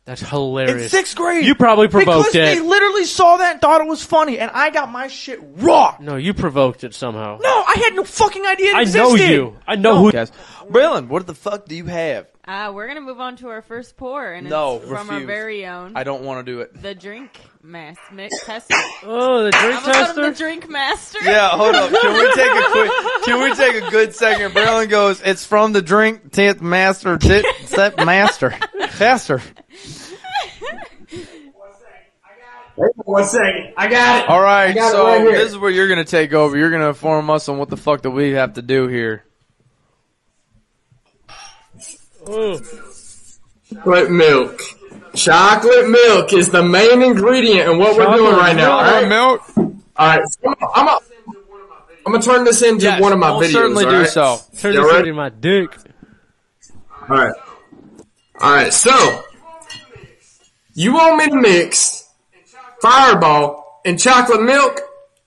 Speaker 5: That's hilarious.
Speaker 10: In sixth grade,
Speaker 5: you probably provoked
Speaker 10: because they
Speaker 5: it.
Speaker 10: literally saw that and thought it was funny, and I got my shit raw.
Speaker 5: no, you provoked it somehow.
Speaker 10: No, I had no fucking idea. It
Speaker 5: I know
Speaker 10: existed.
Speaker 5: you. I know who.
Speaker 10: Guys, Braylon, what the fuck do you have?
Speaker 23: Uh, we're gonna move on to our first pour, and
Speaker 10: No,
Speaker 23: it's from our
Speaker 10: refuse.
Speaker 23: very own.
Speaker 10: I don't want to do it.
Speaker 23: The drink mass mix tester.
Speaker 5: oh, the
Speaker 10: drink
Speaker 23: I'm gonna call him
Speaker 10: tester?
Speaker 23: the drink master.
Speaker 10: Yeah, hold up. Can we take a quick? Can we take a good second? Braylon goes. It's from the drink tenth master tit set master faster.
Speaker 22: One second. I got it.
Speaker 10: All
Speaker 22: I
Speaker 10: right,
Speaker 22: got it
Speaker 10: so
Speaker 22: right here.
Speaker 10: this is where you're gonna take over. You're gonna inform us on what the fuck that we have to do here.
Speaker 22: Chocolate milk. Chocolate milk is the main ingredient in what we're doing
Speaker 10: Chocolate
Speaker 22: right
Speaker 10: milk.
Speaker 22: now. All right,
Speaker 10: milk.
Speaker 22: All right, so I'm- I'm gonna I'm gonna turn this into one of my videos. all right?
Speaker 5: Turn
Speaker 22: Y'all
Speaker 5: this
Speaker 22: ready?
Speaker 5: into my dick.
Speaker 22: All right. All right. So you want me to mix Fireball and chocolate milk?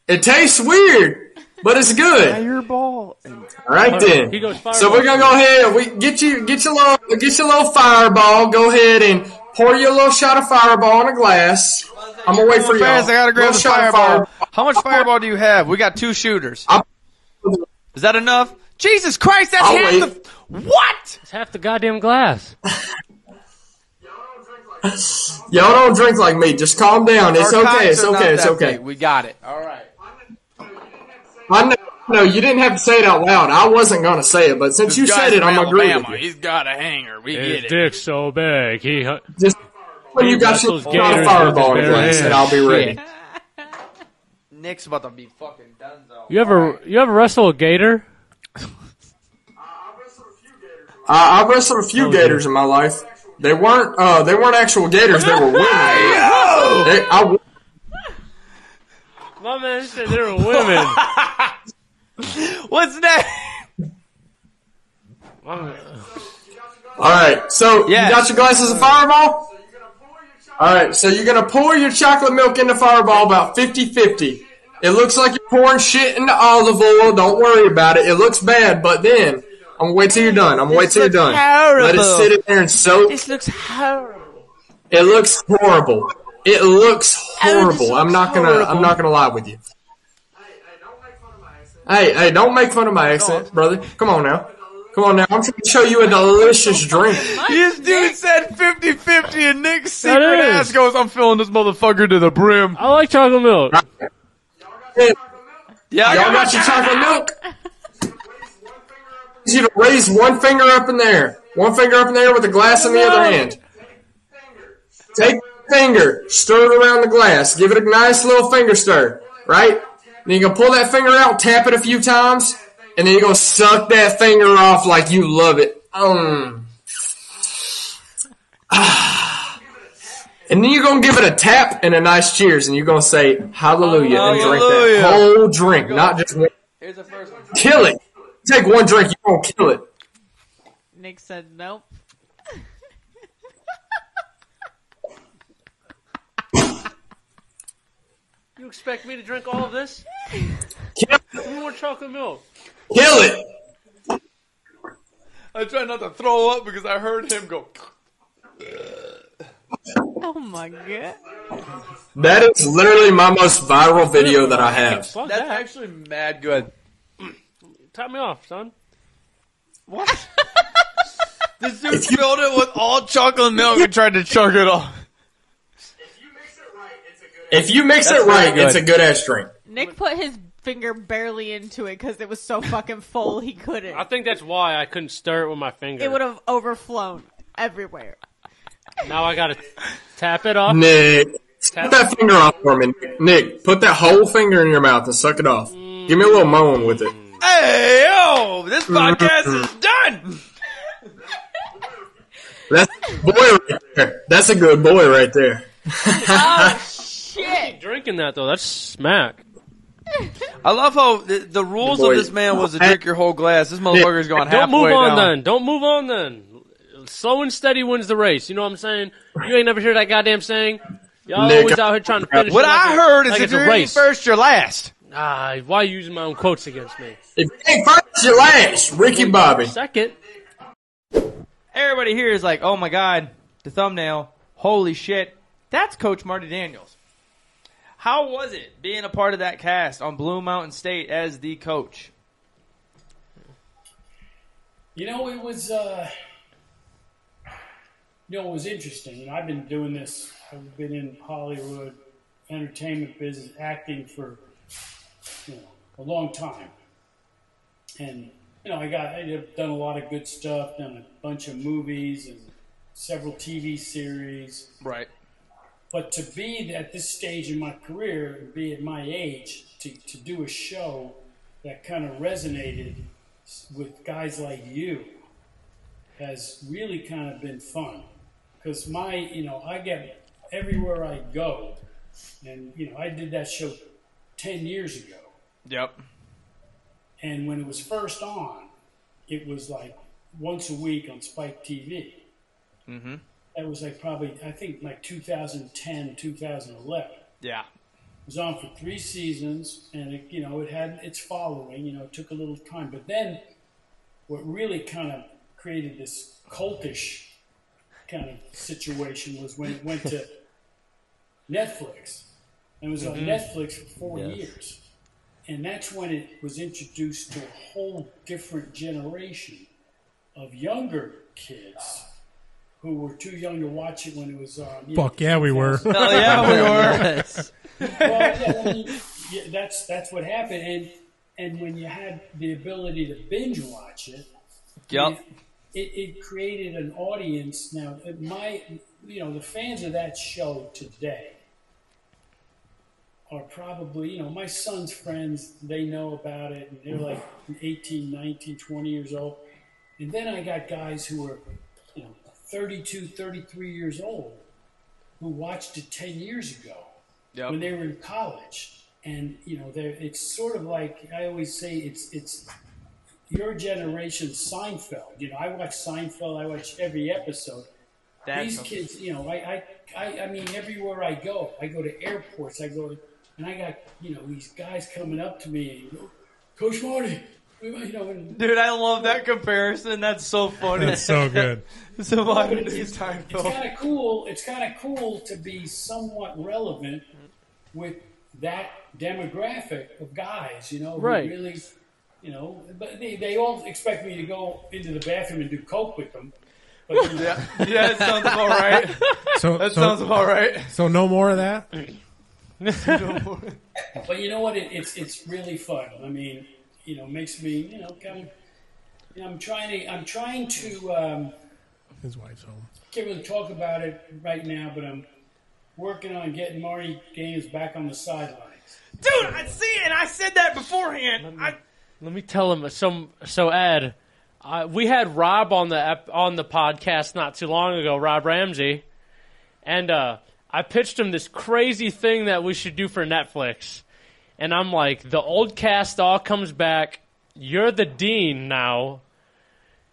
Speaker 22: It tastes weird, but it's good.
Speaker 10: Fireball.
Speaker 22: All right then.
Speaker 5: He goes
Speaker 22: So we're gonna go ahead. and We get you get your little get your little Fireball. Go ahead and pour your little shot of Fireball in a glass. I'm gonna wait for you.
Speaker 10: Fast, I gotta grab the fireball. How much fireball do you have? We got two shooters. Is that enough? Jesus Christ, that's
Speaker 5: I'll
Speaker 10: half
Speaker 5: wait.
Speaker 10: the. What?
Speaker 5: It's half the goddamn glass.
Speaker 22: Y'all don't drink like me. Just calm down. It's
Speaker 10: Our
Speaker 22: okay.
Speaker 10: cocks
Speaker 22: It's
Speaker 10: are not
Speaker 22: okay. It's
Speaker 10: that
Speaker 22: okay.
Speaker 10: big. We got it. All right.
Speaker 22: I know, I know you didn't have to say it out loud. I wasn't gonna say it, but since you said it, I'm agree with you.
Speaker 10: He's got a hanger. We
Speaker 5: His dick's so big. He
Speaker 22: just when you got your shot of fireball in place, and I'll be ready.
Speaker 10: Nick's about to be fucking done though.
Speaker 5: You ever you ever wrestle a gator?
Speaker 22: I, I wrestled a few gators in my life. They weren't uh, they weren't actual gators. They were women. They- I,
Speaker 5: My man said there were women.
Speaker 10: What's next?
Speaker 22: all right, so you got your glasses of fireball. All right, so you're gonna pour your chocolate milk into fireball about 50-50. It looks like you're pouring shit into olive oil. Don't worry about it. It looks bad, but then I'm gonna wait till you're done. I'm gonna wait till you're done. Let it sit in there and soak.
Speaker 2: This looks horrible.
Speaker 22: It looks horrible. It looks horrible. I'm not gonna. I'm not gonna lie with you. Hey, hey, don't make fun of my accent, brother. Come on now. Come on now. I'm trying to show you a delicious drink.
Speaker 10: This dude said 50 50, and Nick's
Speaker 22: That
Speaker 10: secret
Speaker 22: is.
Speaker 10: ass goes, I'm filling this motherfucker to the brim.
Speaker 5: I like chocolate milk.
Speaker 10: Yeah, I
Speaker 22: Y'all got your chocolate milk? I need you to raise one finger up in the air. One finger up in the air with a glass in the other hand. Take the finger, stir it around the glass. Give it a nice little finger stir, right? Then you're going to pull that finger out, tap it a few times, and then you're going to suck that finger off like you love it. Um. And then you're gonna give it a tap and a nice cheers, and you're gonna say hallelujah, and drink
Speaker 10: Hallelujah.
Speaker 22: that whole drink, not just one. Kill it. Take one drink, you're gonna kill it.
Speaker 23: Nick said nope.
Speaker 5: You expect me to drink all of this? Give me more chocolate milk.
Speaker 22: Kill it.
Speaker 10: I tried not to throw up because I heard him go.
Speaker 23: Oh my god.
Speaker 22: That is literally my most viral video that I have.
Speaker 5: Fuck
Speaker 10: That's
Speaker 5: that.
Speaker 10: actually mad good.
Speaker 5: Top me off, son.
Speaker 10: What? this dude filled it with all chocolate milk and tried to chug it off.
Speaker 22: If you mix
Speaker 10: That's
Speaker 22: it right,
Speaker 10: really good.
Speaker 22: it's a good ass drink.
Speaker 23: Nick put his finger barely into it because it was so fucking full he couldn't.
Speaker 5: I think that's why I couldn't stir it with my finger.
Speaker 23: It would have overflown everywhere.
Speaker 5: Now I gotta tap it off.
Speaker 22: Nick, put that finger off for me. Nick, put that whole finger in your mouth and suck it off. Give me a little moan with it.
Speaker 10: Hey, yo, this podcast is
Speaker 22: Mm.
Speaker 10: done.
Speaker 22: That's a good boy right there. That's a good boy right there.
Speaker 5: oh shit! Drinking that though, that's smack.
Speaker 10: I love how the, the rules
Speaker 5: Boy.
Speaker 10: of this man was to drink your whole glass. This motherfucker's going halfway
Speaker 5: Don't move on
Speaker 10: down.
Speaker 5: then. Don't move on then. Slow and steady wins the race. You know what I'm saying? You ain't never heard that goddamn saying. Y'all
Speaker 10: Nick,
Speaker 5: always out here trying to finish.
Speaker 10: What
Speaker 5: it like
Speaker 10: I
Speaker 5: a-
Speaker 10: heard is
Speaker 5: like
Speaker 10: if
Speaker 5: it's a
Speaker 10: you're eating
Speaker 5: race.
Speaker 10: first, you're last.
Speaker 5: Ah, why are you using my own quotes against me?
Speaker 22: If you ain't first, you're last. Ricky Bobby.
Speaker 5: Second.
Speaker 10: Everybody here is like, oh my god, the thumbnail. Holy shit. That's Coach Marty Daniels. How was it being a part of that cast on Blue Mountain State as the coach?
Speaker 14: You know, it was, uh, you know, it was interesting. And I've been doing this. I've been in Hollywood, entertainment business, acting for you know a long time. And you know, I got I've done a lot of good stuff. Done a bunch of movies and several TV series.
Speaker 10: Right.
Speaker 14: But to be at this stage in my career, and be at my age, to, to do a show that kind of resonated with guys like you has really kind of been fun. Because my, you know, I get everywhere I go, and, you know, I did that show 10 years ago.
Speaker 10: Yep.
Speaker 14: And when it was first on, it was like once a week on Spike TV.
Speaker 10: Mm-hmm.
Speaker 14: That was like probably, I think, like 2010, 2011.
Speaker 10: Yeah.
Speaker 14: It was on for three seasons, and it, you know it had its following. You know, it took a little time, but then what really kind of created this cultish kind of situation was when it went to Netflix. And it was on
Speaker 2: Mhm.
Speaker 14: Netflix for four
Speaker 2: Yes.
Speaker 14: years, and that's when it was introduced to a whole different generation of younger kids who were too young to watch it when it was on. you know,
Speaker 12: Fuck yeah, we were.
Speaker 14: Hell
Speaker 12: yeah, we were.
Speaker 14: well, yeah, I mean, yeah, that's that's what happened, and and when you had the ability to binge watch it,
Speaker 10: Yep.
Speaker 14: it, it created an audience. Now, my you know the fans of that show today are probably you know my son's friends. They know about it, and they're like 18, 19, 20 years old. And then I got guys who are you know 32, 33 years old who watched it 10 years ago when they were in college. And you know, they're, it's sort of like I always say, it's it's your generation Seinfeld. You know, I watch Seinfeld. I watch every episode.
Speaker 10: That's
Speaker 14: These
Speaker 10: okay.
Speaker 14: kids, you know, I, I I I mean, everywhere I go, I go to airports. I go to and I got you know these guys coming up to me, and, Coach Marty, you know, and
Speaker 10: Dude, I love that comparison. That's so funny.
Speaker 25: That's so good.
Speaker 10: so
Speaker 14: Well,
Speaker 10: fucking
Speaker 14: it's,
Speaker 10: it's time
Speaker 14: kind of cool. It's kind of cool to be somewhat relevant with that demographic of guys. You know, who
Speaker 10: Right.
Speaker 14: Really, you know, but they, they all expect me to go into the bathroom and do coke with them. But, yeah,
Speaker 10: yeah, that sounds about right.
Speaker 19: So
Speaker 10: That
Speaker 19: so-
Speaker 10: sounds about right.
Speaker 19: So no more of that.
Speaker 14: but you know what? It, it's it's really fun. I mean, you know, makes me you know kind of. You know, I'm trying to. I'm trying to. Um,
Speaker 25: His wife's home.
Speaker 14: can't really talk about it right now, but I'm working on getting Marty Gaines back on the sidelines.
Speaker 10: Dude, I see, and I said that beforehand. I,
Speaker 5: Let me tell him some. So Ed, I, we had Rob on the ep- on the podcast not too long ago, Rob Ramsey, and uh, I pitched him this crazy thing that we should do for Netflix, and I'm like, the old cast all comes back. You're the dean now,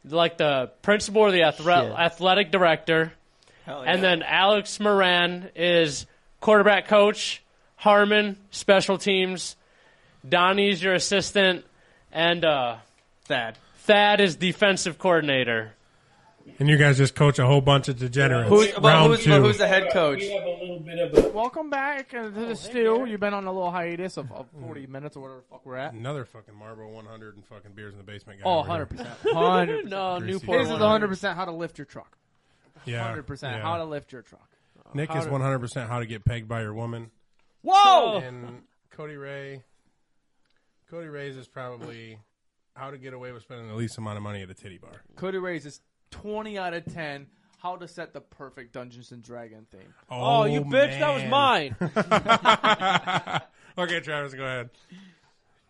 Speaker 5: like the principal or the athre- athletic director, and then Alex Moran is quarterback coach. Harmon special teams. Donnie's your assistant, and uh, Thad. Thad is defensive coordinator.
Speaker 19: And you guys just coach a whole bunch of degenerates. Round two.
Speaker 10: head coach?
Speaker 14: We have a little bit of a Oh,
Speaker 10: welcome back uh, to the stew. You've been on a little hiatus of, of forty minutes or whatever the fuck we're at.
Speaker 19: Hmm. Another fucking Marlboro 100 and fucking beers in the basement. Guy
Speaker 10: Oh,
Speaker 19: over here.
Speaker 10: 100%. 100%.
Speaker 5: No,
Speaker 19: Greasy.
Speaker 5: Newport
Speaker 10: This is one hundred percent how to lift your truck.
Speaker 19: Yeah,
Speaker 10: hundred percent
Speaker 19: yeah.
Speaker 10: how to lift your truck.
Speaker 19: Nick
Speaker 10: How
Speaker 19: is
Speaker 10: to-
Speaker 19: 100 percent how to get pegged by your woman.
Speaker 10: Whoa!
Speaker 19: And Cody Ray, Cody Ray's is probably how to get away with spending the least amount of money at a titty bar.
Speaker 10: Cody Ray's is twenty out of ten. How to set the perfect Dungeons and Dragon theme?
Speaker 19: Oh,
Speaker 5: you bitch, that was
Speaker 19: man.
Speaker 5: mine.
Speaker 19: okay, Travis, go ahead.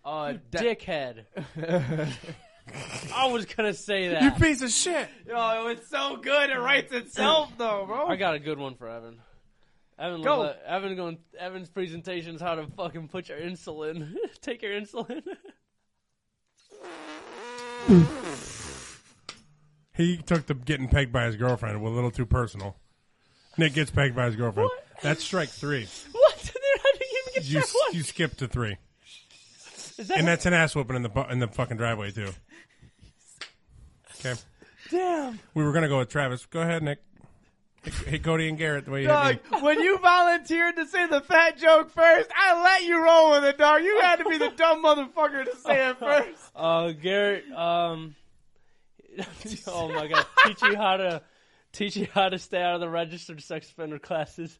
Speaker 10: Uh,
Speaker 5: dickhead. I was gonna say that.
Speaker 10: You
Speaker 19: piece of shit.
Speaker 10: Yo, it's so good. It writes itself, though, bro.
Speaker 5: I got a good one for Evan. Evan,
Speaker 10: Go.
Speaker 5: le- Evan going. Evan's presentation is how to fucking put your insulin. Take your insulin.
Speaker 19: He took the getting pegged by his girlfriend a little too personal. Nick gets pegged by his girlfriend. That's strike three.
Speaker 5: what? Dude, how did you even get
Speaker 19: You
Speaker 5: that one?
Speaker 19: you skipped to three,
Speaker 5: Is that
Speaker 19: and that's an ass whooping in the bu- in the fucking driveway too. Okay,
Speaker 10: Damn.
Speaker 19: we were gonna go with Travis. Go ahead, Nick. Hey, Cody and Garrett, the way you hit
Speaker 10: Doug,
Speaker 19: me.
Speaker 10: when you volunteered to say the fat joke first, I let you roll with it, dog. You had to be the dumb motherfucker to say it first.
Speaker 5: Uh, Garrett. Um. oh my god! Teach you how to teach you how to stay out of the registered sex offender classes.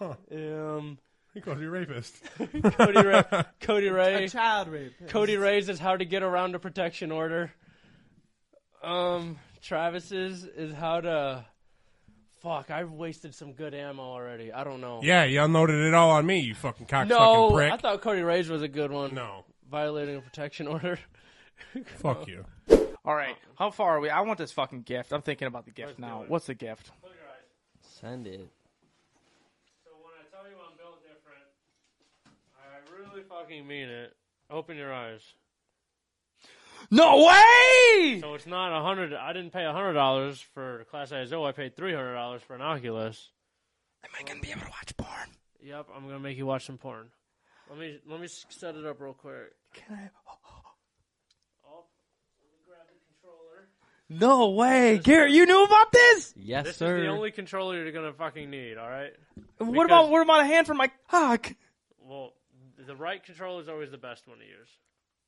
Speaker 5: Um.
Speaker 19: Cody rapist.
Speaker 5: Cody Ray. Cody Ray.
Speaker 10: A child rape.
Speaker 5: Cody Ray's is how to get around a protection order. Um. Travis's is how to. Fuck! I've wasted some good ammo already. I don't know.
Speaker 19: Yeah, you unloaded it all on me. You fucking cock
Speaker 5: No,
Speaker 19: sucking prick.
Speaker 5: I thought Cody Ray's was a good one.
Speaker 19: No.
Speaker 5: Violating a protection order.
Speaker 19: Fuck you.
Speaker 10: All right, how far are we? I want this fucking gift. I'm thinking about the gift now. What's the gift?
Speaker 8: Send it.
Speaker 5: I really fucking mean it. Open your eyes.
Speaker 10: No way!
Speaker 5: So it's not a hundred. I didn't pay a hundred dollars for Class ISO. I paid three hundred dollars for an Oculus. Am I gonna be able to watch porn? Yep, I'm gonna make you watch some porn. Let me let me s- set it up real quick. Can I?
Speaker 10: No way, Garrett. You knew about this?
Speaker 5: this is the only controller you're gonna fucking need. All right.
Speaker 10: What about Oh, what about a hand for my cock?
Speaker 5: Well, the right controller is always the best one to use.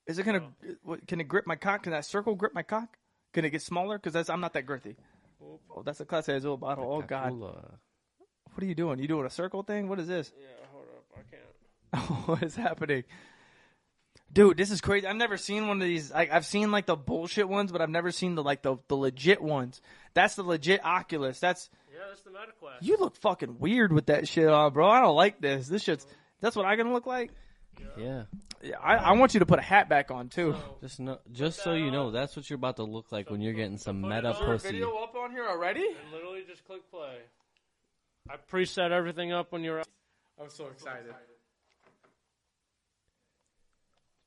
Speaker 10: Is it gonna? What, can it grip my cock? Can that circle grip my cock? Can it get smaller? Because that's I'm not that girthy. Oh, that's a class A Azul bottle. Oh god. What are you doing? You doing a circle thing? What is this?
Speaker 5: Yeah, hold up, I can't.
Speaker 10: what is happening? Dude, this is crazy. I've never seen one of these. I, I've seen like the bullshit ones, but I've never seen the like the, the legit ones. That's the legit Oculus. That's
Speaker 5: Yeah, that's the MetaQuest.
Speaker 10: you look fucking weird with that shit on, bro. I don't like this. This shit's that's what I'm gonna look like.
Speaker 8: Yeah.
Speaker 10: Yeah, I, I want you to put a hat back on too.
Speaker 8: Just no, just so you know, that's what you're about to look like when you're getting some meta pussy.
Speaker 10: up on here already?
Speaker 5: And literally just click play. I preset everything up when you're. up.
Speaker 10: I'm so excited.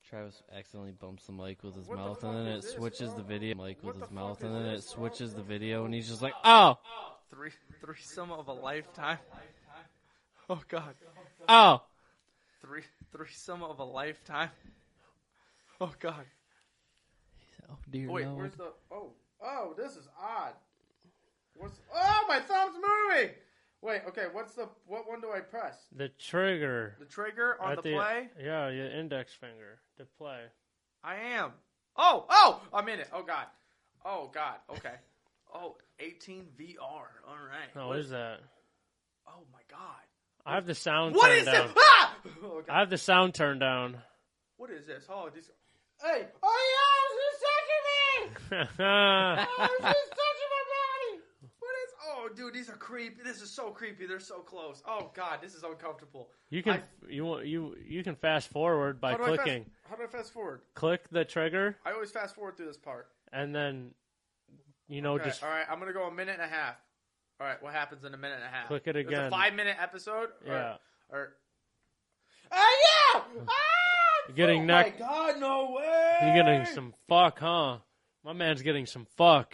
Speaker 8: Travis accidentally bumps the mic with his mouth, and then it switches the video mic with his mouth, and then it switches the video, and he's just like, "Oh,
Speaker 10: Three threesome of a lifetime.
Speaker 4: Oh God.
Speaker 5: Oh.
Speaker 4: Three threesome of a lifetime. Oh God.
Speaker 20: Oh dear
Speaker 10: Wait,
Speaker 20: Lord.
Speaker 10: where's the? Oh, oh, this is odd. What's? Oh, my thumb's moving. Wait, okay. What's the? What one do I press?
Speaker 8: "Ah!"
Speaker 5: The trigger.
Speaker 10: The trigger on
Speaker 5: At
Speaker 10: the play?
Speaker 5: Yeah, your index finger to play.
Speaker 10: I am. Oh, oh, I'm in it. Oh God. Oh God. Okay. Oh, 18 VR. All right.
Speaker 5: No, what is that?
Speaker 10: Oh my God.
Speaker 5: I have the sound
Speaker 10: What
Speaker 5: turned
Speaker 10: is
Speaker 5: down.
Speaker 10: it? Ah! Oh, God.
Speaker 5: I have the sound turned down.
Speaker 10: What is this? Oh, this. Hey. Oh yeah, it's just touching me. oh, it's just touching my body. What is? Oh, dude, these are creepy. This is so creepy. They're so close. Oh God, this is uncomfortable.
Speaker 5: you can you want you you can fast forward by
Speaker 10: How do I fast-
Speaker 5: clicking.
Speaker 10: how do I fast forward?
Speaker 5: Click the trigger
Speaker 10: I always fast forward through this part.
Speaker 5: and then you know
Speaker 10: Okay,
Speaker 5: just
Speaker 10: all right, I'm gonna go a minute and a half. All right, what happens in a minute and a half?
Speaker 5: Click it
Speaker 10: It's
Speaker 5: again.
Speaker 10: a five minute episode. Or,
Speaker 5: Yeah.
Speaker 10: Or. Oh yeah! Ah!
Speaker 5: You're getting
Speaker 10: oh
Speaker 5: neck-
Speaker 10: My God, no way!
Speaker 5: you're getting some fuck, huh? My man's getting some fuck.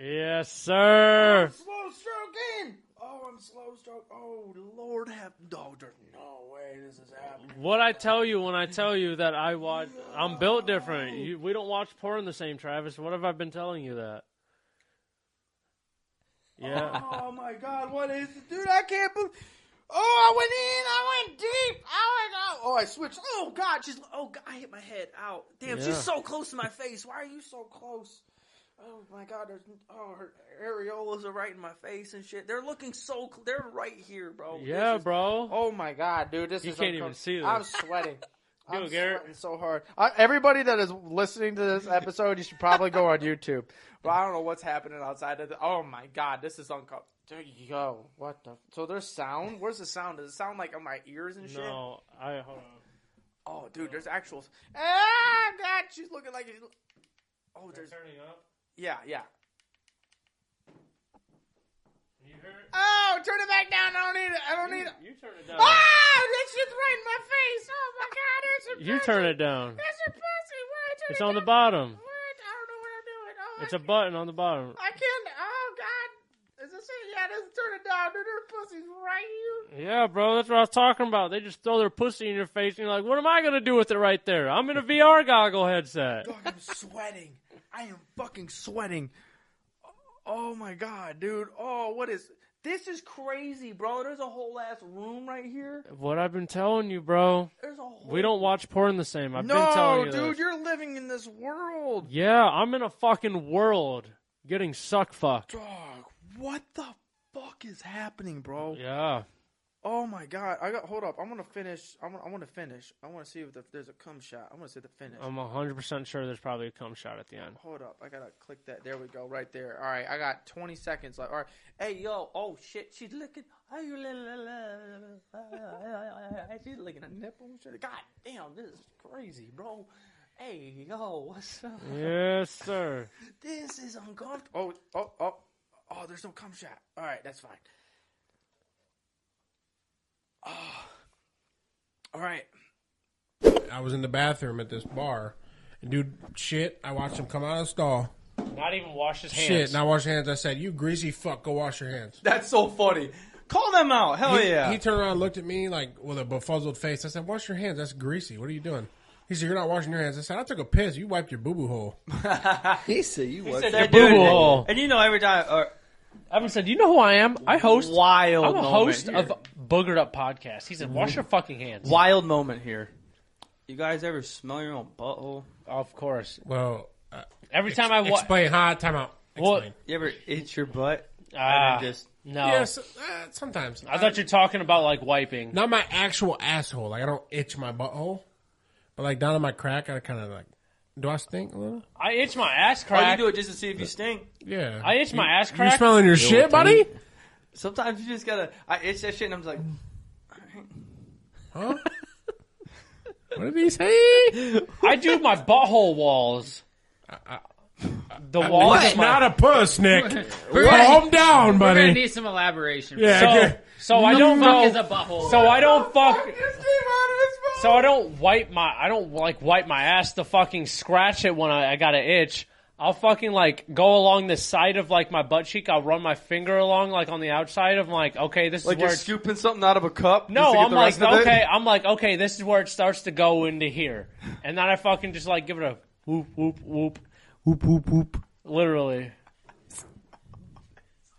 Speaker 5: yes, sir.
Speaker 10: Slow stroking. Oh, I'm slow stroke. Oh Lord, have no. There's no way this is happening.
Speaker 5: What I tell you when I tell you that I watch, I'm built different. You, we don't watch porn the same, Travis. What have I been telling you that? Yeah.
Speaker 10: Oh my God, what is it, dude? I can't believe. Oh, I went in. I went deep. I went out. Oh, I switched. Oh God, she's. Oh God, I hit my head out. Damn,
Speaker 6: Yeah.
Speaker 10: she's so close to my face. Why are you so close? Oh my God, there's. Oh, her areolas are right in my face and shit. They're looking so. Cl- they're right here, bro.
Speaker 5: Yeah, bro.
Speaker 10: Oh my god, dude, this
Speaker 5: you
Speaker 10: is
Speaker 5: can't even
Speaker 10: uncom-
Speaker 5: see this.
Speaker 10: I'm sweating.
Speaker 5: Yo,
Speaker 10: I'm
Speaker 5: Garrett.
Speaker 10: sweating so hard. I, everybody that is listening to this episode, you should probably go on YouTube. But I don't know what's happening outside of. The, oh my god, this is uncomfortable. There you go. What the? So there's sound. Where's the sound? Does it sound like on my ears and shit?
Speaker 5: No, I hold on.
Speaker 10: Oh, dude, there's actual. Ah, God, she's looking like. She's, oh, there's.
Speaker 5: Turning up.
Speaker 10: Yeah, yeah.
Speaker 5: You heard?
Speaker 10: Oh, turn it back down. I don't need it. I don't need it.
Speaker 5: You turn it
Speaker 10: Ah, that shit's right in my face. Oh my God, it's a
Speaker 5: You turn it down.
Speaker 10: That's a pussy. Why I turn
Speaker 5: It's
Speaker 10: it
Speaker 5: on the
Speaker 10: down?
Speaker 5: bottom.
Speaker 10: What? I don't know what I'm doing. Oh,
Speaker 5: It's a button on the bottom.
Speaker 10: I can't. Oh God. Is this it? Yeah, just turn it down. Dude, their pussy's right here.
Speaker 5: Yeah, bro, that's what I was talking about. They just throw their pussy in your face, and you're like, "What am I gonna do with it right there? I'm in a VR goggle headset."
Speaker 10: Dog, I'm sweating. I am fucking sweating. Oh my God, dude. Oh, what is? This is crazy, bro. There's a whole ass room right here.
Speaker 5: What I've been telling you, bro.
Speaker 10: There's a whole-
Speaker 5: We don't watch porn the same. I've been
Speaker 10: no,
Speaker 5: telling you
Speaker 10: dude,
Speaker 5: this.
Speaker 10: you're living in this world.
Speaker 5: Yeah, I'm in a fucking world getting suck fucked.
Speaker 10: Dog, what the fuck is happening, bro?
Speaker 5: Yeah.
Speaker 10: Oh my god! I got hold up. I'm gonna finish. I'm gonna, I want to finish. I want to see if the, there's a cum shot. I want to see the finish.
Speaker 13: Oh
Speaker 5: I'm 100% sure there's probably a cum shot at the end.
Speaker 10: Hold up, I gotta click that. There we go, right there. All right, I got 20 seconds left. All right, hey yo, oh shit, she's licking. Hey, you li- li- li- She's licking a nipple. and shit. God damn, this is crazy, bro. Hey yo, what's up?
Speaker 5: Yes, sir.
Speaker 10: This is uncomfortable. Oh, oh, oh, oh! There's no cum shot. All right, that's fine. Oh. All right.
Speaker 19: I was in the bathroom at this bar, and dude, shit, I watched him come out of the stall.
Speaker 5: Not even wash his hands.
Speaker 19: Shit, now wash your hands. I said, "You greasy fuck, go wash your hands."
Speaker 10: That's so funny. Call them out.
Speaker 13: Hell
Speaker 19: He-
Speaker 13: yeah.
Speaker 19: He turned around, and looked at me like with a befuzzled face. I said, "Wash your hands. That's greasy. What are you doing?" He said, "You're not washing your hands." I said, "I took a piss. You wiped your boo boo hole."
Speaker 10: he said, "You
Speaker 19: wiped
Speaker 13: that dude, and, and you know every time. Or,
Speaker 5: Evan said, "You know who I am? I host
Speaker 13: wild.
Speaker 5: I'm a
Speaker 13: moment
Speaker 5: host
Speaker 13: here.
Speaker 5: of Boogered Up podcast." He said, "Wash your fucking hands."
Speaker 13: Wild moment here. You guys ever smell your own butthole?
Speaker 5: Of course.
Speaker 19: Well, uh,
Speaker 5: Every
Speaker 13: ex-
Speaker 5: time I wa-
Speaker 13: explain.
Speaker 19: Hot time out.
Speaker 5: Well,
Speaker 13: you ever itch your butt?
Speaker 5: Ah,
Speaker 13: And then just-
Speaker 5: no.
Speaker 19: Yes, uh, sometimes.
Speaker 5: I thought you were talking about like wiping.
Speaker 19: Not my actual asshole. Like I don't itch my butthole, but like down on my crack, I kind of like. Do I stink a little?
Speaker 5: I itch my ass
Speaker 13: Oh, you
Speaker 5: crack.
Speaker 13: do it just to see if you stink.
Speaker 19: Yeah.
Speaker 5: I itch my
Speaker 19: You-
Speaker 5: ass
Speaker 19: you
Speaker 5: crack.
Speaker 19: smelling your shit, buddy?
Speaker 13: Sometimes you just gotta. I itch that shit and I'm just like,
Speaker 19: huh? What did he say?
Speaker 5: I do my butthole walls. The
Speaker 19: I-
Speaker 5: walls.
Speaker 19: That's
Speaker 5: of my-
Speaker 19: not a puss, Nick.
Speaker 5: We're gonna-
Speaker 19: Calm down,
Speaker 5: we're
Speaker 19: buddy.
Speaker 5: gonna
Speaker 20: need some elaboration.
Speaker 19: Yeah,
Speaker 5: so,
Speaker 19: okay.
Speaker 5: so I
Speaker 20: The
Speaker 5: don't
Speaker 20: fuck
Speaker 5: go.
Speaker 20: is a butthole?
Speaker 5: So I don't fuck. So I don't wipe my. I don't like wipe my ass to fucking scratch it when I, I got an itch. I'll fucking like go along the side of like my butt cheek. I'll run my finger along like on the outside of like okay, this
Speaker 4: Like
Speaker 5: is where
Speaker 4: you're
Speaker 5: it's
Speaker 4: scooping something out of a cup. just
Speaker 5: no,
Speaker 4: to get
Speaker 5: I'm
Speaker 4: the
Speaker 5: like
Speaker 4: rest of it?
Speaker 5: okay, I'm like okay, this is where it starts to go into here, and then I fucking just like give it a whoop whoop whoop
Speaker 13: Whoop whoop whoop.
Speaker 5: literally.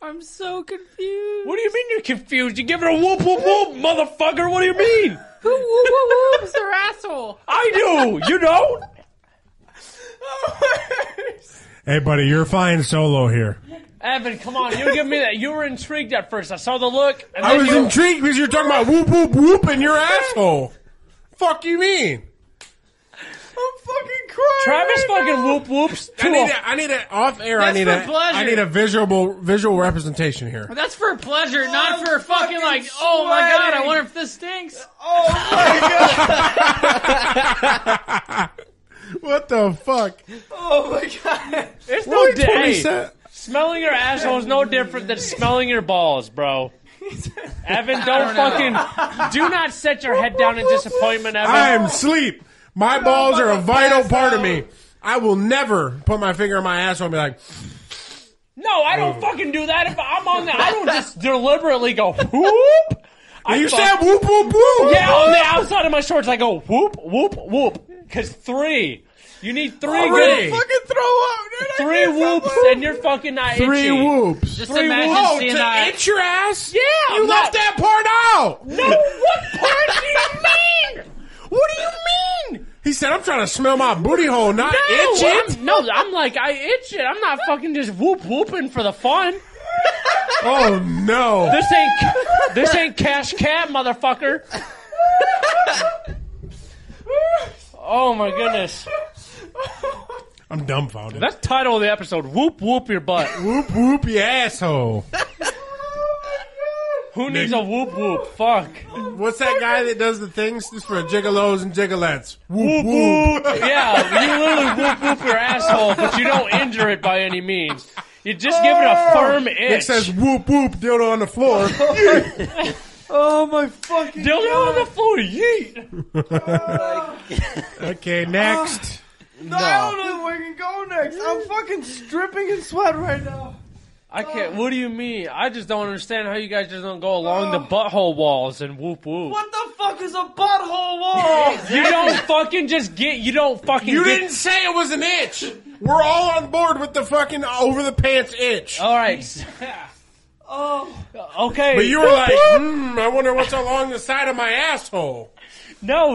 Speaker 13: I'm so confused.
Speaker 5: What do you mean you're confused? You give her a whoop whoop whoop, motherfucker. What do you mean?
Speaker 13: Who whoop whoop whoops her asshole?
Speaker 5: I do. You don't.
Speaker 3: Hey, buddy, you're flying solo here.
Speaker 5: Evan, come on, you give me that. You were intrigued at first. I saw the look. And
Speaker 19: I
Speaker 5: then
Speaker 19: was
Speaker 5: you-
Speaker 19: intrigued because you're talking about whoop whoop whoop and your asshole. Fuck you mean?
Speaker 5: Travis
Speaker 4: Oh
Speaker 5: fucking whoop whoops.
Speaker 19: I need a, I need a off air. I
Speaker 26: That's
Speaker 19: need
Speaker 26: for
Speaker 19: a
Speaker 26: pleasure.
Speaker 19: I need a visual visual representation here.
Speaker 26: That's for pleasure, not for fucking like. Oh my god! I
Speaker 13: sweating.
Speaker 26: wonder if this stinks.
Speaker 13: Oh my
Speaker 19: What the fuck?
Speaker 13: Oh my god.
Speaker 5: It's
Speaker 13: We're
Speaker 5: no
Speaker 13: only 20
Speaker 5: day.
Speaker 13: cent.
Speaker 5: Smelling your asshole is no different than smelling your balls, bro. Evan, don't
Speaker 13: don't know.
Speaker 5: fucking do not set your head down in disappointment, Evan.
Speaker 19: I am sleep. My balls are a vital part of me. I will never put my finger in my asshole and be like,
Speaker 5: No, I don't fucking do that. If I'm on that, I don't just deliberately go whoop. I
Speaker 19: You
Speaker 5: fuck-
Speaker 19: said whoop, whoop, whoop.
Speaker 5: Yeah, on the outside of my shorts, I go whoop, whoop, whoop. Because three, you need three
Speaker 4: Oh,
Speaker 13: I'm
Speaker 5: good
Speaker 13: ready to
Speaker 5: fucking throw up. Three whoops, and you're fucking not
Speaker 19: Three
Speaker 5: itchy.
Speaker 19: whoops. Just imagine Oh, seeing to that- itch your ass?
Speaker 5: Yeah,
Speaker 19: You
Speaker 5: I'm not-
Speaker 19: left that part out.
Speaker 5: No, what part do you mean? What do you mean?
Speaker 19: He said, I'm trying to smell my booty hole, Oh, not
Speaker 5: no,
Speaker 19: itch it.
Speaker 5: I'm, no, I'm like I itch it. I'm not fucking just whoop whooping for the fun.
Speaker 19: Oh no!
Speaker 5: This ain't this ain't cash cab, motherfucker. oh my goodness.
Speaker 19: I'm dumbfounded.
Speaker 5: That's the title of the episode. Whoop whoop your butt.
Speaker 19: whoop whoop your asshole.
Speaker 5: Who needs a whoop whoop? Fuck.
Speaker 19: What's that guy that does the things just for gigolos and gigolettes?
Speaker 5: Whoop whoop. yeah, you literally whoop whoop your asshole, but you don't injure it by any means. You just give it
Speaker 10: Oh.
Speaker 5: a firm itch.
Speaker 19: It says whoop whoop dildo on the floor.
Speaker 5: Oh my fucking Dildo on the floor, yeet!
Speaker 19: okay,
Speaker 5: Ah,
Speaker 19: next.
Speaker 10: No, I don't know where we can go next. I'm fucking stripping in sweat right now.
Speaker 5: I can't. What do you mean? I just don't understand how you guys just don't go along the butthole walls and whoop whoop.
Speaker 10: Oh. What the fuck is a butthole wall?
Speaker 5: You don't fucking just get. You don't fucking.
Speaker 19: You
Speaker 5: get-
Speaker 19: didn't say it was an itch. We're all on board with the fucking over the pants itch.
Speaker 5: All right.
Speaker 10: Oh.
Speaker 5: Okay.
Speaker 19: But you were like, hmm, I wonder what's along the side of my asshole.
Speaker 5: No,